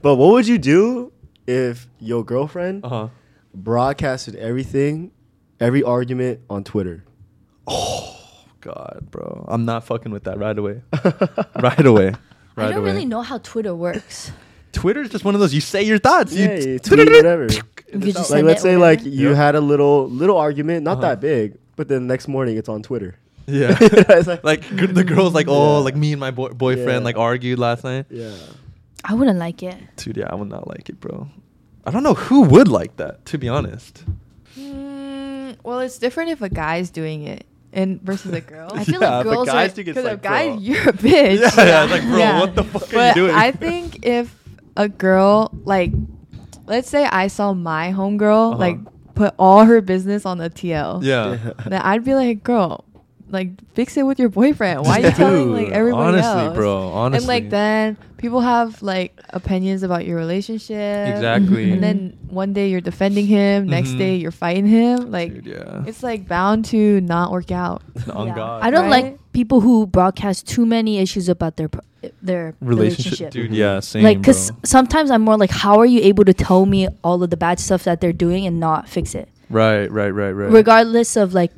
[SPEAKER 1] But what would you do if your girlfriend
[SPEAKER 2] Uh huh.
[SPEAKER 1] broadcasted everything, every argument on Twitter?
[SPEAKER 2] God, bro, I'm not fucking with that right away. right away. Right
[SPEAKER 3] I don't
[SPEAKER 2] away.
[SPEAKER 3] really know how Twitter works.
[SPEAKER 2] Twitter's just one of those. You say your thoughts.
[SPEAKER 1] Yeah,
[SPEAKER 2] you
[SPEAKER 1] you tweet whatever.
[SPEAKER 3] You could just
[SPEAKER 1] Like
[SPEAKER 3] send
[SPEAKER 1] let's
[SPEAKER 3] it
[SPEAKER 1] say
[SPEAKER 3] or
[SPEAKER 1] like
[SPEAKER 3] whatever.
[SPEAKER 1] you
[SPEAKER 2] Yeah.
[SPEAKER 1] had a little little argument, not
[SPEAKER 2] Uh-huh.
[SPEAKER 1] that big, but then next morning it's on Twitter.
[SPEAKER 2] Yeah.
[SPEAKER 1] It's like-
[SPEAKER 2] like g- the girl's like, oh,
[SPEAKER 1] Yeah.
[SPEAKER 2] like me and my boy- boyfriend
[SPEAKER 1] Yeah.
[SPEAKER 2] like argued last night.
[SPEAKER 1] yeah.
[SPEAKER 3] I wouldn't like it.
[SPEAKER 2] Dude, yeah, I would not like it, bro. I don't know who would like that. To be honest.
[SPEAKER 4] Mm, well, it's different if a guy's doing it and versus a girl.
[SPEAKER 3] I feel
[SPEAKER 2] if
[SPEAKER 3] like
[SPEAKER 2] a
[SPEAKER 3] girls are-
[SPEAKER 2] guy's doing it, it's
[SPEAKER 4] Because a
[SPEAKER 2] like,
[SPEAKER 4] guy,
[SPEAKER 2] bro.
[SPEAKER 4] you're a bitch.
[SPEAKER 2] Yeah, yeah, it's like, bro, what the fuck are you
[SPEAKER 4] But
[SPEAKER 2] doing?
[SPEAKER 4] I think if a girl, like, let's say I saw my homegirl,
[SPEAKER 2] Uh-huh.
[SPEAKER 4] like, put all her business on the
[SPEAKER 1] Oh.
[SPEAKER 4] TL.
[SPEAKER 2] Yeah.
[SPEAKER 4] Then I'd be like, girl, like, fix it with your boyfriend. Why are you
[SPEAKER 2] Dude,
[SPEAKER 4] telling, like, everyone
[SPEAKER 2] honestly,
[SPEAKER 4] else?
[SPEAKER 2] bro,
[SPEAKER 4] And,
[SPEAKER 2] honestly.
[SPEAKER 4] like, then people have, like, opinions about your relationship.
[SPEAKER 2] Exactly.
[SPEAKER 4] And then one day you're defending him, next
[SPEAKER 2] Mhm.
[SPEAKER 4] day you're fighting him. Like,
[SPEAKER 2] Dude, yeah.
[SPEAKER 4] it's, like, bound to not work out.
[SPEAKER 2] No, on
[SPEAKER 3] Yeah.
[SPEAKER 2] God.
[SPEAKER 3] I don't
[SPEAKER 4] Right?
[SPEAKER 3] like people who broadcast too many issues about their pro- their
[SPEAKER 2] relationship,
[SPEAKER 3] relationship.
[SPEAKER 2] dude.
[SPEAKER 1] Mhm.
[SPEAKER 2] Yeah, same.
[SPEAKER 3] like, cause
[SPEAKER 2] bro.
[SPEAKER 3] sometimes I'm more like, how are you able to tell me all of the bad stuff that they're doing and not fix it,
[SPEAKER 2] right, right, right, right.
[SPEAKER 3] regardless of like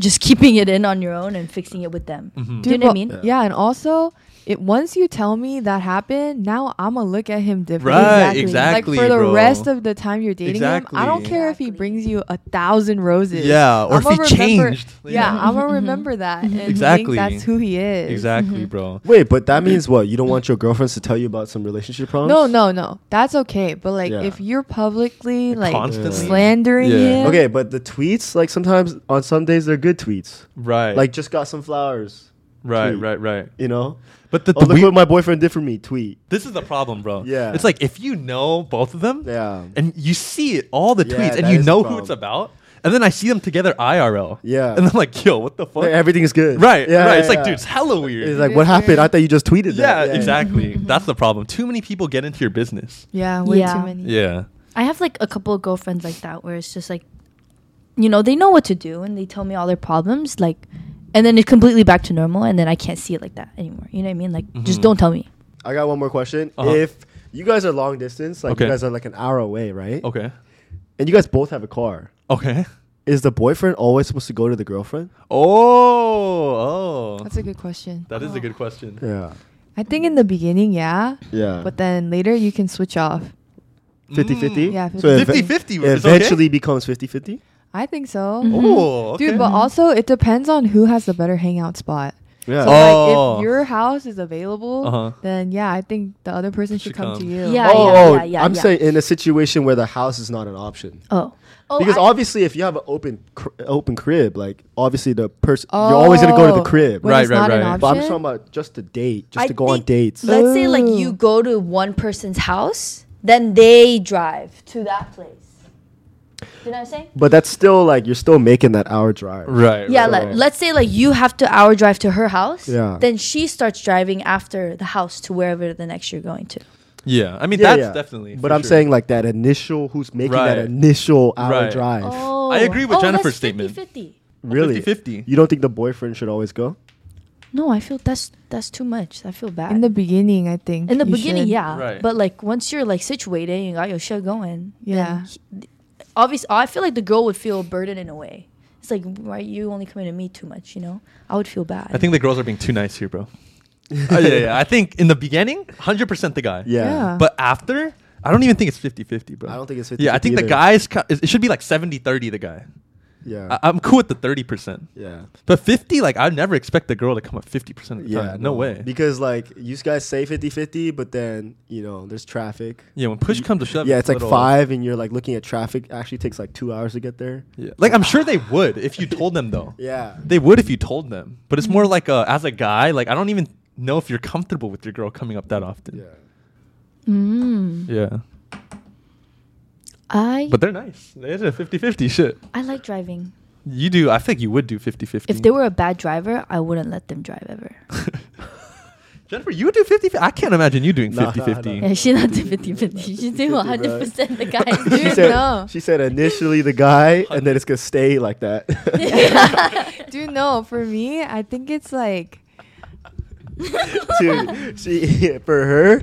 [SPEAKER 3] just keeping it in on your own and fixing it with them.
[SPEAKER 2] Mhm.
[SPEAKER 3] Do you
[SPEAKER 4] Dude,
[SPEAKER 3] know what I
[SPEAKER 4] but-
[SPEAKER 3] mean?
[SPEAKER 1] Yeah.
[SPEAKER 4] Yeah, and also, it once you tell me that happened, now I'm gonna look at him differently.
[SPEAKER 2] Right, exactly,
[SPEAKER 4] Like for the
[SPEAKER 2] bro.
[SPEAKER 4] rest of the time you're dating him, I don't
[SPEAKER 2] Exactly.
[SPEAKER 4] care if he
[SPEAKER 3] Exactly.
[SPEAKER 4] brings you a thousand roses.
[SPEAKER 2] Yeah, or if he
[SPEAKER 4] I'ma remember-
[SPEAKER 2] changed. Yeah.
[SPEAKER 4] Yeah, I'm gonna
[SPEAKER 3] Mhm, mhm.
[SPEAKER 4] remember that. And
[SPEAKER 2] Exactly.
[SPEAKER 4] Think that's who he is.
[SPEAKER 2] Exactly, bro.
[SPEAKER 3] Mhm.
[SPEAKER 4] Mm-hmm.
[SPEAKER 1] Wait, but that means what? You don't want your girlfriends to tell you about some relationship problems?
[SPEAKER 4] No, no, no. That's okay. But like,
[SPEAKER 1] Yeah.
[SPEAKER 4] if you're publicly like
[SPEAKER 2] Constantly.
[SPEAKER 4] slandering
[SPEAKER 2] Yeah.
[SPEAKER 4] him,
[SPEAKER 1] Okay, but the tweets, like sometimes on some days they're good tweets.
[SPEAKER 2] Right.
[SPEAKER 1] Like just got some flowers,
[SPEAKER 2] right,
[SPEAKER 1] tweet.
[SPEAKER 2] right, right.
[SPEAKER 1] you know?
[SPEAKER 2] But the,
[SPEAKER 1] Oh,
[SPEAKER 2] the
[SPEAKER 1] look
[SPEAKER 2] we-
[SPEAKER 1] what my boyfriend did for me. Tweet.
[SPEAKER 2] this is the problem, bro.
[SPEAKER 1] Yeah.
[SPEAKER 2] It's like if you know both of them,
[SPEAKER 1] Yeah.
[SPEAKER 2] and you see it all the
[SPEAKER 1] Yeah,
[SPEAKER 2] tweets, and
[SPEAKER 1] that
[SPEAKER 2] you
[SPEAKER 1] is
[SPEAKER 2] know
[SPEAKER 1] the
[SPEAKER 2] who it's
[SPEAKER 1] problem.
[SPEAKER 2] about, and then I see them together IRL.
[SPEAKER 1] Yeah.
[SPEAKER 2] And I'm like, yo, what the fuck?
[SPEAKER 1] Like, everything's good.
[SPEAKER 2] right,
[SPEAKER 1] Yeah,
[SPEAKER 2] right.
[SPEAKER 1] yeah,
[SPEAKER 2] it's like,
[SPEAKER 1] yeah.
[SPEAKER 2] dude, it's hella weird.
[SPEAKER 1] It's like, what happened? I thought you just tweeted
[SPEAKER 2] yeah,
[SPEAKER 1] that.
[SPEAKER 2] exactly. That's the problem. Too many people get into your business.
[SPEAKER 4] yeah, way
[SPEAKER 3] Yeah.
[SPEAKER 4] too many.
[SPEAKER 2] Yeah.
[SPEAKER 3] I have like a couple of girlfriends like that where it's just like, you know, they know what to do and they tell me all their problems, like, and then it's completely back to normal, and then I can't see it like that anymore. You know what I mean? Like, just
[SPEAKER 2] Mhm.
[SPEAKER 3] don't tell me.
[SPEAKER 1] I got one more question.
[SPEAKER 2] Uh-huh.
[SPEAKER 1] If you guys are long distance, like
[SPEAKER 2] Okay.
[SPEAKER 1] you guys are like an hour away, right?
[SPEAKER 2] Okay.
[SPEAKER 1] And you guys both have a car.
[SPEAKER 2] Okay.
[SPEAKER 1] Is the boyfriend always supposed to go to the girlfriend?
[SPEAKER 2] Oh, oh.
[SPEAKER 4] That's a good question.
[SPEAKER 2] That is a good question.
[SPEAKER 1] Yeah.
[SPEAKER 4] I think in the beginning, yeah,
[SPEAKER 1] Yeah.
[SPEAKER 4] but then later you can switch off.
[SPEAKER 1] 50 50?
[SPEAKER 2] Mm.
[SPEAKER 4] Yeah,
[SPEAKER 1] So eve-
[SPEAKER 2] 50-50
[SPEAKER 1] it
[SPEAKER 2] is okay?
[SPEAKER 1] Eventually becomes 50 50?
[SPEAKER 4] I think so.
[SPEAKER 3] Mm-hmm.
[SPEAKER 2] Oh, okay.
[SPEAKER 4] Dude, but also it depends on who has the better hangout spot.
[SPEAKER 1] Yeah.
[SPEAKER 4] So
[SPEAKER 2] Oh.
[SPEAKER 4] like if your house is available,
[SPEAKER 2] Uh-huh.
[SPEAKER 4] then yeah, I think the other person should,
[SPEAKER 2] Should
[SPEAKER 4] come, to
[SPEAKER 2] come.
[SPEAKER 4] you.
[SPEAKER 3] Yeah.
[SPEAKER 1] oh, oh,
[SPEAKER 3] yeah,
[SPEAKER 1] I'm
[SPEAKER 3] yeah.
[SPEAKER 1] saying in a situation where the house is not an option.
[SPEAKER 3] Oh, oh,
[SPEAKER 1] because
[SPEAKER 3] I-
[SPEAKER 1] obviously, if you have an open cr- open crib, like obviously the person you're always gonna go to the
[SPEAKER 4] Oh,
[SPEAKER 1] crib.
[SPEAKER 4] when
[SPEAKER 2] Right,
[SPEAKER 4] it's
[SPEAKER 2] right,
[SPEAKER 4] not an
[SPEAKER 1] But I'm
[SPEAKER 2] right.
[SPEAKER 1] just
[SPEAKER 4] option?
[SPEAKER 1] talking about just to date, just
[SPEAKER 3] I
[SPEAKER 1] to go on
[SPEAKER 3] think-
[SPEAKER 1] dates.
[SPEAKER 3] Let's say like you
[SPEAKER 4] Oh.
[SPEAKER 3] go to one person's house, then they drive to that place. You know what I'm saying?
[SPEAKER 1] But that's still like you're still making that hour drive.
[SPEAKER 2] Right.
[SPEAKER 3] Yeah,
[SPEAKER 2] right,
[SPEAKER 3] like,
[SPEAKER 2] right.
[SPEAKER 3] let's say like you have to hour drive to her house.
[SPEAKER 1] Yeah.
[SPEAKER 3] Then she starts driving after the house to wherever the next you're going to.
[SPEAKER 2] Yeah. I mean,
[SPEAKER 1] Yeah,
[SPEAKER 2] that's
[SPEAKER 1] yeah.
[SPEAKER 2] definitely.
[SPEAKER 1] But
[SPEAKER 2] for
[SPEAKER 1] I'm
[SPEAKER 2] sure.
[SPEAKER 1] saying like that initial who's making that
[SPEAKER 2] Right.
[SPEAKER 1] initial hour
[SPEAKER 2] Right.
[SPEAKER 1] drive.
[SPEAKER 3] Oh,
[SPEAKER 2] I agree with
[SPEAKER 3] oh,
[SPEAKER 2] Jennifer's
[SPEAKER 3] that's
[SPEAKER 2] statement.
[SPEAKER 3] 50-50.
[SPEAKER 1] really?
[SPEAKER 2] 50-50.
[SPEAKER 1] You don't think the boyfriend should always go?
[SPEAKER 3] No, I feel that's that's too much. I feel bad.
[SPEAKER 4] In the beginning, I think.
[SPEAKER 3] In the
[SPEAKER 4] you
[SPEAKER 3] beginning,
[SPEAKER 4] should.
[SPEAKER 3] yeah.
[SPEAKER 2] Right.
[SPEAKER 3] But like once you're like situated and you got your shit going,
[SPEAKER 4] Yeah.
[SPEAKER 3] obviously I feel like the girl would feel burdened in a way. It's like why you only coming to me too much, you know? I would feel bad.
[SPEAKER 2] I think the girls are being too nice here, bro. Oh, yeah, yeah. I think in the beginning, 100% the guy.
[SPEAKER 1] Yeah.
[SPEAKER 4] Yeah.
[SPEAKER 2] But after, I don't even think it's 50 50, bro.
[SPEAKER 1] I don't think it's
[SPEAKER 2] Yeah, I
[SPEAKER 1] 50-50
[SPEAKER 2] think the
[SPEAKER 1] either.
[SPEAKER 2] guy's, co- it it should be like 70 30, the guy.
[SPEAKER 1] Yeah.
[SPEAKER 2] I, I'm cool with the 30%.
[SPEAKER 1] yeah.
[SPEAKER 2] But 50, like, I'd never expect the girl to come at 50% of the
[SPEAKER 1] Yeah.
[SPEAKER 2] time. No, way.
[SPEAKER 1] Because like you guys say 50-50, but then, you know, there's traffic.
[SPEAKER 2] yeah, when push comes to shove.
[SPEAKER 1] yeah, it's like
[SPEAKER 2] little-
[SPEAKER 1] five and you're like looking at traffic. Actually takes like two hours to get there.
[SPEAKER 2] Yeah. Like, I'm sure they would if you told them, though.
[SPEAKER 1] Yeah.
[SPEAKER 2] They would if you told them. But it's
[SPEAKER 3] Mm-hmm.
[SPEAKER 2] more like, uh, as a guy, like, I don't even know if you're comfortable with your girl coming up that often.
[SPEAKER 1] Yeah.
[SPEAKER 3] mm,
[SPEAKER 2] Yeah.
[SPEAKER 3] I
[SPEAKER 2] But they're nice. They're 50 50 shit.
[SPEAKER 3] I like driving.
[SPEAKER 2] You do. I think you would do 50 50.
[SPEAKER 3] If they were a bad driver, I wouldn't let them drive ever.
[SPEAKER 2] Jennifer, you would do 50 I can't imagine you doing
[SPEAKER 1] Nah,
[SPEAKER 2] 50 50.
[SPEAKER 1] nah,
[SPEAKER 3] yeah, she's not doing 50 50. She's doing
[SPEAKER 1] 50-50, bro.
[SPEAKER 3] 100% the guy.
[SPEAKER 1] She
[SPEAKER 4] Dude,
[SPEAKER 1] said,
[SPEAKER 4] no.
[SPEAKER 1] she said initially the guy and then it's gonna stay like that.
[SPEAKER 4] Dude, no. For me, I think it's like.
[SPEAKER 1] Dude, she for her,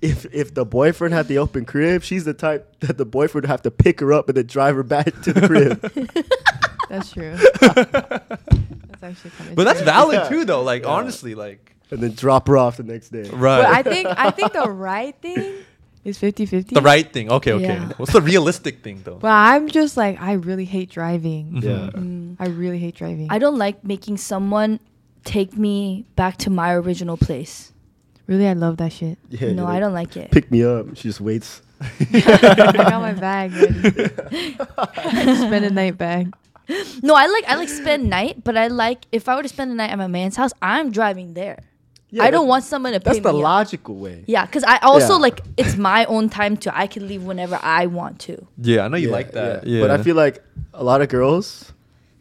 [SPEAKER 1] if if the boyfriend had the open crib, she's the type that the boyfriend would have to pick her up and then drive her back to the crib.
[SPEAKER 4] That's true. that's actually kind of.
[SPEAKER 2] But that's
[SPEAKER 4] true.
[SPEAKER 2] valid
[SPEAKER 1] Yeah.
[SPEAKER 2] too, though. Like,
[SPEAKER 1] Yeah.
[SPEAKER 2] honestly, like.
[SPEAKER 1] and then drop her off the next day.
[SPEAKER 2] Right.
[SPEAKER 4] But I think I think the right thing It's 50 50.
[SPEAKER 2] The right thing. Okay, okay.
[SPEAKER 3] Yeah.
[SPEAKER 2] What's the realistic thing though?
[SPEAKER 4] But I'm just like, I really hate driving.
[SPEAKER 1] Yeah.
[SPEAKER 4] I really hate driving.
[SPEAKER 3] Mm. I don't like making someone take me back to my original place.
[SPEAKER 4] really, I love that shit.
[SPEAKER 1] Yeah.
[SPEAKER 3] no,
[SPEAKER 1] you're
[SPEAKER 3] I
[SPEAKER 1] like,
[SPEAKER 3] don't like it.
[SPEAKER 1] Pick me up. She just waits.
[SPEAKER 4] I got my bag. ready. Spend a night bag.
[SPEAKER 3] No, I like I like spend night, but I like if I were to spend the night at my man's house, I'm driving there.
[SPEAKER 1] Yeah,
[SPEAKER 3] I don't
[SPEAKER 1] that-
[SPEAKER 3] want someone to
[SPEAKER 1] That's
[SPEAKER 3] pick
[SPEAKER 1] the
[SPEAKER 3] me up.
[SPEAKER 1] logical way.
[SPEAKER 3] Yeah, because I also
[SPEAKER 1] Yeah.
[SPEAKER 3] like it's my own time too. I can leave whenever I want to.
[SPEAKER 2] Yeah, I know you
[SPEAKER 1] Yeah,
[SPEAKER 2] like that.
[SPEAKER 1] yeah. But I
[SPEAKER 2] Yeah.
[SPEAKER 1] feel like a lot of girls,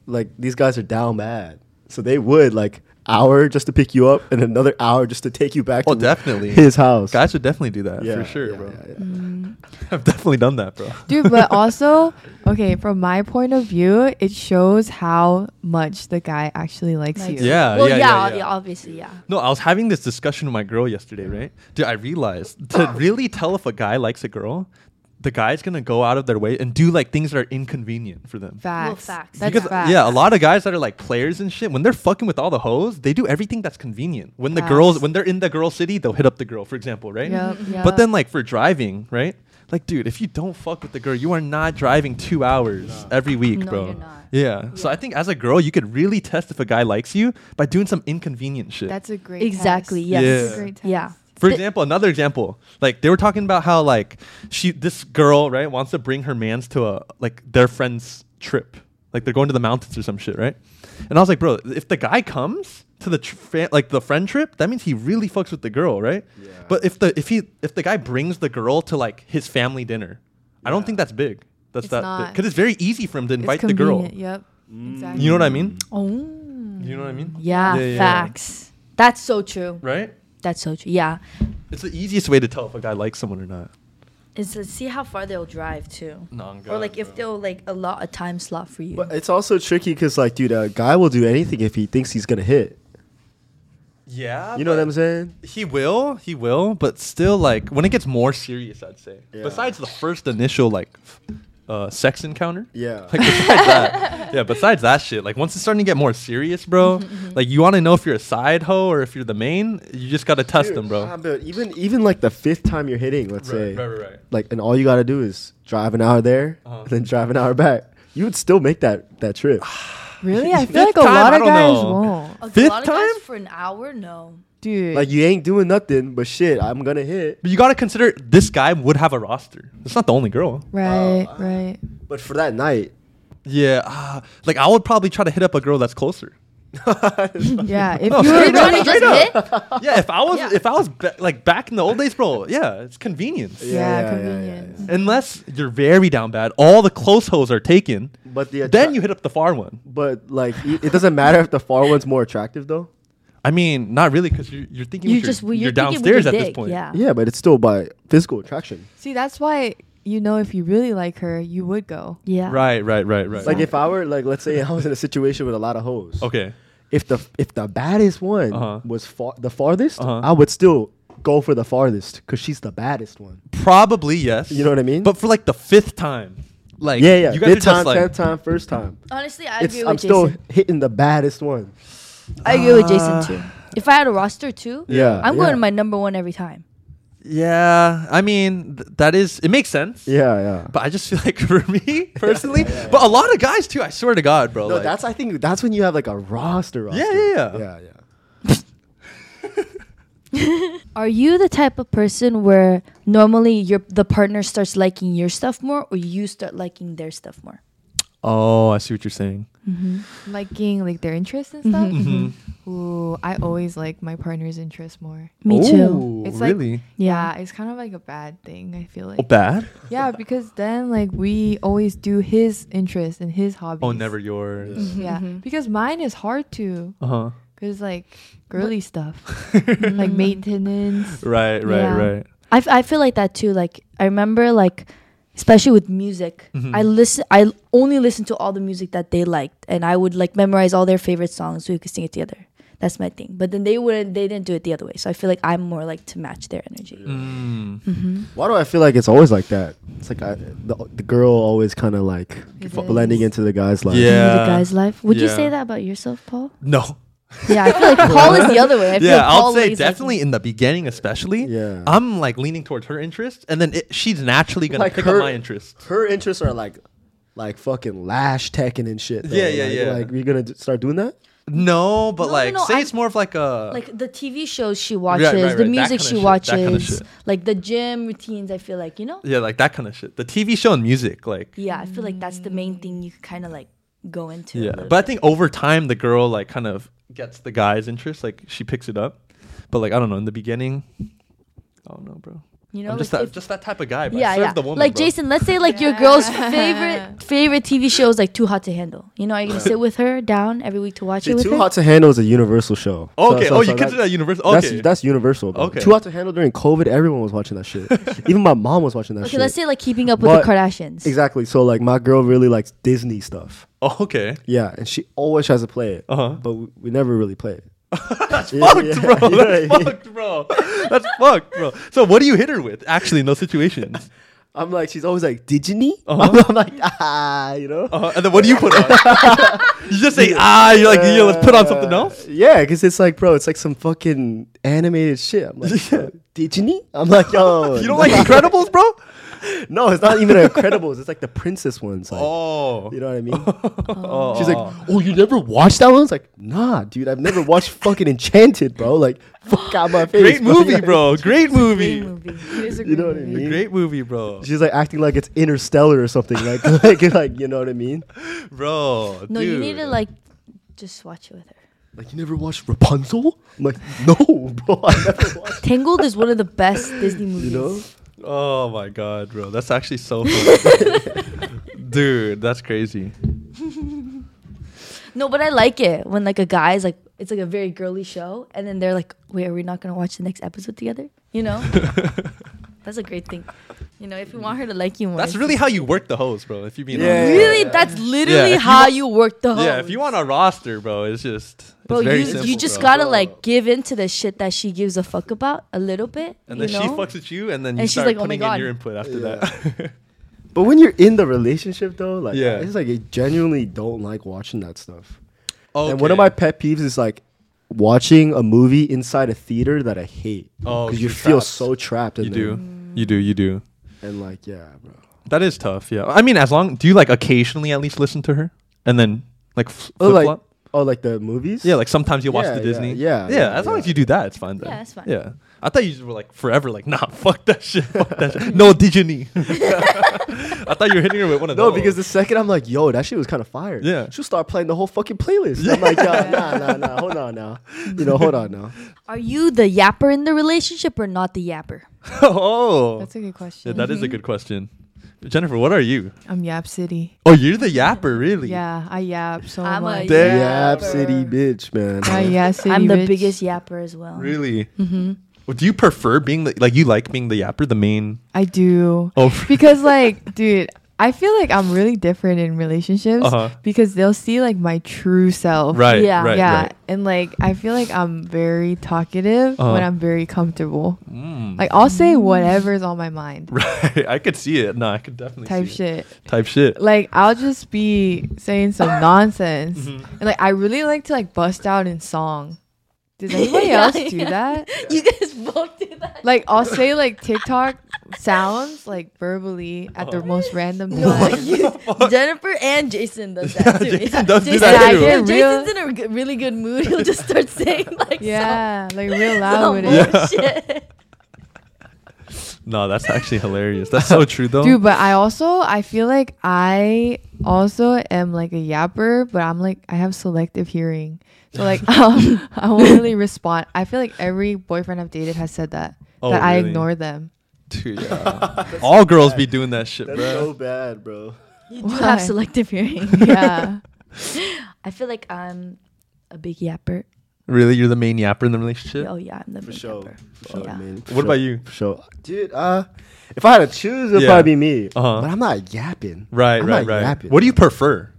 [SPEAKER 1] like these guys are down bad, so they would like hour just to pick you up and another hour just to take you back.
[SPEAKER 2] Oh,
[SPEAKER 1] to
[SPEAKER 2] definitely.
[SPEAKER 1] his house.
[SPEAKER 2] guys would definitely do that
[SPEAKER 1] Yeah,
[SPEAKER 2] for sure,
[SPEAKER 1] yeah,
[SPEAKER 2] bro.
[SPEAKER 1] yeah, yeah.
[SPEAKER 3] Mm-hmm.
[SPEAKER 2] I've definitely done that, bro.
[SPEAKER 4] Dude, but also, okay, from my point of view, it shows how much the guy actually likes
[SPEAKER 3] Like-
[SPEAKER 4] you.
[SPEAKER 2] Yeah,
[SPEAKER 3] well,
[SPEAKER 2] yeah, yeah, yeah.
[SPEAKER 3] obviously, yeah.
[SPEAKER 2] No, I was having this discussion with my girl yesterday, right? Dude, I realized to really tell if a guy likes a girl, the guy's gonna go out of their way and do like things that are inconvenient for them.
[SPEAKER 4] Facts.
[SPEAKER 3] facts,
[SPEAKER 4] That's
[SPEAKER 3] Because,
[SPEAKER 4] facts.
[SPEAKER 2] Yeah, a lot of guys that are like players and shit, when they're fucking with all the hoes, they do everything that's convenient. When the
[SPEAKER 4] Facts.
[SPEAKER 2] girls, when they're in the girl city, they'll hit up the girl, for example, right?
[SPEAKER 4] Yup, yup.
[SPEAKER 2] But then like for driving, right? Like, dude, if you don't fuck with the girl, you are not driving two hours every week,
[SPEAKER 3] No,
[SPEAKER 2] bro.
[SPEAKER 3] you're not.
[SPEAKER 2] Yeah. So I think as a girl, you could really test if a guy likes you by doing some inconvenient shit.
[SPEAKER 4] That's a great
[SPEAKER 3] Exactly.
[SPEAKER 4] test.
[SPEAKER 2] Yeah.
[SPEAKER 3] Yes.
[SPEAKER 4] That's a great test.
[SPEAKER 3] Yeah.
[SPEAKER 2] For
[SPEAKER 3] Th-
[SPEAKER 2] example, another example, like they were talking about how like she this girl right wants to bring her man's to a like their friend's trip, like they're going to the mountains or some shit, right? And I was like, bro, if the guy comes to the tr- fa- like the friend trip, that means he really fucks with the girl, right?
[SPEAKER 1] Yeah.
[SPEAKER 2] But if the if he if the guy brings the girl to like his family dinner, I don't
[SPEAKER 1] Yeah.
[SPEAKER 2] think that's big. That's
[SPEAKER 4] It's
[SPEAKER 2] that
[SPEAKER 4] not.
[SPEAKER 2] because it's very easy for him to
[SPEAKER 4] It's
[SPEAKER 2] invite the girl. Mm.
[SPEAKER 4] convenient, Yep. Exactly.
[SPEAKER 2] You know what I mean?
[SPEAKER 3] Oh.
[SPEAKER 1] Mm.
[SPEAKER 2] You know what I mean?
[SPEAKER 3] Yeah,
[SPEAKER 2] Yeah, yeah.
[SPEAKER 3] facts. That's so true.
[SPEAKER 2] Right?
[SPEAKER 3] That's so true. Yeah.
[SPEAKER 2] It's the easiest way to tell if a guy likes someone or not.
[SPEAKER 3] Is to see how far they'll drive too.
[SPEAKER 2] No, I'm
[SPEAKER 3] or
[SPEAKER 2] good,
[SPEAKER 3] like if
[SPEAKER 2] bro.
[SPEAKER 3] they'll like allot a time slot for you.
[SPEAKER 1] But it's also tricky because, like, dude, a guy will do anything if he thinks he's gonna hit.
[SPEAKER 2] Yeah.
[SPEAKER 1] You know what
[SPEAKER 2] but-
[SPEAKER 1] I'm saying?
[SPEAKER 2] He will, he will, but still, like when it gets more serious, I'd say.
[SPEAKER 1] Yeah.
[SPEAKER 2] Besides the first initial like f- uh, sex encounter,
[SPEAKER 1] Yeah.
[SPEAKER 2] like besides that, yeah. Besides that shit, like once it's starting to get more serious, bro. Like you want to know if you're a side hoe or if you're the main. You just gotta test
[SPEAKER 1] Dude,
[SPEAKER 2] them, bro.
[SPEAKER 1] ah, but even even like the fifth time you're hitting, let's say,
[SPEAKER 2] right.
[SPEAKER 1] like, and all you gotta do is drive an hour there,
[SPEAKER 2] Uh-huh.
[SPEAKER 1] and then drive an hour back. You would still make that that trip.
[SPEAKER 4] Really? I feel
[SPEAKER 2] Fifth
[SPEAKER 4] like a
[SPEAKER 2] time,
[SPEAKER 4] lot
[SPEAKER 2] I
[SPEAKER 4] of
[SPEAKER 2] don't
[SPEAKER 4] guys
[SPEAKER 2] know.
[SPEAKER 4] won't.
[SPEAKER 3] Okay,
[SPEAKER 2] Fifth
[SPEAKER 3] Oh, a lot of guys
[SPEAKER 2] time?
[SPEAKER 3] for an hour? No.
[SPEAKER 4] Dude.
[SPEAKER 1] Like, you ain't doing nothing, but shit, I'm gonna hit.
[SPEAKER 2] But you gotta consider this guy would have a roster. It's not the only girl.
[SPEAKER 4] right,
[SPEAKER 2] uh,
[SPEAKER 4] right.
[SPEAKER 1] But for that night,
[SPEAKER 2] Yeah, ah, like I would probably try to hit up a girl that's closer.
[SPEAKER 4] Yeah. If
[SPEAKER 2] Oh, No, straight
[SPEAKER 4] you were
[SPEAKER 3] You're trying
[SPEAKER 4] really
[SPEAKER 3] to just hit?
[SPEAKER 2] yeah, if I was
[SPEAKER 3] Yeah.
[SPEAKER 2] if I was ba- like back in the old days, bro. Yeah, it's convenience.
[SPEAKER 1] Yeah, yeah,
[SPEAKER 4] Yeah,
[SPEAKER 1] yeah,
[SPEAKER 4] convenient.
[SPEAKER 2] Unless you're very down bad, all the close hoes are taken.
[SPEAKER 1] but the
[SPEAKER 2] then
[SPEAKER 1] attra-
[SPEAKER 2] you hit up the far one.
[SPEAKER 1] But like, y- it doesn't matter if the far one's more attractive, though.
[SPEAKER 2] I mean, not really, because you're, you're thinking
[SPEAKER 3] You
[SPEAKER 2] with your-
[SPEAKER 3] just
[SPEAKER 2] you're,
[SPEAKER 3] you're, thinking with
[SPEAKER 2] downstairs
[SPEAKER 3] your
[SPEAKER 2] at this
[SPEAKER 3] dick,
[SPEAKER 2] point.
[SPEAKER 3] Yeah.
[SPEAKER 1] Yeah, but it's still by physical attraction.
[SPEAKER 4] See, that's why you know if you really like her, you would go.
[SPEAKER 3] Yeah.
[SPEAKER 2] Right, right, right, right.
[SPEAKER 1] Like if I were like, let's say I was in a situation with a lot of hoes.
[SPEAKER 2] okay,
[SPEAKER 1] If the if the baddest one
[SPEAKER 2] Uh-huh.
[SPEAKER 1] was far the farthest,
[SPEAKER 2] Uh-huh.
[SPEAKER 1] I would still go for the farthest because she's the baddest one.
[SPEAKER 2] probably yes.
[SPEAKER 1] You know what I mean?
[SPEAKER 2] But for like the fifth time, like
[SPEAKER 1] yeah, yeah.
[SPEAKER 2] you guys are
[SPEAKER 1] Fifth time,
[SPEAKER 2] just like
[SPEAKER 1] tenth time, first time.
[SPEAKER 3] Honestly, I
[SPEAKER 1] It's,
[SPEAKER 3] agree
[SPEAKER 1] I'm
[SPEAKER 3] with
[SPEAKER 1] still
[SPEAKER 3] Jason.
[SPEAKER 1] hitting the baddest one.
[SPEAKER 3] I agree
[SPEAKER 2] Ah.
[SPEAKER 3] with Jason too. If I had a roster too,
[SPEAKER 1] Yeah,
[SPEAKER 3] I'm
[SPEAKER 1] yeah.
[SPEAKER 3] going to my number one every time.
[SPEAKER 2] yeah. I mean, th- that is it makes sense.
[SPEAKER 1] Yeah, yeah.
[SPEAKER 2] But I just feel like for me personally, but a lot of guys too. I swear to God, bro.
[SPEAKER 1] no,
[SPEAKER 2] like,
[SPEAKER 1] that's I think that's when you have like a roster. roster.
[SPEAKER 2] Yeah, yeah, yeah.
[SPEAKER 1] yeah, yeah.
[SPEAKER 3] Are you the type of person where normally your the partner starts liking your stuff more, or you start liking their stuff more?
[SPEAKER 2] oh, I see what you're saying.
[SPEAKER 3] Mm-hmm.
[SPEAKER 4] Liking like their interests and stuff.
[SPEAKER 2] Mm-hmm.
[SPEAKER 4] Ooh, I always like my partner's interest more.
[SPEAKER 3] Me too.
[SPEAKER 2] Ooh,
[SPEAKER 4] It's like-
[SPEAKER 2] really
[SPEAKER 3] Yeah.
[SPEAKER 4] Yeah, it's kind of like a bad thing, I feel like.
[SPEAKER 2] oh, bad.
[SPEAKER 4] Yeah, because then like we always do his interest and his hobbies.
[SPEAKER 2] Oh, never yours.
[SPEAKER 4] Yeah,
[SPEAKER 3] Mm-hmm.
[SPEAKER 4] because mine is hard to
[SPEAKER 2] Uh huh.
[SPEAKER 4] cuz like girly stuff. like maintenance.
[SPEAKER 2] Right, right,
[SPEAKER 3] Yeah.
[SPEAKER 2] right.
[SPEAKER 3] I, f- I feel like that too. Like I remember like especially with music,
[SPEAKER 2] Mm-hmm.
[SPEAKER 3] I listen I only listened to all the music that they liked, and I would like memorize all their favorite songs so we could sing it together. That's my thing. But then they wouldn't they didn't do it the other way. So I feel like I'm more like to match their energy.
[SPEAKER 2] Mm.
[SPEAKER 1] Hmm. Why do I feel like it's always like that? It's like I, the, the girl always kind of like
[SPEAKER 4] It
[SPEAKER 1] blending
[SPEAKER 4] is.
[SPEAKER 1] into the guy's life.
[SPEAKER 2] Yeah.
[SPEAKER 3] You know the guy's life. Would you
[SPEAKER 2] Yeah.
[SPEAKER 3] say that about yourself, Paul?
[SPEAKER 2] No.
[SPEAKER 3] Yeah, I feel like Paul is the other way. I feel
[SPEAKER 2] yeah,
[SPEAKER 3] like
[SPEAKER 2] I'll
[SPEAKER 3] Paul
[SPEAKER 2] say
[SPEAKER 3] lays, like,
[SPEAKER 2] definitely in the beginning, especially.
[SPEAKER 1] Yeah.
[SPEAKER 2] I'm like leaning towards her interest, and then it, she's naturally gonna
[SPEAKER 1] Like
[SPEAKER 2] pick
[SPEAKER 1] her-
[SPEAKER 2] up my interest.
[SPEAKER 1] Her interests are like, like fucking lash teching and shit. Though.
[SPEAKER 2] Yeah, yeah,
[SPEAKER 1] like,
[SPEAKER 2] yeah.
[SPEAKER 1] Like, we gonna d- start doing that?
[SPEAKER 2] No, but
[SPEAKER 3] No, no,
[SPEAKER 2] like,
[SPEAKER 3] no,
[SPEAKER 2] say
[SPEAKER 3] I-
[SPEAKER 2] it's more of like a
[SPEAKER 3] like the TV shows she watches,
[SPEAKER 2] right,
[SPEAKER 3] the
[SPEAKER 2] right, that kinda
[SPEAKER 3] music
[SPEAKER 2] shit,
[SPEAKER 3] she
[SPEAKER 2] that
[SPEAKER 3] watches,
[SPEAKER 2] kinda shit.
[SPEAKER 3] like the gym routines. I feel like you know.
[SPEAKER 2] yeah, like that kind of shit. The TV show and music, like
[SPEAKER 3] Yeah, I feel like that's the main thing you kind of like go into. a
[SPEAKER 2] yeah.
[SPEAKER 3] little
[SPEAKER 2] But I think over time, the girl like kind of gets the guy's interest. Like she picks it up, but like I don't know in the beginning, I don't know, bro.
[SPEAKER 3] bit. you know,
[SPEAKER 2] I'm just
[SPEAKER 3] like,
[SPEAKER 2] that,
[SPEAKER 3] if-
[SPEAKER 2] just that type of guy. But
[SPEAKER 3] yeah,
[SPEAKER 2] I serve
[SPEAKER 3] yeah.
[SPEAKER 2] the woman,
[SPEAKER 3] like
[SPEAKER 2] bro.
[SPEAKER 3] Jason, let's say like your girl's favorite favorite TV show is like Too Hot to Handle. You know, are you gonna sit with her down every week to watch
[SPEAKER 1] See,
[SPEAKER 3] it with
[SPEAKER 1] Too
[SPEAKER 3] her?
[SPEAKER 1] Hot to Handle is a universal show. So-
[SPEAKER 2] Okay.
[SPEAKER 1] so-
[SPEAKER 2] oh,
[SPEAKER 1] so
[SPEAKER 2] you consider that universal. Okay.
[SPEAKER 1] That's, that's universal. Bro.
[SPEAKER 2] Okay.
[SPEAKER 1] Too Hot to Handle during COVID, everyone was watching that shit. Even my mom was watching that
[SPEAKER 3] okay,
[SPEAKER 1] shit.
[SPEAKER 3] let's say like Keeping Up with
[SPEAKER 1] But-
[SPEAKER 3] the Kardashians.
[SPEAKER 1] exactly. So like, my girl really likes Disney stuff.
[SPEAKER 2] oh, okay.
[SPEAKER 1] Yeah, and she always tries to play it,
[SPEAKER 2] Uh-huh.
[SPEAKER 1] but we, we never really play it. that's
[SPEAKER 2] fucked, bro. That's fucked, bro. That's fucked, bro. So what do you hit her with? Actually, in those situations,
[SPEAKER 1] I'm like, she's always like, "Did you need?"
[SPEAKER 2] Uh-huh.
[SPEAKER 1] I'm like, ah, you know.
[SPEAKER 2] uh, and then what do you put on? you just say ah. You're like, yeah, let's put on something else.
[SPEAKER 1] Yeah, because it's like, bro, it's like some fucking animated shit. I'm like,
[SPEAKER 2] Yeah.
[SPEAKER 1] "Bro, did you need? I'm like, yo,
[SPEAKER 2] You don't like Incredibles, bro?
[SPEAKER 1] No, it's not even Incredibles. It's like the princess ones. Like,
[SPEAKER 2] Oh,
[SPEAKER 1] You know what I mean? She's like, oh, you never watched that one? It's like, nah, dude, I've never watched fucking Enchanted, bro. Like, fuck out my face.
[SPEAKER 2] great movie,
[SPEAKER 1] Like,
[SPEAKER 2] bro. Great
[SPEAKER 3] Great
[SPEAKER 2] movie.
[SPEAKER 3] movie.
[SPEAKER 4] It is a
[SPEAKER 1] You know
[SPEAKER 4] great
[SPEAKER 1] what I
[SPEAKER 4] movie.
[SPEAKER 1] mean?
[SPEAKER 2] Great movie, bro.
[SPEAKER 1] She's like acting like it's Interstellar or something. Like, like, like, you know what I mean?
[SPEAKER 2] Bro,
[SPEAKER 3] No, you need to
[SPEAKER 2] dude.
[SPEAKER 3] like just watch it with her.
[SPEAKER 1] Like, you never watched Rapunzel? I'm like, no, bro, I never watched.
[SPEAKER 3] Tangled is one of the best Disney movies.
[SPEAKER 1] You know?
[SPEAKER 2] Oh my god, bro. That's actually so funny. Dude, that's crazy.
[SPEAKER 3] No, but I like it when like a guy's like it's like a very girly show, and then they're like, "Wait, are we not gonna watch the next episode together?" You know, that's a great thing. You know, if you want her to like you more,
[SPEAKER 2] That's
[SPEAKER 3] it's
[SPEAKER 2] really
[SPEAKER 3] just-
[SPEAKER 2] how you work the hose, bro. If you mean
[SPEAKER 1] Yeah.
[SPEAKER 2] honest.
[SPEAKER 3] really that's literally
[SPEAKER 2] if you
[SPEAKER 3] how
[SPEAKER 2] want-
[SPEAKER 3] you work the whole.
[SPEAKER 2] yeah, if you want a roster, bro, it's just
[SPEAKER 3] Oh, bro,
[SPEAKER 2] it's very
[SPEAKER 3] you
[SPEAKER 2] simple,
[SPEAKER 3] you just
[SPEAKER 2] bro.
[SPEAKER 3] gotta like give in to the shit that she gives a fuck about a little bit.
[SPEAKER 2] and
[SPEAKER 3] you
[SPEAKER 2] then she
[SPEAKER 3] know?
[SPEAKER 2] fucks at you, and then you
[SPEAKER 3] And she's
[SPEAKER 2] start
[SPEAKER 3] like, "Oh my
[SPEAKER 2] putting
[SPEAKER 3] God."
[SPEAKER 2] in your input
[SPEAKER 1] Yeah.
[SPEAKER 2] after that.
[SPEAKER 1] But when you're in the relationship, though, like,
[SPEAKER 2] Yeah.
[SPEAKER 1] it's like, I genuinely don't like watching that stuff.
[SPEAKER 2] oh,
[SPEAKER 1] And one of my pet peeves is like watching a movie inside a theater that I hate.
[SPEAKER 2] Oh,
[SPEAKER 1] because you
[SPEAKER 2] you're
[SPEAKER 1] feel
[SPEAKER 2] trapped.
[SPEAKER 1] so trapped in
[SPEAKER 2] you
[SPEAKER 1] there.
[SPEAKER 2] do, you do, you do.
[SPEAKER 1] And like, yeah, bro.
[SPEAKER 2] That is tough. Yeah, I mean, as long do you like occasionally at least listen to her, and then like flip
[SPEAKER 1] Oh, like,
[SPEAKER 2] flop.
[SPEAKER 1] oh, like the movies.
[SPEAKER 2] Yeah, like sometimes you watch
[SPEAKER 1] Yeah,
[SPEAKER 2] the
[SPEAKER 1] yeah,
[SPEAKER 2] Disney.
[SPEAKER 1] yeah,
[SPEAKER 2] yeah.
[SPEAKER 1] yeah,
[SPEAKER 2] as long
[SPEAKER 1] yeah.
[SPEAKER 2] as you do that, it's fine. Then.
[SPEAKER 3] Yeah, it's fine.
[SPEAKER 2] Yeah, I thought you just were like forever, like nah, fuck that shit, fuck that shit. No Disney. I thought you were hitting her with one of
[SPEAKER 1] No,
[SPEAKER 2] those.
[SPEAKER 1] because the second I'm like, yo, that shit was kind of fire.
[SPEAKER 2] Yeah.
[SPEAKER 1] she'll start playing the whole fucking playlist. I'm like, yo, nah, nah, nah, hold on now, you know, hold on now.
[SPEAKER 3] Are you the yapper in the relationship or not the yapper?
[SPEAKER 2] oh,
[SPEAKER 4] That's a good question.
[SPEAKER 2] yeah, that is a good question. Jennifer, what are you?
[SPEAKER 4] I'm Yap City.
[SPEAKER 2] Oh, you're the yapper, really?
[SPEAKER 4] Yeah, I yap so
[SPEAKER 3] I'm a
[SPEAKER 4] much.
[SPEAKER 3] yap.
[SPEAKER 2] Damn.
[SPEAKER 1] Yeah, city bitch, man.
[SPEAKER 4] I yap city.
[SPEAKER 3] I'm the
[SPEAKER 4] bitch.
[SPEAKER 3] biggest yapper as well.
[SPEAKER 2] Really? Mm-hmm. do you prefer being the, like you like being the yapper, the main?
[SPEAKER 4] I do.
[SPEAKER 2] Oh,
[SPEAKER 4] because like dude i feel like i'm really different in relationships
[SPEAKER 2] Uh-huh.
[SPEAKER 4] because they'll see like my true self
[SPEAKER 2] right,
[SPEAKER 3] Yeah.
[SPEAKER 2] right,
[SPEAKER 4] yeah
[SPEAKER 2] right.
[SPEAKER 4] and like i feel like i'm very talkative
[SPEAKER 2] Uh-huh.
[SPEAKER 4] when i'm very comfortable
[SPEAKER 2] Mm.
[SPEAKER 4] like i'll say whatever's on my mind
[SPEAKER 2] right. I could see it. No, I could definitely
[SPEAKER 4] type
[SPEAKER 2] see
[SPEAKER 4] shit
[SPEAKER 2] It. Type shit.
[SPEAKER 4] like i'll just be saying some nonsense
[SPEAKER 2] Mm-hmm.
[SPEAKER 4] and like i really like to like bust out in song does anybody
[SPEAKER 3] Yeah,
[SPEAKER 4] else do
[SPEAKER 3] yeah.
[SPEAKER 4] that
[SPEAKER 3] You guys both do that.
[SPEAKER 4] like i'll say like tiktok sounds like verbally at
[SPEAKER 2] Uh-huh.
[SPEAKER 4] the most random
[SPEAKER 3] No,
[SPEAKER 4] time
[SPEAKER 3] you, Jennifer and Jason does that too.
[SPEAKER 2] Jason
[SPEAKER 3] Yeah,
[SPEAKER 2] does do
[SPEAKER 3] Jason-
[SPEAKER 2] that
[SPEAKER 3] if
[SPEAKER 4] too. Yeah,
[SPEAKER 3] Jason's in a g- really good mood, he'll just start saying like
[SPEAKER 4] yeah like real
[SPEAKER 3] some,
[SPEAKER 4] loud with
[SPEAKER 3] some
[SPEAKER 4] it
[SPEAKER 3] bullshit.
[SPEAKER 2] No, that's actually hilarious. That's so true, though.
[SPEAKER 4] Dude, but I also I feel like I also am like a yapper, but I'm like I have selective hearing. So like um, I won't really respond. I feel like every boyfriend I've dated has said that
[SPEAKER 2] Oh,
[SPEAKER 4] that I
[SPEAKER 2] really?
[SPEAKER 4] ignore them.
[SPEAKER 2] Dude, yeah. All girls be doing that shit,
[SPEAKER 1] That's
[SPEAKER 2] bro.
[SPEAKER 1] so bad, bro.
[SPEAKER 3] You do have
[SPEAKER 4] Why?
[SPEAKER 3] selective hearing.
[SPEAKER 4] Yeah,
[SPEAKER 3] I feel like I'm a big yapper.
[SPEAKER 2] Really, you're the main yapper in the relationship.
[SPEAKER 3] Oh yeah, I'm the
[SPEAKER 1] For
[SPEAKER 3] big
[SPEAKER 1] sure.
[SPEAKER 3] yapper.
[SPEAKER 1] For sure,
[SPEAKER 3] Yeah.
[SPEAKER 1] man. For
[SPEAKER 2] What about
[SPEAKER 1] sure.
[SPEAKER 2] you?
[SPEAKER 1] For sure. Dude, uh, if I had to choose, it'd
[SPEAKER 2] Yeah.
[SPEAKER 1] probably be me.
[SPEAKER 2] Uh-huh.
[SPEAKER 1] But I'm not yapping.
[SPEAKER 2] Right,
[SPEAKER 1] I'm
[SPEAKER 2] right,
[SPEAKER 1] not
[SPEAKER 2] right.
[SPEAKER 1] yapping.
[SPEAKER 2] What do you prefer?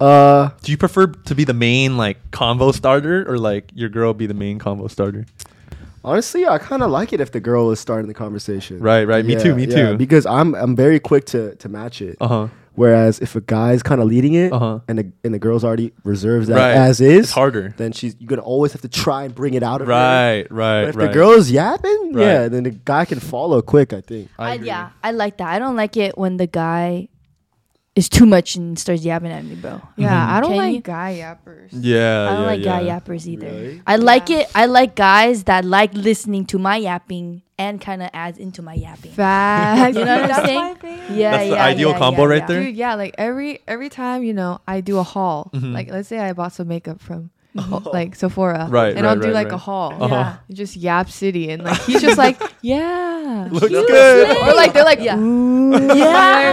[SPEAKER 1] Uh,
[SPEAKER 2] Do you prefer to be the main like convo starter, or like your girl be the main convo starter?
[SPEAKER 1] Honestly, I kind of like it if the girl is starting the conversation.
[SPEAKER 2] Right, right. Me too, me too.
[SPEAKER 1] Because I'm I'm very quick to to match it.
[SPEAKER 2] Uh huh.
[SPEAKER 1] Whereas if a guy's kind of leading it
[SPEAKER 2] Uh-huh.
[SPEAKER 1] and the and the girl's already reserves that
[SPEAKER 2] Right.
[SPEAKER 1] as is,
[SPEAKER 2] It's harder.
[SPEAKER 1] Then she's you're gonna always have to try and bring it out of her.
[SPEAKER 2] Right, right,
[SPEAKER 1] But if
[SPEAKER 2] right.
[SPEAKER 1] the girl's yapping,
[SPEAKER 2] Right.
[SPEAKER 1] yeah, then the guy can follow quick. I think.
[SPEAKER 4] Uh,
[SPEAKER 2] I agree.
[SPEAKER 3] yeah, I like that. I don't like it when the guy is too much and starts yapping at me, bro.
[SPEAKER 4] Yeah,
[SPEAKER 2] Mm-hmm.
[SPEAKER 4] I don't
[SPEAKER 3] Can
[SPEAKER 4] like
[SPEAKER 3] you-
[SPEAKER 4] guy yappers.
[SPEAKER 2] Yeah,
[SPEAKER 3] I don't
[SPEAKER 2] yeah,
[SPEAKER 3] like
[SPEAKER 2] yeah.
[SPEAKER 3] guy yappers either.
[SPEAKER 1] Really?
[SPEAKER 3] I like it. I like guys that like listening to my yapping and kind of adds into my yapping.
[SPEAKER 4] Facts.
[SPEAKER 3] You know what I'm
[SPEAKER 4] That's
[SPEAKER 3] saying?
[SPEAKER 4] my thing.
[SPEAKER 3] Yeah,
[SPEAKER 2] That's the
[SPEAKER 3] yeah,
[SPEAKER 2] ideal
[SPEAKER 3] yeah,
[SPEAKER 2] combo
[SPEAKER 3] yeah,
[SPEAKER 2] right
[SPEAKER 3] yeah.
[SPEAKER 2] there.
[SPEAKER 4] Dude, yeah, like every every time you know I do a haul,
[SPEAKER 2] Mm-hmm.
[SPEAKER 4] like let's say I bought some makeup from oh, like Sephora,
[SPEAKER 2] Right,
[SPEAKER 4] And
[SPEAKER 2] right,
[SPEAKER 4] I'll do
[SPEAKER 2] right,
[SPEAKER 4] like
[SPEAKER 2] right.
[SPEAKER 4] a haul,
[SPEAKER 2] Uh-huh.
[SPEAKER 3] Yeah.
[SPEAKER 4] just Yap City, and like he's just like, yeah,
[SPEAKER 2] Looks
[SPEAKER 3] Cute.
[SPEAKER 2] good.
[SPEAKER 4] or like they're like,
[SPEAKER 3] Yeah.
[SPEAKER 4] ooh, yeah,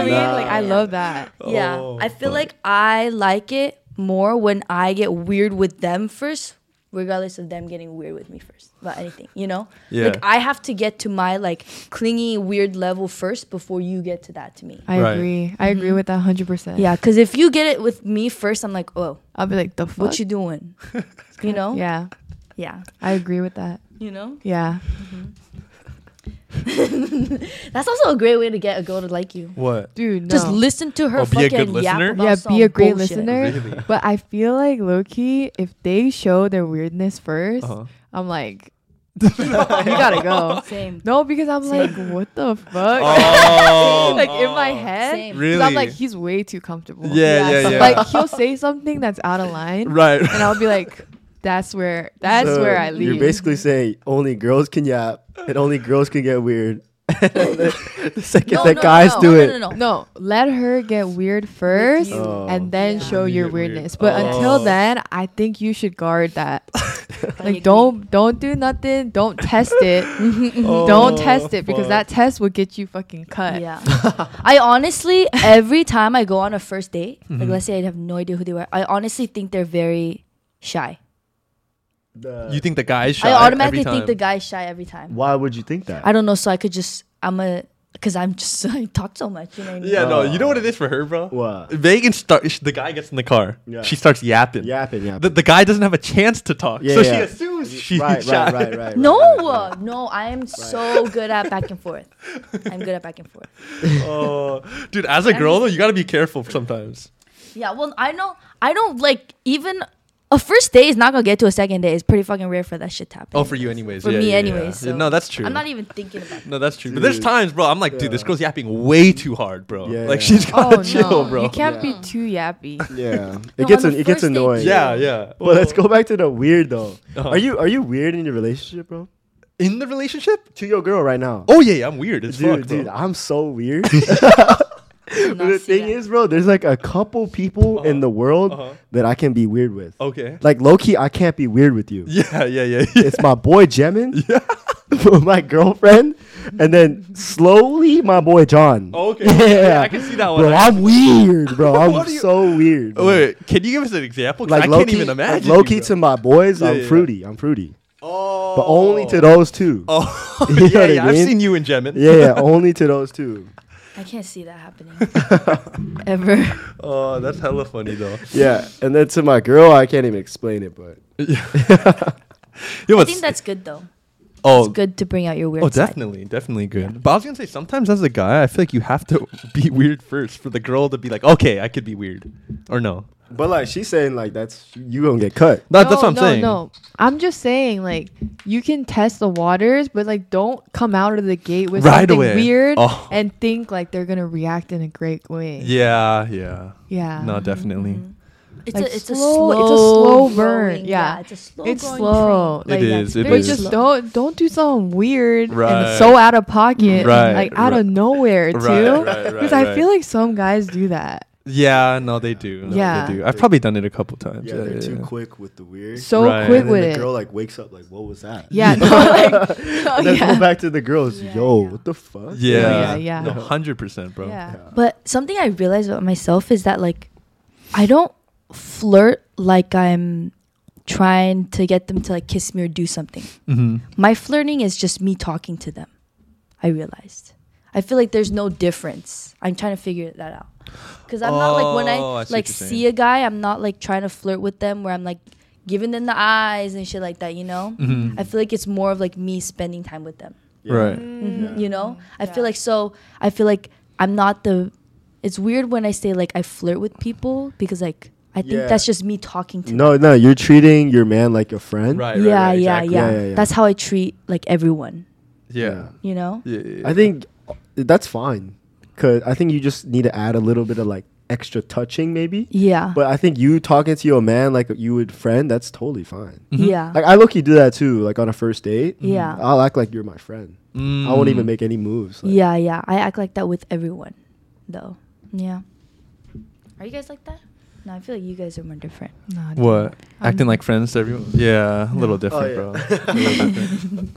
[SPEAKER 4] I mean,
[SPEAKER 1] Nah.
[SPEAKER 4] like I love that.
[SPEAKER 3] Yeah,
[SPEAKER 2] Oh,
[SPEAKER 3] I feel like I like it more when I get weird with them first, regardless of them getting weird with me first about anything. You know,
[SPEAKER 2] Yeah.
[SPEAKER 3] like I have to get to my like clingy weird level first before you get to that to me.
[SPEAKER 4] I
[SPEAKER 2] Right.
[SPEAKER 4] agree. I agree with that hundred percent.
[SPEAKER 3] Yeah, because if you get it with me first, I'm like, oh,
[SPEAKER 4] I'll be like the fuck.
[SPEAKER 3] what you doing? you know?
[SPEAKER 4] yeah,
[SPEAKER 3] yeah.
[SPEAKER 4] I agree with that.
[SPEAKER 3] You know?
[SPEAKER 4] Yeah,
[SPEAKER 3] That's also a great way to get a girl to like you.
[SPEAKER 2] What?
[SPEAKER 4] dude, no.
[SPEAKER 3] Just listen to her
[SPEAKER 1] Oh,
[SPEAKER 2] Or be a
[SPEAKER 3] fucking
[SPEAKER 2] good
[SPEAKER 3] yap
[SPEAKER 2] listener?
[SPEAKER 3] about
[SPEAKER 4] yeah,
[SPEAKER 3] some
[SPEAKER 4] be a great
[SPEAKER 3] bullshit.
[SPEAKER 4] listener.
[SPEAKER 2] Really?
[SPEAKER 4] But I feel like low key, if they show their weirdness 1st
[SPEAKER 2] Uh-huh.
[SPEAKER 4] I'm like, you gotta go.
[SPEAKER 3] Same.
[SPEAKER 4] No, because I'm like, what the fuck?
[SPEAKER 2] Oh,
[SPEAKER 4] like in my head,
[SPEAKER 3] Same.
[SPEAKER 4] 'cause I'm like,
[SPEAKER 2] Really?
[SPEAKER 4] he's way too comfortable.
[SPEAKER 2] Yeah,
[SPEAKER 3] Yeah,
[SPEAKER 2] yeah, yeah.
[SPEAKER 4] Like he'll say something that's out of line,
[SPEAKER 2] right.
[SPEAKER 4] and I'll be like, that's where, that's
[SPEAKER 1] So
[SPEAKER 4] where I leave.
[SPEAKER 1] You're basically saying only girls can yap and only girls can get weird. the second
[SPEAKER 4] No,
[SPEAKER 1] that
[SPEAKER 4] no,
[SPEAKER 1] guys
[SPEAKER 4] no,
[SPEAKER 1] do
[SPEAKER 3] no,
[SPEAKER 1] it,
[SPEAKER 3] No, no, no.
[SPEAKER 4] no, let her get weird first,
[SPEAKER 3] you.
[SPEAKER 1] Oh.
[SPEAKER 4] and then
[SPEAKER 3] Yeah.
[SPEAKER 4] show
[SPEAKER 2] You
[SPEAKER 4] your
[SPEAKER 2] get weird.
[SPEAKER 4] weirdness. But until
[SPEAKER 2] Oh.
[SPEAKER 4] then, I think you should guard that.
[SPEAKER 3] I agree.
[SPEAKER 4] like don't don't do nothing don't test it don't test it because that test will get you fucking cut
[SPEAKER 3] Oh, Yeah. I honestly, every time I go on a first date,
[SPEAKER 1] Mm-hmm.
[SPEAKER 3] like let's say I have no idea who they were, I honestly think they're very shy.
[SPEAKER 2] You think the guy's shy?
[SPEAKER 3] I automatically
[SPEAKER 2] every time.
[SPEAKER 3] think the guy's shy every time.
[SPEAKER 1] why would you think that?
[SPEAKER 3] I don't know, so I could just, I'm a, because I'm just, I talk so much, you know what I mean?
[SPEAKER 2] Yeah, no, you know what it is for her, bro.
[SPEAKER 1] Oh. What?
[SPEAKER 2] Megan start. sh- The guy gets in the car.
[SPEAKER 1] Yeah.
[SPEAKER 2] She starts yapping.
[SPEAKER 1] Yapping, yapping.
[SPEAKER 2] The, the guy doesn't have a chance to talk,
[SPEAKER 1] Yeah,
[SPEAKER 2] so
[SPEAKER 1] yeah.
[SPEAKER 2] she assumes she's
[SPEAKER 1] right,
[SPEAKER 2] shy.
[SPEAKER 1] right, right, right.
[SPEAKER 3] No,
[SPEAKER 1] right, right.
[SPEAKER 3] uh, no, I am so good at back and forth. I'm good at back and forth.
[SPEAKER 2] Oh, dude, as a girl though, you gotta be careful sometimes.
[SPEAKER 3] Yeah, well, I know, I don't like, even a first day is not gonna get to a second day. It's pretty fucking rare for that shit to happen.
[SPEAKER 2] Oh, for you, anyways.
[SPEAKER 3] For
[SPEAKER 2] yeah,
[SPEAKER 3] me,
[SPEAKER 2] yeah,
[SPEAKER 3] anyways.
[SPEAKER 2] yeah.
[SPEAKER 3] So
[SPEAKER 2] no, that's true.
[SPEAKER 3] I'm not e- even thinking about it.
[SPEAKER 2] no, that's true. But there's
[SPEAKER 1] Dude.
[SPEAKER 2] times, bro. I'm like, dude, this
[SPEAKER 1] Yeah.
[SPEAKER 2] girl's yapping way too hard, bro.
[SPEAKER 1] Yeah,
[SPEAKER 2] like
[SPEAKER 1] yeah.
[SPEAKER 2] she's gotta
[SPEAKER 4] oh
[SPEAKER 2] chill,
[SPEAKER 4] no
[SPEAKER 2] bro.
[SPEAKER 4] you can't
[SPEAKER 1] Yeah.
[SPEAKER 4] be too yappy
[SPEAKER 1] Yeah, it
[SPEAKER 3] No,
[SPEAKER 1] gets
[SPEAKER 3] on
[SPEAKER 1] an,
[SPEAKER 3] the
[SPEAKER 1] it gets
[SPEAKER 3] first date-
[SPEAKER 1] annoying.
[SPEAKER 2] yeah, yeah.
[SPEAKER 1] But let's go back to the weird though.
[SPEAKER 2] Uh-huh.
[SPEAKER 1] Are you are you weird in your relationship, bro?
[SPEAKER 2] in the relationship.
[SPEAKER 1] To your girl right now.
[SPEAKER 2] Oh yeah, yeah I'm weird. It's
[SPEAKER 1] dude,
[SPEAKER 2] fuck, bro.
[SPEAKER 1] dude, I'm so weird.
[SPEAKER 3] Do not
[SPEAKER 1] the
[SPEAKER 3] see
[SPEAKER 1] thing
[SPEAKER 3] that.
[SPEAKER 1] is, bro, there's like a couple people in the world
[SPEAKER 2] uh-huh.
[SPEAKER 1] that I can be weird with.
[SPEAKER 2] Okay.
[SPEAKER 1] Like low key, I can't be weird with you.
[SPEAKER 2] Yeah, yeah, yeah. yeah.
[SPEAKER 1] It's my boy Jemin, my girlfriend, and then slowly my boy John.
[SPEAKER 2] Okay.
[SPEAKER 1] Yeah.
[SPEAKER 2] Oh, Yeah, I can see that one.
[SPEAKER 1] Bro,
[SPEAKER 2] I-
[SPEAKER 1] I'm weird, bro. I'm
[SPEAKER 2] What are you-
[SPEAKER 1] so weird. bro.
[SPEAKER 2] Wait, wait, can you give us an example? 'Cause I
[SPEAKER 1] low
[SPEAKER 2] can't
[SPEAKER 1] key-
[SPEAKER 2] even imagine.
[SPEAKER 1] Like low
[SPEAKER 2] you,
[SPEAKER 1] key
[SPEAKER 2] bro.
[SPEAKER 1] to my boys,
[SPEAKER 2] Yeah,
[SPEAKER 1] I'm
[SPEAKER 2] yeah.
[SPEAKER 1] fruity. I'm fruity.
[SPEAKER 2] Oh.
[SPEAKER 1] But only to those two.
[SPEAKER 2] Oh.
[SPEAKER 1] You know
[SPEAKER 2] yeah,
[SPEAKER 1] what I
[SPEAKER 2] yeah, I've
[SPEAKER 1] mean?
[SPEAKER 2] seen you in Gemin.
[SPEAKER 1] Yeah, yeah, only to those two.
[SPEAKER 3] I can't see that happening ever.
[SPEAKER 2] Oh, that's hella funny though.
[SPEAKER 1] Yeah, and then to my girl, I can't even explain it, but
[SPEAKER 2] Yeah,
[SPEAKER 3] I
[SPEAKER 2] but
[SPEAKER 3] think that's good though.
[SPEAKER 2] oh,
[SPEAKER 3] It's good to bring out your weird.
[SPEAKER 2] oh,
[SPEAKER 3] side.
[SPEAKER 2] definitely, definitely good. But I was gonna say sometimes as a guy, I feel like you have to be weird first for the girl to be like, okay, I could be weird, or no.
[SPEAKER 1] but like she's saying like that's you gonna get cut.
[SPEAKER 2] That, that's
[SPEAKER 4] No,
[SPEAKER 2] what I'm
[SPEAKER 4] no,
[SPEAKER 2] saying.
[SPEAKER 4] no i'm just saying like you can test the waters but like don't come out of the gate with
[SPEAKER 2] Right
[SPEAKER 4] something
[SPEAKER 2] away.
[SPEAKER 4] weird
[SPEAKER 2] Oh.
[SPEAKER 4] and think like they're gonna react in a great way
[SPEAKER 2] Yeah, yeah.
[SPEAKER 4] yeah
[SPEAKER 1] Um,
[SPEAKER 2] No, definitely.
[SPEAKER 3] It's
[SPEAKER 4] Like,
[SPEAKER 3] a it's
[SPEAKER 4] slow-
[SPEAKER 3] a
[SPEAKER 4] it's a
[SPEAKER 3] slow
[SPEAKER 4] slow burn,
[SPEAKER 3] growing-
[SPEAKER 4] yeah.
[SPEAKER 3] it's a slow.
[SPEAKER 4] it's
[SPEAKER 3] growing
[SPEAKER 4] slow
[SPEAKER 2] It
[SPEAKER 4] like
[SPEAKER 2] is, it
[SPEAKER 4] but
[SPEAKER 2] is.
[SPEAKER 4] just don't don't do something weird
[SPEAKER 2] Right.
[SPEAKER 4] and so out of pocket
[SPEAKER 2] Right,
[SPEAKER 4] like out
[SPEAKER 2] right.
[SPEAKER 4] of nowhere too
[SPEAKER 2] Right, right, right,
[SPEAKER 4] because i
[SPEAKER 2] right.
[SPEAKER 4] feel like some guys do that
[SPEAKER 2] Yeah, no, they do. No,
[SPEAKER 4] Yeah.
[SPEAKER 2] they do. I've probably done it a couple times.
[SPEAKER 1] Yeah, they're too quick with the weird.
[SPEAKER 4] so
[SPEAKER 2] Right.
[SPEAKER 4] quick
[SPEAKER 1] and then
[SPEAKER 4] with
[SPEAKER 1] the
[SPEAKER 4] it
[SPEAKER 1] girl like wakes up like, what was that?
[SPEAKER 4] yeah no, like, oh,
[SPEAKER 1] And then go
[SPEAKER 4] yeah.
[SPEAKER 1] back to the girls. Yo, what the fuck?
[SPEAKER 2] Yeah,
[SPEAKER 4] Yeah, yeah.
[SPEAKER 2] No, hundred percent, bro.
[SPEAKER 4] yeah
[SPEAKER 3] Thing. But something I realized about myself is that like, I don't flirt like I'm trying to get them to like kiss me or do something.
[SPEAKER 2] hmm
[SPEAKER 3] My flirting is just me talking to them. I realized. I feel like there's no difference. I'm trying to figure that out. Cuz I'm not like when I,
[SPEAKER 2] Oh, I see what
[SPEAKER 3] like
[SPEAKER 2] you're saying.
[SPEAKER 3] see a guy, I'm not like trying to flirt with them where I'm like giving them the eyes and shit like that, you know?
[SPEAKER 2] Mm-hmm.
[SPEAKER 3] I feel like it's more of like me spending time with them.
[SPEAKER 2] Mm.
[SPEAKER 1] Yeah.
[SPEAKER 3] Mm-hmm.
[SPEAKER 2] Right.
[SPEAKER 1] Yeah.
[SPEAKER 3] You know? I feel like so I feel like I'm not the It's weird when I say like I flirt with people because like I
[SPEAKER 1] Yeah.
[SPEAKER 3] think that's just me talking to.
[SPEAKER 1] No, no, you're treating your man like a friend.
[SPEAKER 2] Right.
[SPEAKER 3] them. yeah,
[SPEAKER 2] right,
[SPEAKER 3] yeah,
[SPEAKER 2] exactly.
[SPEAKER 3] yeah,
[SPEAKER 1] Yeah, yeah, yeah.
[SPEAKER 3] That's how I treat like everyone.
[SPEAKER 2] Yeah.
[SPEAKER 3] You know.
[SPEAKER 2] Yeah, yeah, yeah.
[SPEAKER 1] I think that's fine. Cause I think you just need to add a little bit of like extra touching, maybe.
[SPEAKER 3] Yeah.
[SPEAKER 1] But I think you talking to your man like you would friend, that's totally fine.
[SPEAKER 2] Mm-hmm.
[SPEAKER 3] yeah.
[SPEAKER 1] Like I look, you do that too. Like on a first date,
[SPEAKER 3] yeah.
[SPEAKER 1] I'll act like you're my friend. I won't
[SPEAKER 2] Mm.
[SPEAKER 1] even make any moves. Like,
[SPEAKER 3] yeah. Yeah. I act like that with everyone, though. Yeah. Are you guys like that? No, I feel like you guys are more different.
[SPEAKER 4] Nah, dude.
[SPEAKER 2] What? Acting
[SPEAKER 4] I'm-
[SPEAKER 2] like friends to everyone? Yeah, a little
[SPEAKER 4] No.
[SPEAKER 2] different,
[SPEAKER 1] Oh,
[SPEAKER 2] bro. A little different.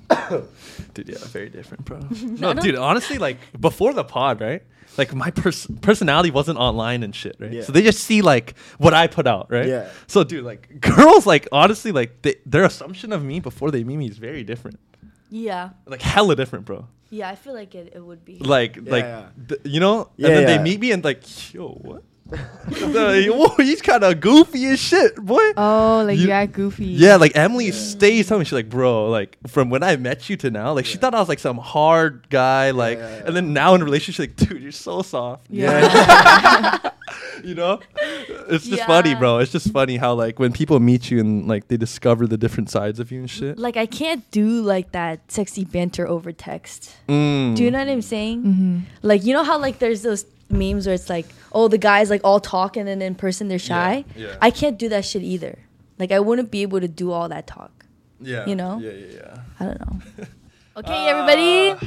[SPEAKER 2] dude, yeah, very different, bro. No,
[SPEAKER 3] don't-
[SPEAKER 2] dude, honestly, like before the pod, right? Like my pers- personality wasn't online and shit, right?
[SPEAKER 1] Yeah.
[SPEAKER 2] So they just see like what I put out, right?
[SPEAKER 1] Yeah.
[SPEAKER 2] So, dude, like girls, like honestly, like they, their assumption of me before they meet me is very different,
[SPEAKER 3] Yeah.
[SPEAKER 2] like hella different, bro.
[SPEAKER 3] Yeah. I feel like it, it would be.
[SPEAKER 2] Like,
[SPEAKER 1] Yeah,
[SPEAKER 2] like
[SPEAKER 1] yeah.
[SPEAKER 2] th- you know,
[SPEAKER 1] Yeah,
[SPEAKER 2] and then
[SPEAKER 1] yeah.
[SPEAKER 2] they meet me and like, yo, what? They're like, Whoa, he's kind of goofy as shit, boy.
[SPEAKER 4] Oh, like
[SPEAKER 2] You-
[SPEAKER 4] you, act goofy.
[SPEAKER 2] Yeah, like Emily stays telling me she's like, bro, like from when I met you to now, like she
[SPEAKER 1] Yeah.
[SPEAKER 2] thought I was like some hard guy, like,
[SPEAKER 1] yeah, yeah.
[SPEAKER 2] and then now in a relationship, she's like, dude, you're so soft. you know, it's just funny,
[SPEAKER 3] Yeah.
[SPEAKER 2] bro. It's just funny how like when people meet you and like they discover the different sides of you and shit.
[SPEAKER 3] like I can't do like that sexy banter over text.
[SPEAKER 2] Mm.
[SPEAKER 3] Do you know what I'm saying?
[SPEAKER 4] Mhm.
[SPEAKER 3] Like you know how like there's those memes where it's like, oh, the guys like all talk and then in person they're shy.
[SPEAKER 2] Yeah, yeah.
[SPEAKER 3] I can't do that shit either. Like I wouldn't be able to do all that talk.
[SPEAKER 2] Yeah.
[SPEAKER 3] you know?
[SPEAKER 2] Yeah, yeah,
[SPEAKER 3] I don't know. Okay, everybody,
[SPEAKER 2] Ah.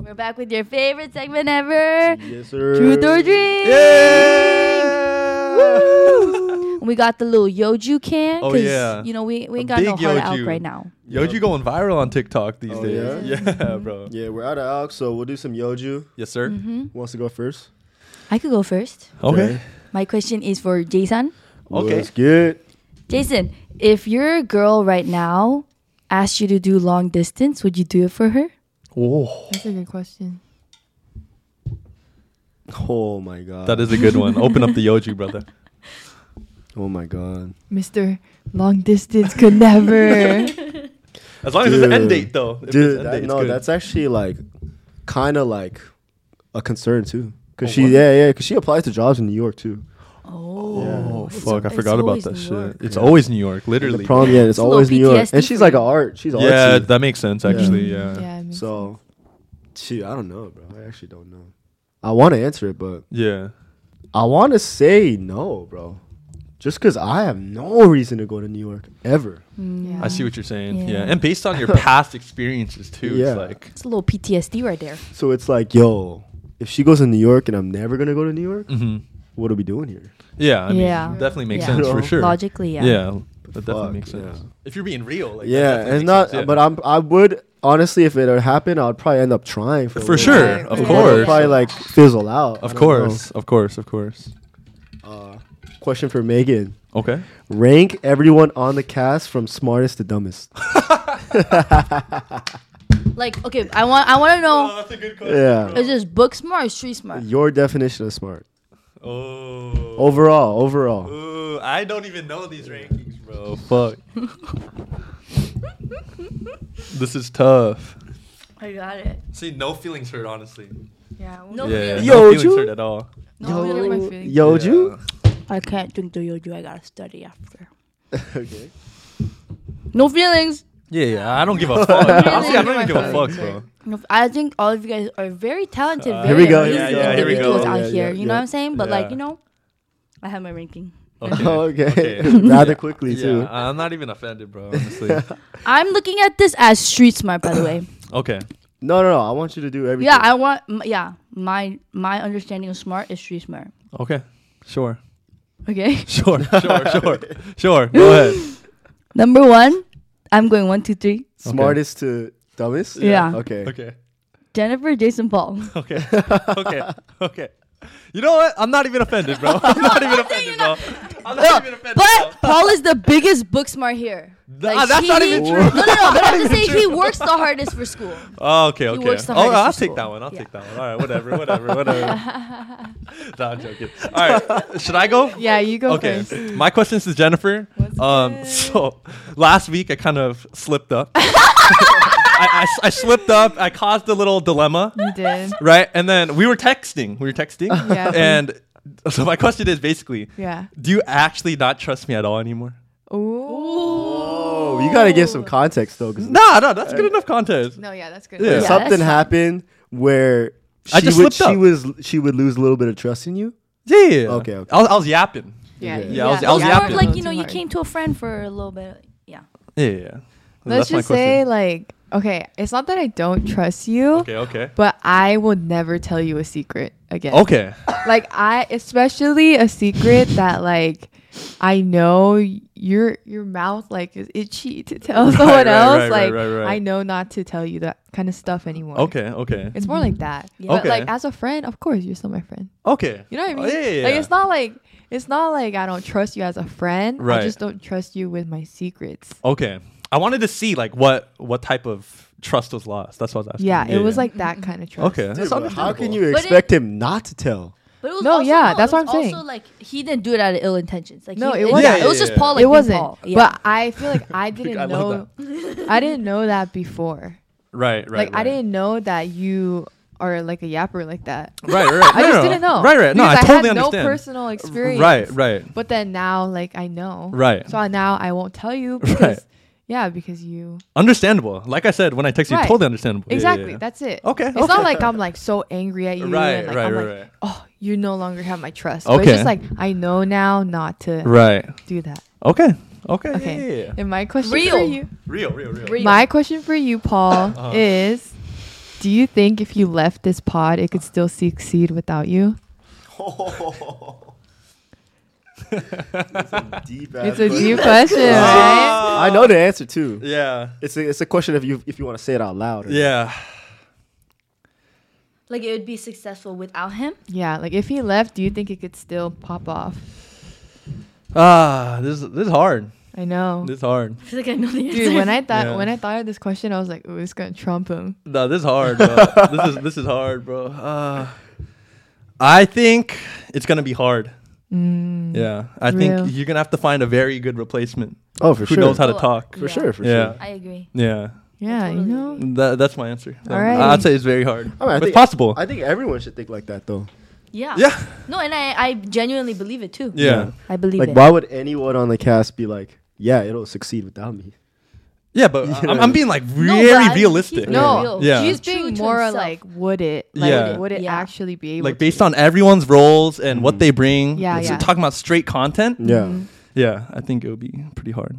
[SPEAKER 3] we're back with your favorite segment ever,
[SPEAKER 1] Yes, sir.
[SPEAKER 3] Truth or Dream.
[SPEAKER 2] yeah.
[SPEAKER 3] Woo! And we got the little yoju can.
[SPEAKER 2] Oh,
[SPEAKER 3] 'cause,
[SPEAKER 2] yeah.
[SPEAKER 3] You know we, we
[SPEAKER 2] A
[SPEAKER 3] ain't got no
[SPEAKER 2] big
[SPEAKER 3] hard out
[SPEAKER 2] yoju.
[SPEAKER 3] right now.
[SPEAKER 2] Yo, you going viral on TikTok these
[SPEAKER 1] Oh,
[SPEAKER 2] days? Yeah, bro.
[SPEAKER 1] Yeah, we're out of alk, so we'll do some yoju.
[SPEAKER 2] Yes, sir.
[SPEAKER 3] hmm
[SPEAKER 1] Who Wants to go first?
[SPEAKER 3] I could go first.
[SPEAKER 2] Okay.
[SPEAKER 3] My question is for Jason.
[SPEAKER 2] Okay.
[SPEAKER 1] Let's get.
[SPEAKER 3] Jason, if your girl right now asked you to do long distance, would you do it for her?
[SPEAKER 2] Oh,
[SPEAKER 4] That's a good question.
[SPEAKER 1] Oh my god.
[SPEAKER 2] that is a good one. Open up the Yoju, brother.
[SPEAKER 1] Oh my god.
[SPEAKER 4] Mr. Long distance could never.
[SPEAKER 2] As long as there's an end
[SPEAKER 1] Dude.
[SPEAKER 2] date, though. If there's
[SPEAKER 1] Dude,
[SPEAKER 2] an
[SPEAKER 1] that-
[SPEAKER 2] end date, it's
[SPEAKER 1] no,
[SPEAKER 2] good.
[SPEAKER 1] that's actually like, kind of like, a concern too. Cause
[SPEAKER 2] Oh,
[SPEAKER 1] she,
[SPEAKER 2] what?
[SPEAKER 1] yeah, yeah, cause she applies to jobs in New York too.
[SPEAKER 3] Oh,
[SPEAKER 2] Oh
[SPEAKER 3] It's-
[SPEAKER 2] fuck! I
[SPEAKER 3] it's
[SPEAKER 2] forgot about
[SPEAKER 3] always
[SPEAKER 2] that
[SPEAKER 3] New
[SPEAKER 2] shit.
[SPEAKER 3] York.
[SPEAKER 2] It's
[SPEAKER 1] Yeah.
[SPEAKER 2] always New York,
[SPEAKER 1] The
[SPEAKER 2] literally.
[SPEAKER 1] problem, yeah, it's
[SPEAKER 3] It's a little
[SPEAKER 1] always New York,
[SPEAKER 3] PTSD
[SPEAKER 1] and she's like
[SPEAKER 3] for
[SPEAKER 1] an
[SPEAKER 3] you.
[SPEAKER 1] art. She's
[SPEAKER 2] yeah,
[SPEAKER 1] artsy.
[SPEAKER 2] that makes sense actually. Yeah. yeah,
[SPEAKER 4] yeah it makes
[SPEAKER 1] so, she, I don't know, bro. I actually don't know. I want to answer it, but I want to say no, bro. Just cause I have no reason to go to New York ever.
[SPEAKER 3] Mm,
[SPEAKER 4] Yeah.
[SPEAKER 2] I see what you're saying. Yeah,
[SPEAKER 3] Yeah.
[SPEAKER 2] and based on your past experiences too,
[SPEAKER 1] Yeah.
[SPEAKER 2] it's like
[SPEAKER 3] It's a little PTSD right there.
[SPEAKER 1] So it's like, yo, if she goes to New York and I'm never gonna go to New York,
[SPEAKER 2] hmm
[SPEAKER 1] what are we doing here?
[SPEAKER 2] yeah, I mean,
[SPEAKER 3] Yeah.
[SPEAKER 2] definitely makes
[SPEAKER 3] Yeah.
[SPEAKER 2] sense for
[SPEAKER 1] Bro.
[SPEAKER 2] sure.
[SPEAKER 3] Logically, yeah.
[SPEAKER 2] yeah, that definitely
[SPEAKER 1] Fuck,
[SPEAKER 2] makes sense.
[SPEAKER 1] yeah.
[SPEAKER 2] If you're being real, like, that
[SPEAKER 1] yeah,
[SPEAKER 2] definitely
[SPEAKER 1] and
[SPEAKER 2] makes
[SPEAKER 1] not.
[SPEAKER 2] sense, yeah.
[SPEAKER 1] But I'm. I would honestly, if it had happened, I'd probably end up trying for a
[SPEAKER 2] for
[SPEAKER 1] little
[SPEAKER 2] sure,
[SPEAKER 1] bit.
[SPEAKER 2] of
[SPEAKER 4] Right, right.
[SPEAKER 1] Or I'd
[SPEAKER 2] course,
[SPEAKER 1] probably like fizzle out. I
[SPEAKER 2] of
[SPEAKER 1] don't
[SPEAKER 2] course, of course, of course.
[SPEAKER 1] know. Uh, question for Megan:
[SPEAKER 2] Okay,
[SPEAKER 1] Rank everyone on the cast from smartest to dumbest.
[SPEAKER 3] Like, okay, I want I
[SPEAKER 2] Oh,
[SPEAKER 3] want to know
[SPEAKER 2] that's a good
[SPEAKER 1] yeah,
[SPEAKER 3] is this book smart or street smart?
[SPEAKER 1] your definition of smart.
[SPEAKER 2] Oh,
[SPEAKER 1] Overall, overall.
[SPEAKER 2] Ooh, I don't even know these rankings, bro. Fuck. this is tough.
[SPEAKER 3] I got it.
[SPEAKER 2] See, no feelings hurt, honestly.
[SPEAKER 4] Yeah.
[SPEAKER 3] No
[SPEAKER 2] yeah,
[SPEAKER 3] feelings.
[SPEAKER 1] Yo,
[SPEAKER 2] no feelings
[SPEAKER 1] Ju-
[SPEAKER 2] hurt at all.
[SPEAKER 3] No
[SPEAKER 4] Yo.
[SPEAKER 3] feelings.
[SPEAKER 4] my feelings.
[SPEAKER 1] Yoju.
[SPEAKER 3] I can't drink the yoju. I gotta study after.
[SPEAKER 1] okay.
[SPEAKER 3] No feelings.
[SPEAKER 2] Yeah, yeah, I don't give a fuck. honestly, I don't even give a fuck,
[SPEAKER 4] feelings
[SPEAKER 2] bro.
[SPEAKER 3] No, I think all of you guys are very talented.
[SPEAKER 2] Uh,
[SPEAKER 3] very
[SPEAKER 1] Here we go,
[SPEAKER 3] amazing
[SPEAKER 1] yeah, yeah, here we go.
[SPEAKER 3] individuals out
[SPEAKER 1] Yeah,
[SPEAKER 3] here.
[SPEAKER 1] yeah,
[SPEAKER 3] you know
[SPEAKER 1] yeah.
[SPEAKER 3] what I'm saying? But
[SPEAKER 2] Yeah.
[SPEAKER 3] like, you know, I have my ranking.
[SPEAKER 2] Okay.
[SPEAKER 1] Oh, Okay. Rather quickly
[SPEAKER 2] Yeah,
[SPEAKER 1] too.
[SPEAKER 2] I'm not even offended, bro. Honestly.
[SPEAKER 3] I'm looking at this as street smart, by the way.
[SPEAKER 2] okay.
[SPEAKER 1] No, no, no. I want you to do everything.
[SPEAKER 3] Yeah, I want. m- Yeah, my my understanding of smart is street smart.
[SPEAKER 2] Okay. Sure.
[SPEAKER 3] Okay,
[SPEAKER 2] Sure. Sure. Sure. sure. Go ahead.
[SPEAKER 3] number one, I'm going one, two, three.
[SPEAKER 1] smartest to dumbest.
[SPEAKER 3] Yeah.
[SPEAKER 1] Okay.
[SPEAKER 2] Okay.
[SPEAKER 3] Jennifer, Jason, Paul.
[SPEAKER 2] Okay. Okay. Okay. You know what? I'm not even offended, bro. I'm not even offended, bro. I'm not even offended. bro.
[SPEAKER 3] But Paul is the biggest book smart here.
[SPEAKER 2] Th- ah, that's not even true.
[SPEAKER 3] No, no, no. But I'm just saying
[SPEAKER 2] even
[SPEAKER 3] he works the hardest for school.
[SPEAKER 2] Oh, okay, okay.
[SPEAKER 3] works the
[SPEAKER 2] oh,
[SPEAKER 3] hardest
[SPEAKER 2] I'll
[SPEAKER 3] for
[SPEAKER 2] take
[SPEAKER 3] school.
[SPEAKER 2] that one. I'll
[SPEAKER 3] Yeah.
[SPEAKER 2] take that one. All right, whatever, whatever, whatever. no, I'm joking. All right, should I go?
[SPEAKER 4] Yeah, you go
[SPEAKER 2] Okay.
[SPEAKER 4] first.
[SPEAKER 2] My question is to Jennifer.
[SPEAKER 4] What's
[SPEAKER 2] um, so last week I kind of slipped up. I, I s- I slipped up. I caused a little dilemma,
[SPEAKER 4] You did.
[SPEAKER 2] right? And then we were texting. We were texting.
[SPEAKER 4] Yeah.
[SPEAKER 2] And so my question is basically,
[SPEAKER 4] Yeah.
[SPEAKER 2] do you actually not trust me at all anymore?
[SPEAKER 4] Ooh.
[SPEAKER 1] Oh, you gotta give some context though, because
[SPEAKER 2] Nah, no, that's good enough context.
[SPEAKER 4] No, yeah, that's good.
[SPEAKER 2] Yeah.
[SPEAKER 3] Yeah.
[SPEAKER 1] something
[SPEAKER 3] that's fine.
[SPEAKER 1] happened where she
[SPEAKER 2] I just
[SPEAKER 1] would she
[SPEAKER 2] slipped up.
[SPEAKER 1] was she would lose a little bit of trust in you.
[SPEAKER 2] Yeah. yeah.
[SPEAKER 1] Okay, okay.
[SPEAKER 2] I was, I was yapping.
[SPEAKER 4] Yeah,
[SPEAKER 1] Yeah,
[SPEAKER 2] I was- I was
[SPEAKER 3] Or,
[SPEAKER 2] yapping.
[SPEAKER 3] like you know, you came to a friend for a little bit. Yeah.
[SPEAKER 2] Yeah. yeah, yeah.
[SPEAKER 4] Let's
[SPEAKER 2] That's my
[SPEAKER 4] just say
[SPEAKER 2] question.
[SPEAKER 4] like, okay, it's not that I don't trust you,
[SPEAKER 2] Okay. Okay.
[SPEAKER 4] but I will never tell you a secret again.
[SPEAKER 2] Okay.
[SPEAKER 4] Like I, especially a secret that like I know your your mouth like is itchy to tell
[SPEAKER 2] Right,
[SPEAKER 4] someone
[SPEAKER 2] right,
[SPEAKER 4] else.
[SPEAKER 2] right,
[SPEAKER 4] like
[SPEAKER 2] right, right, right.
[SPEAKER 4] I know not to tell you that kind of stuff anymore.
[SPEAKER 2] Okay. Okay.
[SPEAKER 4] It's more like that.
[SPEAKER 3] Yeah.
[SPEAKER 4] But
[SPEAKER 2] Okay.
[SPEAKER 4] like as a friend, of course you're still my friend.
[SPEAKER 2] Okay.
[SPEAKER 4] You know what I
[SPEAKER 2] Oh,
[SPEAKER 4] mean?
[SPEAKER 2] yeah, yeah,
[SPEAKER 4] Like
[SPEAKER 2] yeah.
[SPEAKER 4] it's not like it's not like I don't trust you as a friend.
[SPEAKER 2] Right.
[SPEAKER 4] I just don't trust you with my secrets.
[SPEAKER 2] Okay. I wanted to see like what what type of trust was lost. That's what I was asking.
[SPEAKER 4] Yeah, it was like that kind of trust.
[SPEAKER 2] Okay.
[SPEAKER 1] Dude,
[SPEAKER 2] That's
[SPEAKER 1] but how
[SPEAKER 2] understandable.
[SPEAKER 1] can you
[SPEAKER 3] But it-
[SPEAKER 1] expect him not to tell?
[SPEAKER 3] But it was
[SPEAKER 4] No,
[SPEAKER 3] also-
[SPEAKER 4] yeah,
[SPEAKER 3] it
[SPEAKER 4] that's what
[SPEAKER 3] was
[SPEAKER 4] I'm saying.
[SPEAKER 3] Also, like he didn't do it out of ill intentions. Like
[SPEAKER 4] No,
[SPEAKER 3] he,
[SPEAKER 4] it
[SPEAKER 3] yeah,
[SPEAKER 4] wasn't.
[SPEAKER 3] it was just
[SPEAKER 2] Yeah.
[SPEAKER 3] Paul. Like
[SPEAKER 4] it wasn't,
[SPEAKER 3] Paul. Yeah.
[SPEAKER 4] but I feel like I didn't
[SPEAKER 2] I
[SPEAKER 4] know.
[SPEAKER 2] love
[SPEAKER 4] I didn't know that before.
[SPEAKER 2] Right, right.
[SPEAKER 4] like
[SPEAKER 2] right.
[SPEAKER 4] I didn't know that you are like a yapper like that.
[SPEAKER 2] Right, right. right. No,
[SPEAKER 4] I just
[SPEAKER 2] no, no.
[SPEAKER 4] didn't know.
[SPEAKER 2] Right, right. No,
[SPEAKER 4] Because
[SPEAKER 2] I totally
[SPEAKER 4] had
[SPEAKER 2] understand.
[SPEAKER 4] No personal experience.
[SPEAKER 2] Right, right.
[SPEAKER 4] But then now, like I know.
[SPEAKER 2] Right.
[SPEAKER 4] So now I won't tell you.
[SPEAKER 2] Right.
[SPEAKER 4] Because, Yeah, because you
[SPEAKER 2] Understandable. Like I said, when I texted
[SPEAKER 4] Right.
[SPEAKER 2] you, totally understandable. Yeah, yeah,
[SPEAKER 4] exactly.
[SPEAKER 2] yeah.
[SPEAKER 4] That's it.
[SPEAKER 2] Okay,
[SPEAKER 4] It's
[SPEAKER 2] okay.
[SPEAKER 4] not like I'm like so angry at you.
[SPEAKER 2] Right,
[SPEAKER 4] and, like,
[SPEAKER 2] right,
[SPEAKER 4] I'm
[SPEAKER 2] right,
[SPEAKER 4] like,
[SPEAKER 2] right.
[SPEAKER 4] Oh, you no longer have my trust. But it's
[SPEAKER 2] Okay.
[SPEAKER 4] just like I know now not to
[SPEAKER 2] Right.
[SPEAKER 4] do that.
[SPEAKER 2] Okay. Okay.
[SPEAKER 4] Okay.
[SPEAKER 2] Yeah, yeah, yeah.
[SPEAKER 4] And my question for
[SPEAKER 3] Real.
[SPEAKER 4] you.
[SPEAKER 2] Real, real, real.
[SPEAKER 3] Real.
[SPEAKER 4] My question for you, Paul,
[SPEAKER 2] Uh-huh.
[SPEAKER 4] is do you think if you left this pod, it could still succeed without you?
[SPEAKER 1] Deep
[SPEAKER 4] It's a deep question, right?
[SPEAKER 2] Ah.
[SPEAKER 1] I know the answer too.
[SPEAKER 2] Yeah.
[SPEAKER 1] It's a, it's a question if you if you want to say it out loud. or-
[SPEAKER 2] Yeah.
[SPEAKER 3] like it would be successful without him.
[SPEAKER 4] Yeah, like if he left, do you think it could still pop off?
[SPEAKER 2] Ah, this this is hard.
[SPEAKER 4] I know.
[SPEAKER 2] This is hard.
[SPEAKER 3] I feel like I know the answer.
[SPEAKER 4] Dude, when I thought
[SPEAKER 2] Yeah.
[SPEAKER 4] when I thought of this question, I was like, "Ooh, it's gonna trump him."
[SPEAKER 2] No, this is hard, bro. this is this is hard, bro. Uh, I think it's gonna be hard.
[SPEAKER 4] Mm.
[SPEAKER 2] Yeah. I
[SPEAKER 4] Real.
[SPEAKER 2] think you're gonna have to find a very good replacement
[SPEAKER 1] Oh, for
[SPEAKER 2] who
[SPEAKER 1] sure.
[SPEAKER 2] knows how to
[SPEAKER 3] Oh,
[SPEAKER 2] talk.
[SPEAKER 1] for
[SPEAKER 3] Yeah.
[SPEAKER 1] sure, for
[SPEAKER 2] Yeah.
[SPEAKER 1] sure.
[SPEAKER 3] I agree.
[SPEAKER 2] Yeah.
[SPEAKER 4] Yeah, you
[SPEAKER 3] totally
[SPEAKER 4] know.
[SPEAKER 2] That, that's my answer.
[SPEAKER 4] All right.
[SPEAKER 2] I'd say it's very
[SPEAKER 1] I
[SPEAKER 2] hard.
[SPEAKER 1] mean, I
[SPEAKER 2] but
[SPEAKER 1] think-
[SPEAKER 2] it's possible.
[SPEAKER 1] I think everyone should think like that though.
[SPEAKER 3] Yeah.
[SPEAKER 2] yeah.
[SPEAKER 3] No, and I, I genuinely believe it too.
[SPEAKER 2] Yeah.
[SPEAKER 3] I believe
[SPEAKER 1] Like,
[SPEAKER 3] it.
[SPEAKER 1] why would anyone on the cast be like, "Yeah, it'll succeed without me"?
[SPEAKER 2] Yeah, but
[SPEAKER 1] Yeah.
[SPEAKER 2] I'm, I'm being like
[SPEAKER 3] No,
[SPEAKER 2] very
[SPEAKER 3] but I mean,
[SPEAKER 2] realistic.
[SPEAKER 3] he's
[SPEAKER 4] No,
[SPEAKER 3] real.
[SPEAKER 2] Yeah.
[SPEAKER 4] she's
[SPEAKER 3] True
[SPEAKER 4] being
[SPEAKER 3] to
[SPEAKER 4] more
[SPEAKER 3] himself.
[SPEAKER 4] like, would it? Like,
[SPEAKER 2] Yeah.
[SPEAKER 4] would it
[SPEAKER 3] Yeah.
[SPEAKER 4] actually be able?
[SPEAKER 2] Like based on everyone's roles and what they bring.
[SPEAKER 4] Yeah,
[SPEAKER 2] it's
[SPEAKER 4] yeah.
[SPEAKER 2] Talking about straight content.
[SPEAKER 1] Mm. Yeah.
[SPEAKER 3] Mm-hmm.
[SPEAKER 2] Yeah, I think it would be pretty hard,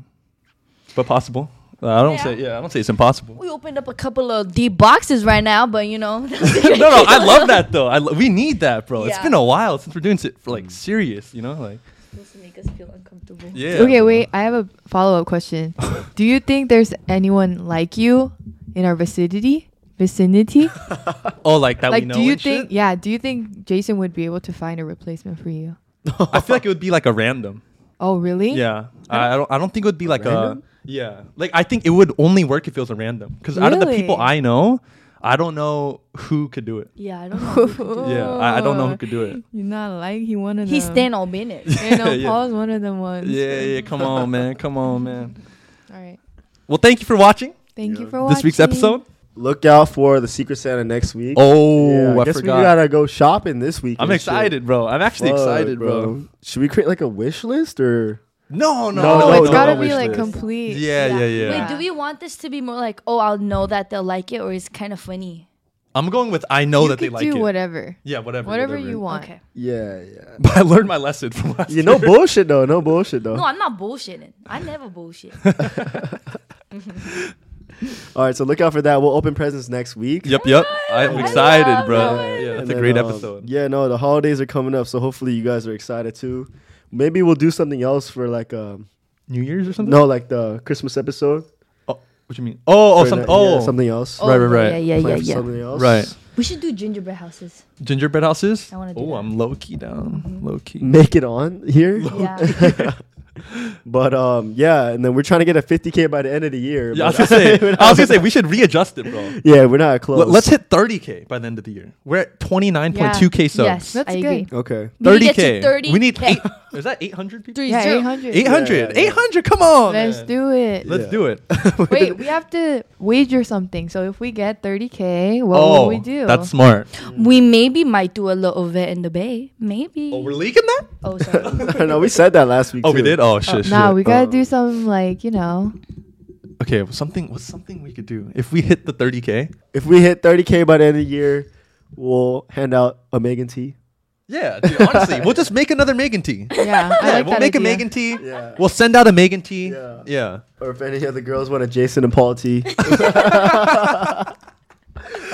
[SPEAKER 2] but possible. Uh, I don't
[SPEAKER 3] Yeah.
[SPEAKER 2] say yeah. I don't say it's impossible.
[SPEAKER 3] we opened up a couple of deep boxes right now, but you know.
[SPEAKER 2] no, no, I love that though. I lo- we need that, bro. It's
[SPEAKER 3] Yeah.
[SPEAKER 2] been a while since we're doing it for like serious. You know, like
[SPEAKER 3] Supposed to make us feel uncomfortable.
[SPEAKER 2] yeah.
[SPEAKER 4] okay,
[SPEAKER 2] bro.
[SPEAKER 4] wait. I have a follow up question. Do you think there's anyone like you in our vicinity? Vicinity?
[SPEAKER 2] Oh, like that. we
[SPEAKER 4] like,
[SPEAKER 2] know
[SPEAKER 4] do you
[SPEAKER 2] and
[SPEAKER 4] think?
[SPEAKER 2] shit?
[SPEAKER 4] Yeah. Do you think Jason would be able to find a replacement for you?
[SPEAKER 2] I feel like it would be like a random.
[SPEAKER 4] Oh, really?
[SPEAKER 2] Yeah, I, I don't. I don't think it would be like
[SPEAKER 1] Random?
[SPEAKER 2] a. Yeah, like I think it would only work if it was a random. Because out of the people
[SPEAKER 4] Really?
[SPEAKER 2] I know, I don't know who could do it.
[SPEAKER 3] Yeah, I don't know.
[SPEAKER 2] Yeah, I, I don't know who could do it.
[SPEAKER 4] You're not like he one of them.
[SPEAKER 3] He's staying all minute.
[SPEAKER 4] Oh. You know,
[SPEAKER 2] Yeah.
[SPEAKER 4] Paul's one of them ones.
[SPEAKER 2] Yeah, yeah. Come on, man. Come on, man.
[SPEAKER 4] All right.
[SPEAKER 2] Well, thank you for watching
[SPEAKER 4] Thank you
[SPEAKER 1] Yeah.
[SPEAKER 4] for watching
[SPEAKER 2] this week's episode.
[SPEAKER 1] Look out for the Secret Santa next week.
[SPEAKER 2] Oh,
[SPEAKER 1] Yeah,
[SPEAKER 2] I
[SPEAKER 1] guess
[SPEAKER 2] forgot.
[SPEAKER 1] we gotta go shopping this week.
[SPEAKER 2] I'm
[SPEAKER 1] and shit.
[SPEAKER 2] excited, bro. I'm actually
[SPEAKER 1] Fuck,
[SPEAKER 2] excited, bro.
[SPEAKER 1] Should we create like a wish list or?
[SPEAKER 2] No, no,
[SPEAKER 1] No,
[SPEAKER 4] Oh,
[SPEAKER 2] no.
[SPEAKER 1] no,
[SPEAKER 4] it's
[SPEAKER 1] no,
[SPEAKER 4] gotta
[SPEAKER 1] no,
[SPEAKER 4] be
[SPEAKER 1] wish
[SPEAKER 4] like
[SPEAKER 1] list.
[SPEAKER 4] complete.
[SPEAKER 2] Yeah, yeah, yeah.
[SPEAKER 3] Wait, do we want this to be more like, oh, I'll know that they'll like it, or it's kind of funny?
[SPEAKER 2] I'm going with I know
[SPEAKER 4] You
[SPEAKER 2] that they
[SPEAKER 4] could
[SPEAKER 2] like
[SPEAKER 4] do
[SPEAKER 2] it.
[SPEAKER 4] whatever.
[SPEAKER 2] Yeah, whatever.
[SPEAKER 4] Whatever you want.
[SPEAKER 3] Okay.
[SPEAKER 1] Yeah, yeah.
[SPEAKER 2] But I learned my lesson from last.
[SPEAKER 1] Yeah, no bullshit though. No bullshit
[SPEAKER 2] Uh.
[SPEAKER 1] though.
[SPEAKER 3] No, I'm not bullshitting. I never bullshit.
[SPEAKER 1] All right, so look out for that. We'll open presents next week.
[SPEAKER 2] Yep, yep. I'm
[SPEAKER 3] I
[SPEAKER 2] excited,
[SPEAKER 3] love
[SPEAKER 2] bro.
[SPEAKER 3] it.
[SPEAKER 2] Yeah, that's
[SPEAKER 1] And
[SPEAKER 2] a
[SPEAKER 1] then,
[SPEAKER 2] great
[SPEAKER 1] um,
[SPEAKER 2] episode.
[SPEAKER 1] Yeah, no, the holidays are coming up, so hopefully you guys are excited too. Maybe we'll do something else for like um
[SPEAKER 2] New Year's or something?
[SPEAKER 1] no, like the Christmas episode.
[SPEAKER 2] Oh, what you mean? Oh, oh,
[SPEAKER 1] For
[SPEAKER 2] something.
[SPEAKER 1] the-
[SPEAKER 2] Oh,
[SPEAKER 1] yeah, something else.
[SPEAKER 3] Oh,
[SPEAKER 2] Right, right, right.
[SPEAKER 3] Yeah, yeah,
[SPEAKER 1] Plan
[SPEAKER 3] yeah,
[SPEAKER 1] for
[SPEAKER 3] yeah.
[SPEAKER 1] Something else.
[SPEAKER 2] Right.
[SPEAKER 3] We should do gingerbread houses.
[SPEAKER 2] Gingerbread houses.
[SPEAKER 3] I wanna do
[SPEAKER 2] oh,
[SPEAKER 3] that.
[SPEAKER 2] I'm low key down. Low key.
[SPEAKER 1] Make it on here.
[SPEAKER 3] Yeah.
[SPEAKER 1] But um, yeah, and then we're trying to get a 50k by the end of the year.
[SPEAKER 2] Yeah, I was
[SPEAKER 1] but-
[SPEAKER 2] gonna say. I was gonna say we should readjust it, bro.
[SPEAKER 1] yeah, we're not
[SPEAKER 2] L-
[SPEAKER 1] close.
[SPEAKER 2] let's hit 30k by the end of the year. We're at 29.2k subs.
[SPEAKER 3] yes,
[SPEAKER 4] That's
[SPEAKER 3] I
[SPEAKER 4] good.
[SPEAKER 3] agree.
[SPEAKER 1] Okay.
[SPEAKER 3] We need to
[SPEAKER 2] 30k.
[SPEAKER 3] get to
[SPEAKER 2] We need
[SPEAKER 3] 30K.
[SPEAKER 2] eight, Is that 800 people?
[SPEAKER 3] Three
[SPEAKER 4] yeah,
[SPEAKER 3] zero.
[SPEAKER 4] eight hundred.
[SPEAKER 2] 800.
[SPEAKER 1] Yeah, yeah.
[SPEAKER 2] 800. Come on.
[SPEAKER 4] Let's
[SPEAKER 2] man.
[SPEAKER 4] do it.
[SPEAKER 2] Let's
[SPEAKER 1] Yeah.
[SPEAKER 2] do it.
[SPEAKER 4] Wait, we have to wager something. So if we get 30k, what will we do?
[SPEAKER 2] Oh, That's smart.
[SPEAKER 3] We maybe might do a little bit in the bay. Maybe.
[SPEAKER 2] Oh, we're leaking that?
[SPEAKER 3] Oh, sorry.
[SPEAKER 1] no, we said that last week.
[SPEAKER 2] Oh, we
[SPEAKER 1] too.
[SPEAKER 2] did? Oh, shit. shit.
[SPEAKER 4] Nah, we gotta
[SPEAKER 1] Uh,
[SPEAKER 4] do some like you know.
[SPEAKER 2] Okay, well, something was something we could do if we hit the 30k.
[SPEAKER 1] If we hit 30k by the end of the year, we'll hand out a Megan T.
[SPEAKER 2] Yeah, dude, honestly, we'll just make another Megan tea. Yeah,
[SPEAKER 4] Yeah, I like
[SPEAKER 2] we'll
[SPEAKER 4] that
[SPEAKER 2] make
[SPEAKER 4] idea.
[SPEAKER 2] a Megan tea.
[SPEAKER 1] Yeah.
[SPEAKER 2] We'll send out a Megan tea.
[SPEAKER 1] Yeah.
[SPEAKER 2] yeah.
[SPEAKER 1] Or if any of the girls want a Jason and Paul T.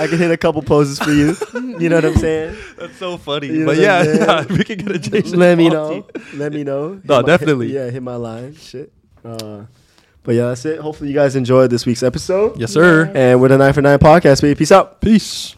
[SPEAKER 1] I can hit a couple poses for you. You know what I'm saying?
[SPEAKER 2] That's so funny.
[SPEAKER 1] You know
[SPEAKER 2] but
[SPEAKER 1] what
[SPEAKER 2] yeah,
[SPEAKER 1] I'm saying?
[SPEAKER 2] yeah, we could get a Jason.
[SPEAKER 1] Let me
[SPEAKER 2] Paul
[SPEAKER 1] know.
[SPEAKER 2] tea.
[SPEAKER 1] Let me know. Hit
[SPEAKER 2] No,
[SPEAKER 1] my- hit-
[SPEAKER 2] definitely.
[SPEAKER 1] yeah, hit my line. Shit. Uh, but yeah, that's it. Hopefully you guys enjoyed this week's episode.
[SPEAKER 2] Yes, sir.
[SPEAKER 3] Yes.
[SPEAKER 1] And we're the 9 for 9 podcast, baby. Peace out.
[SPEAKER 2] Peace.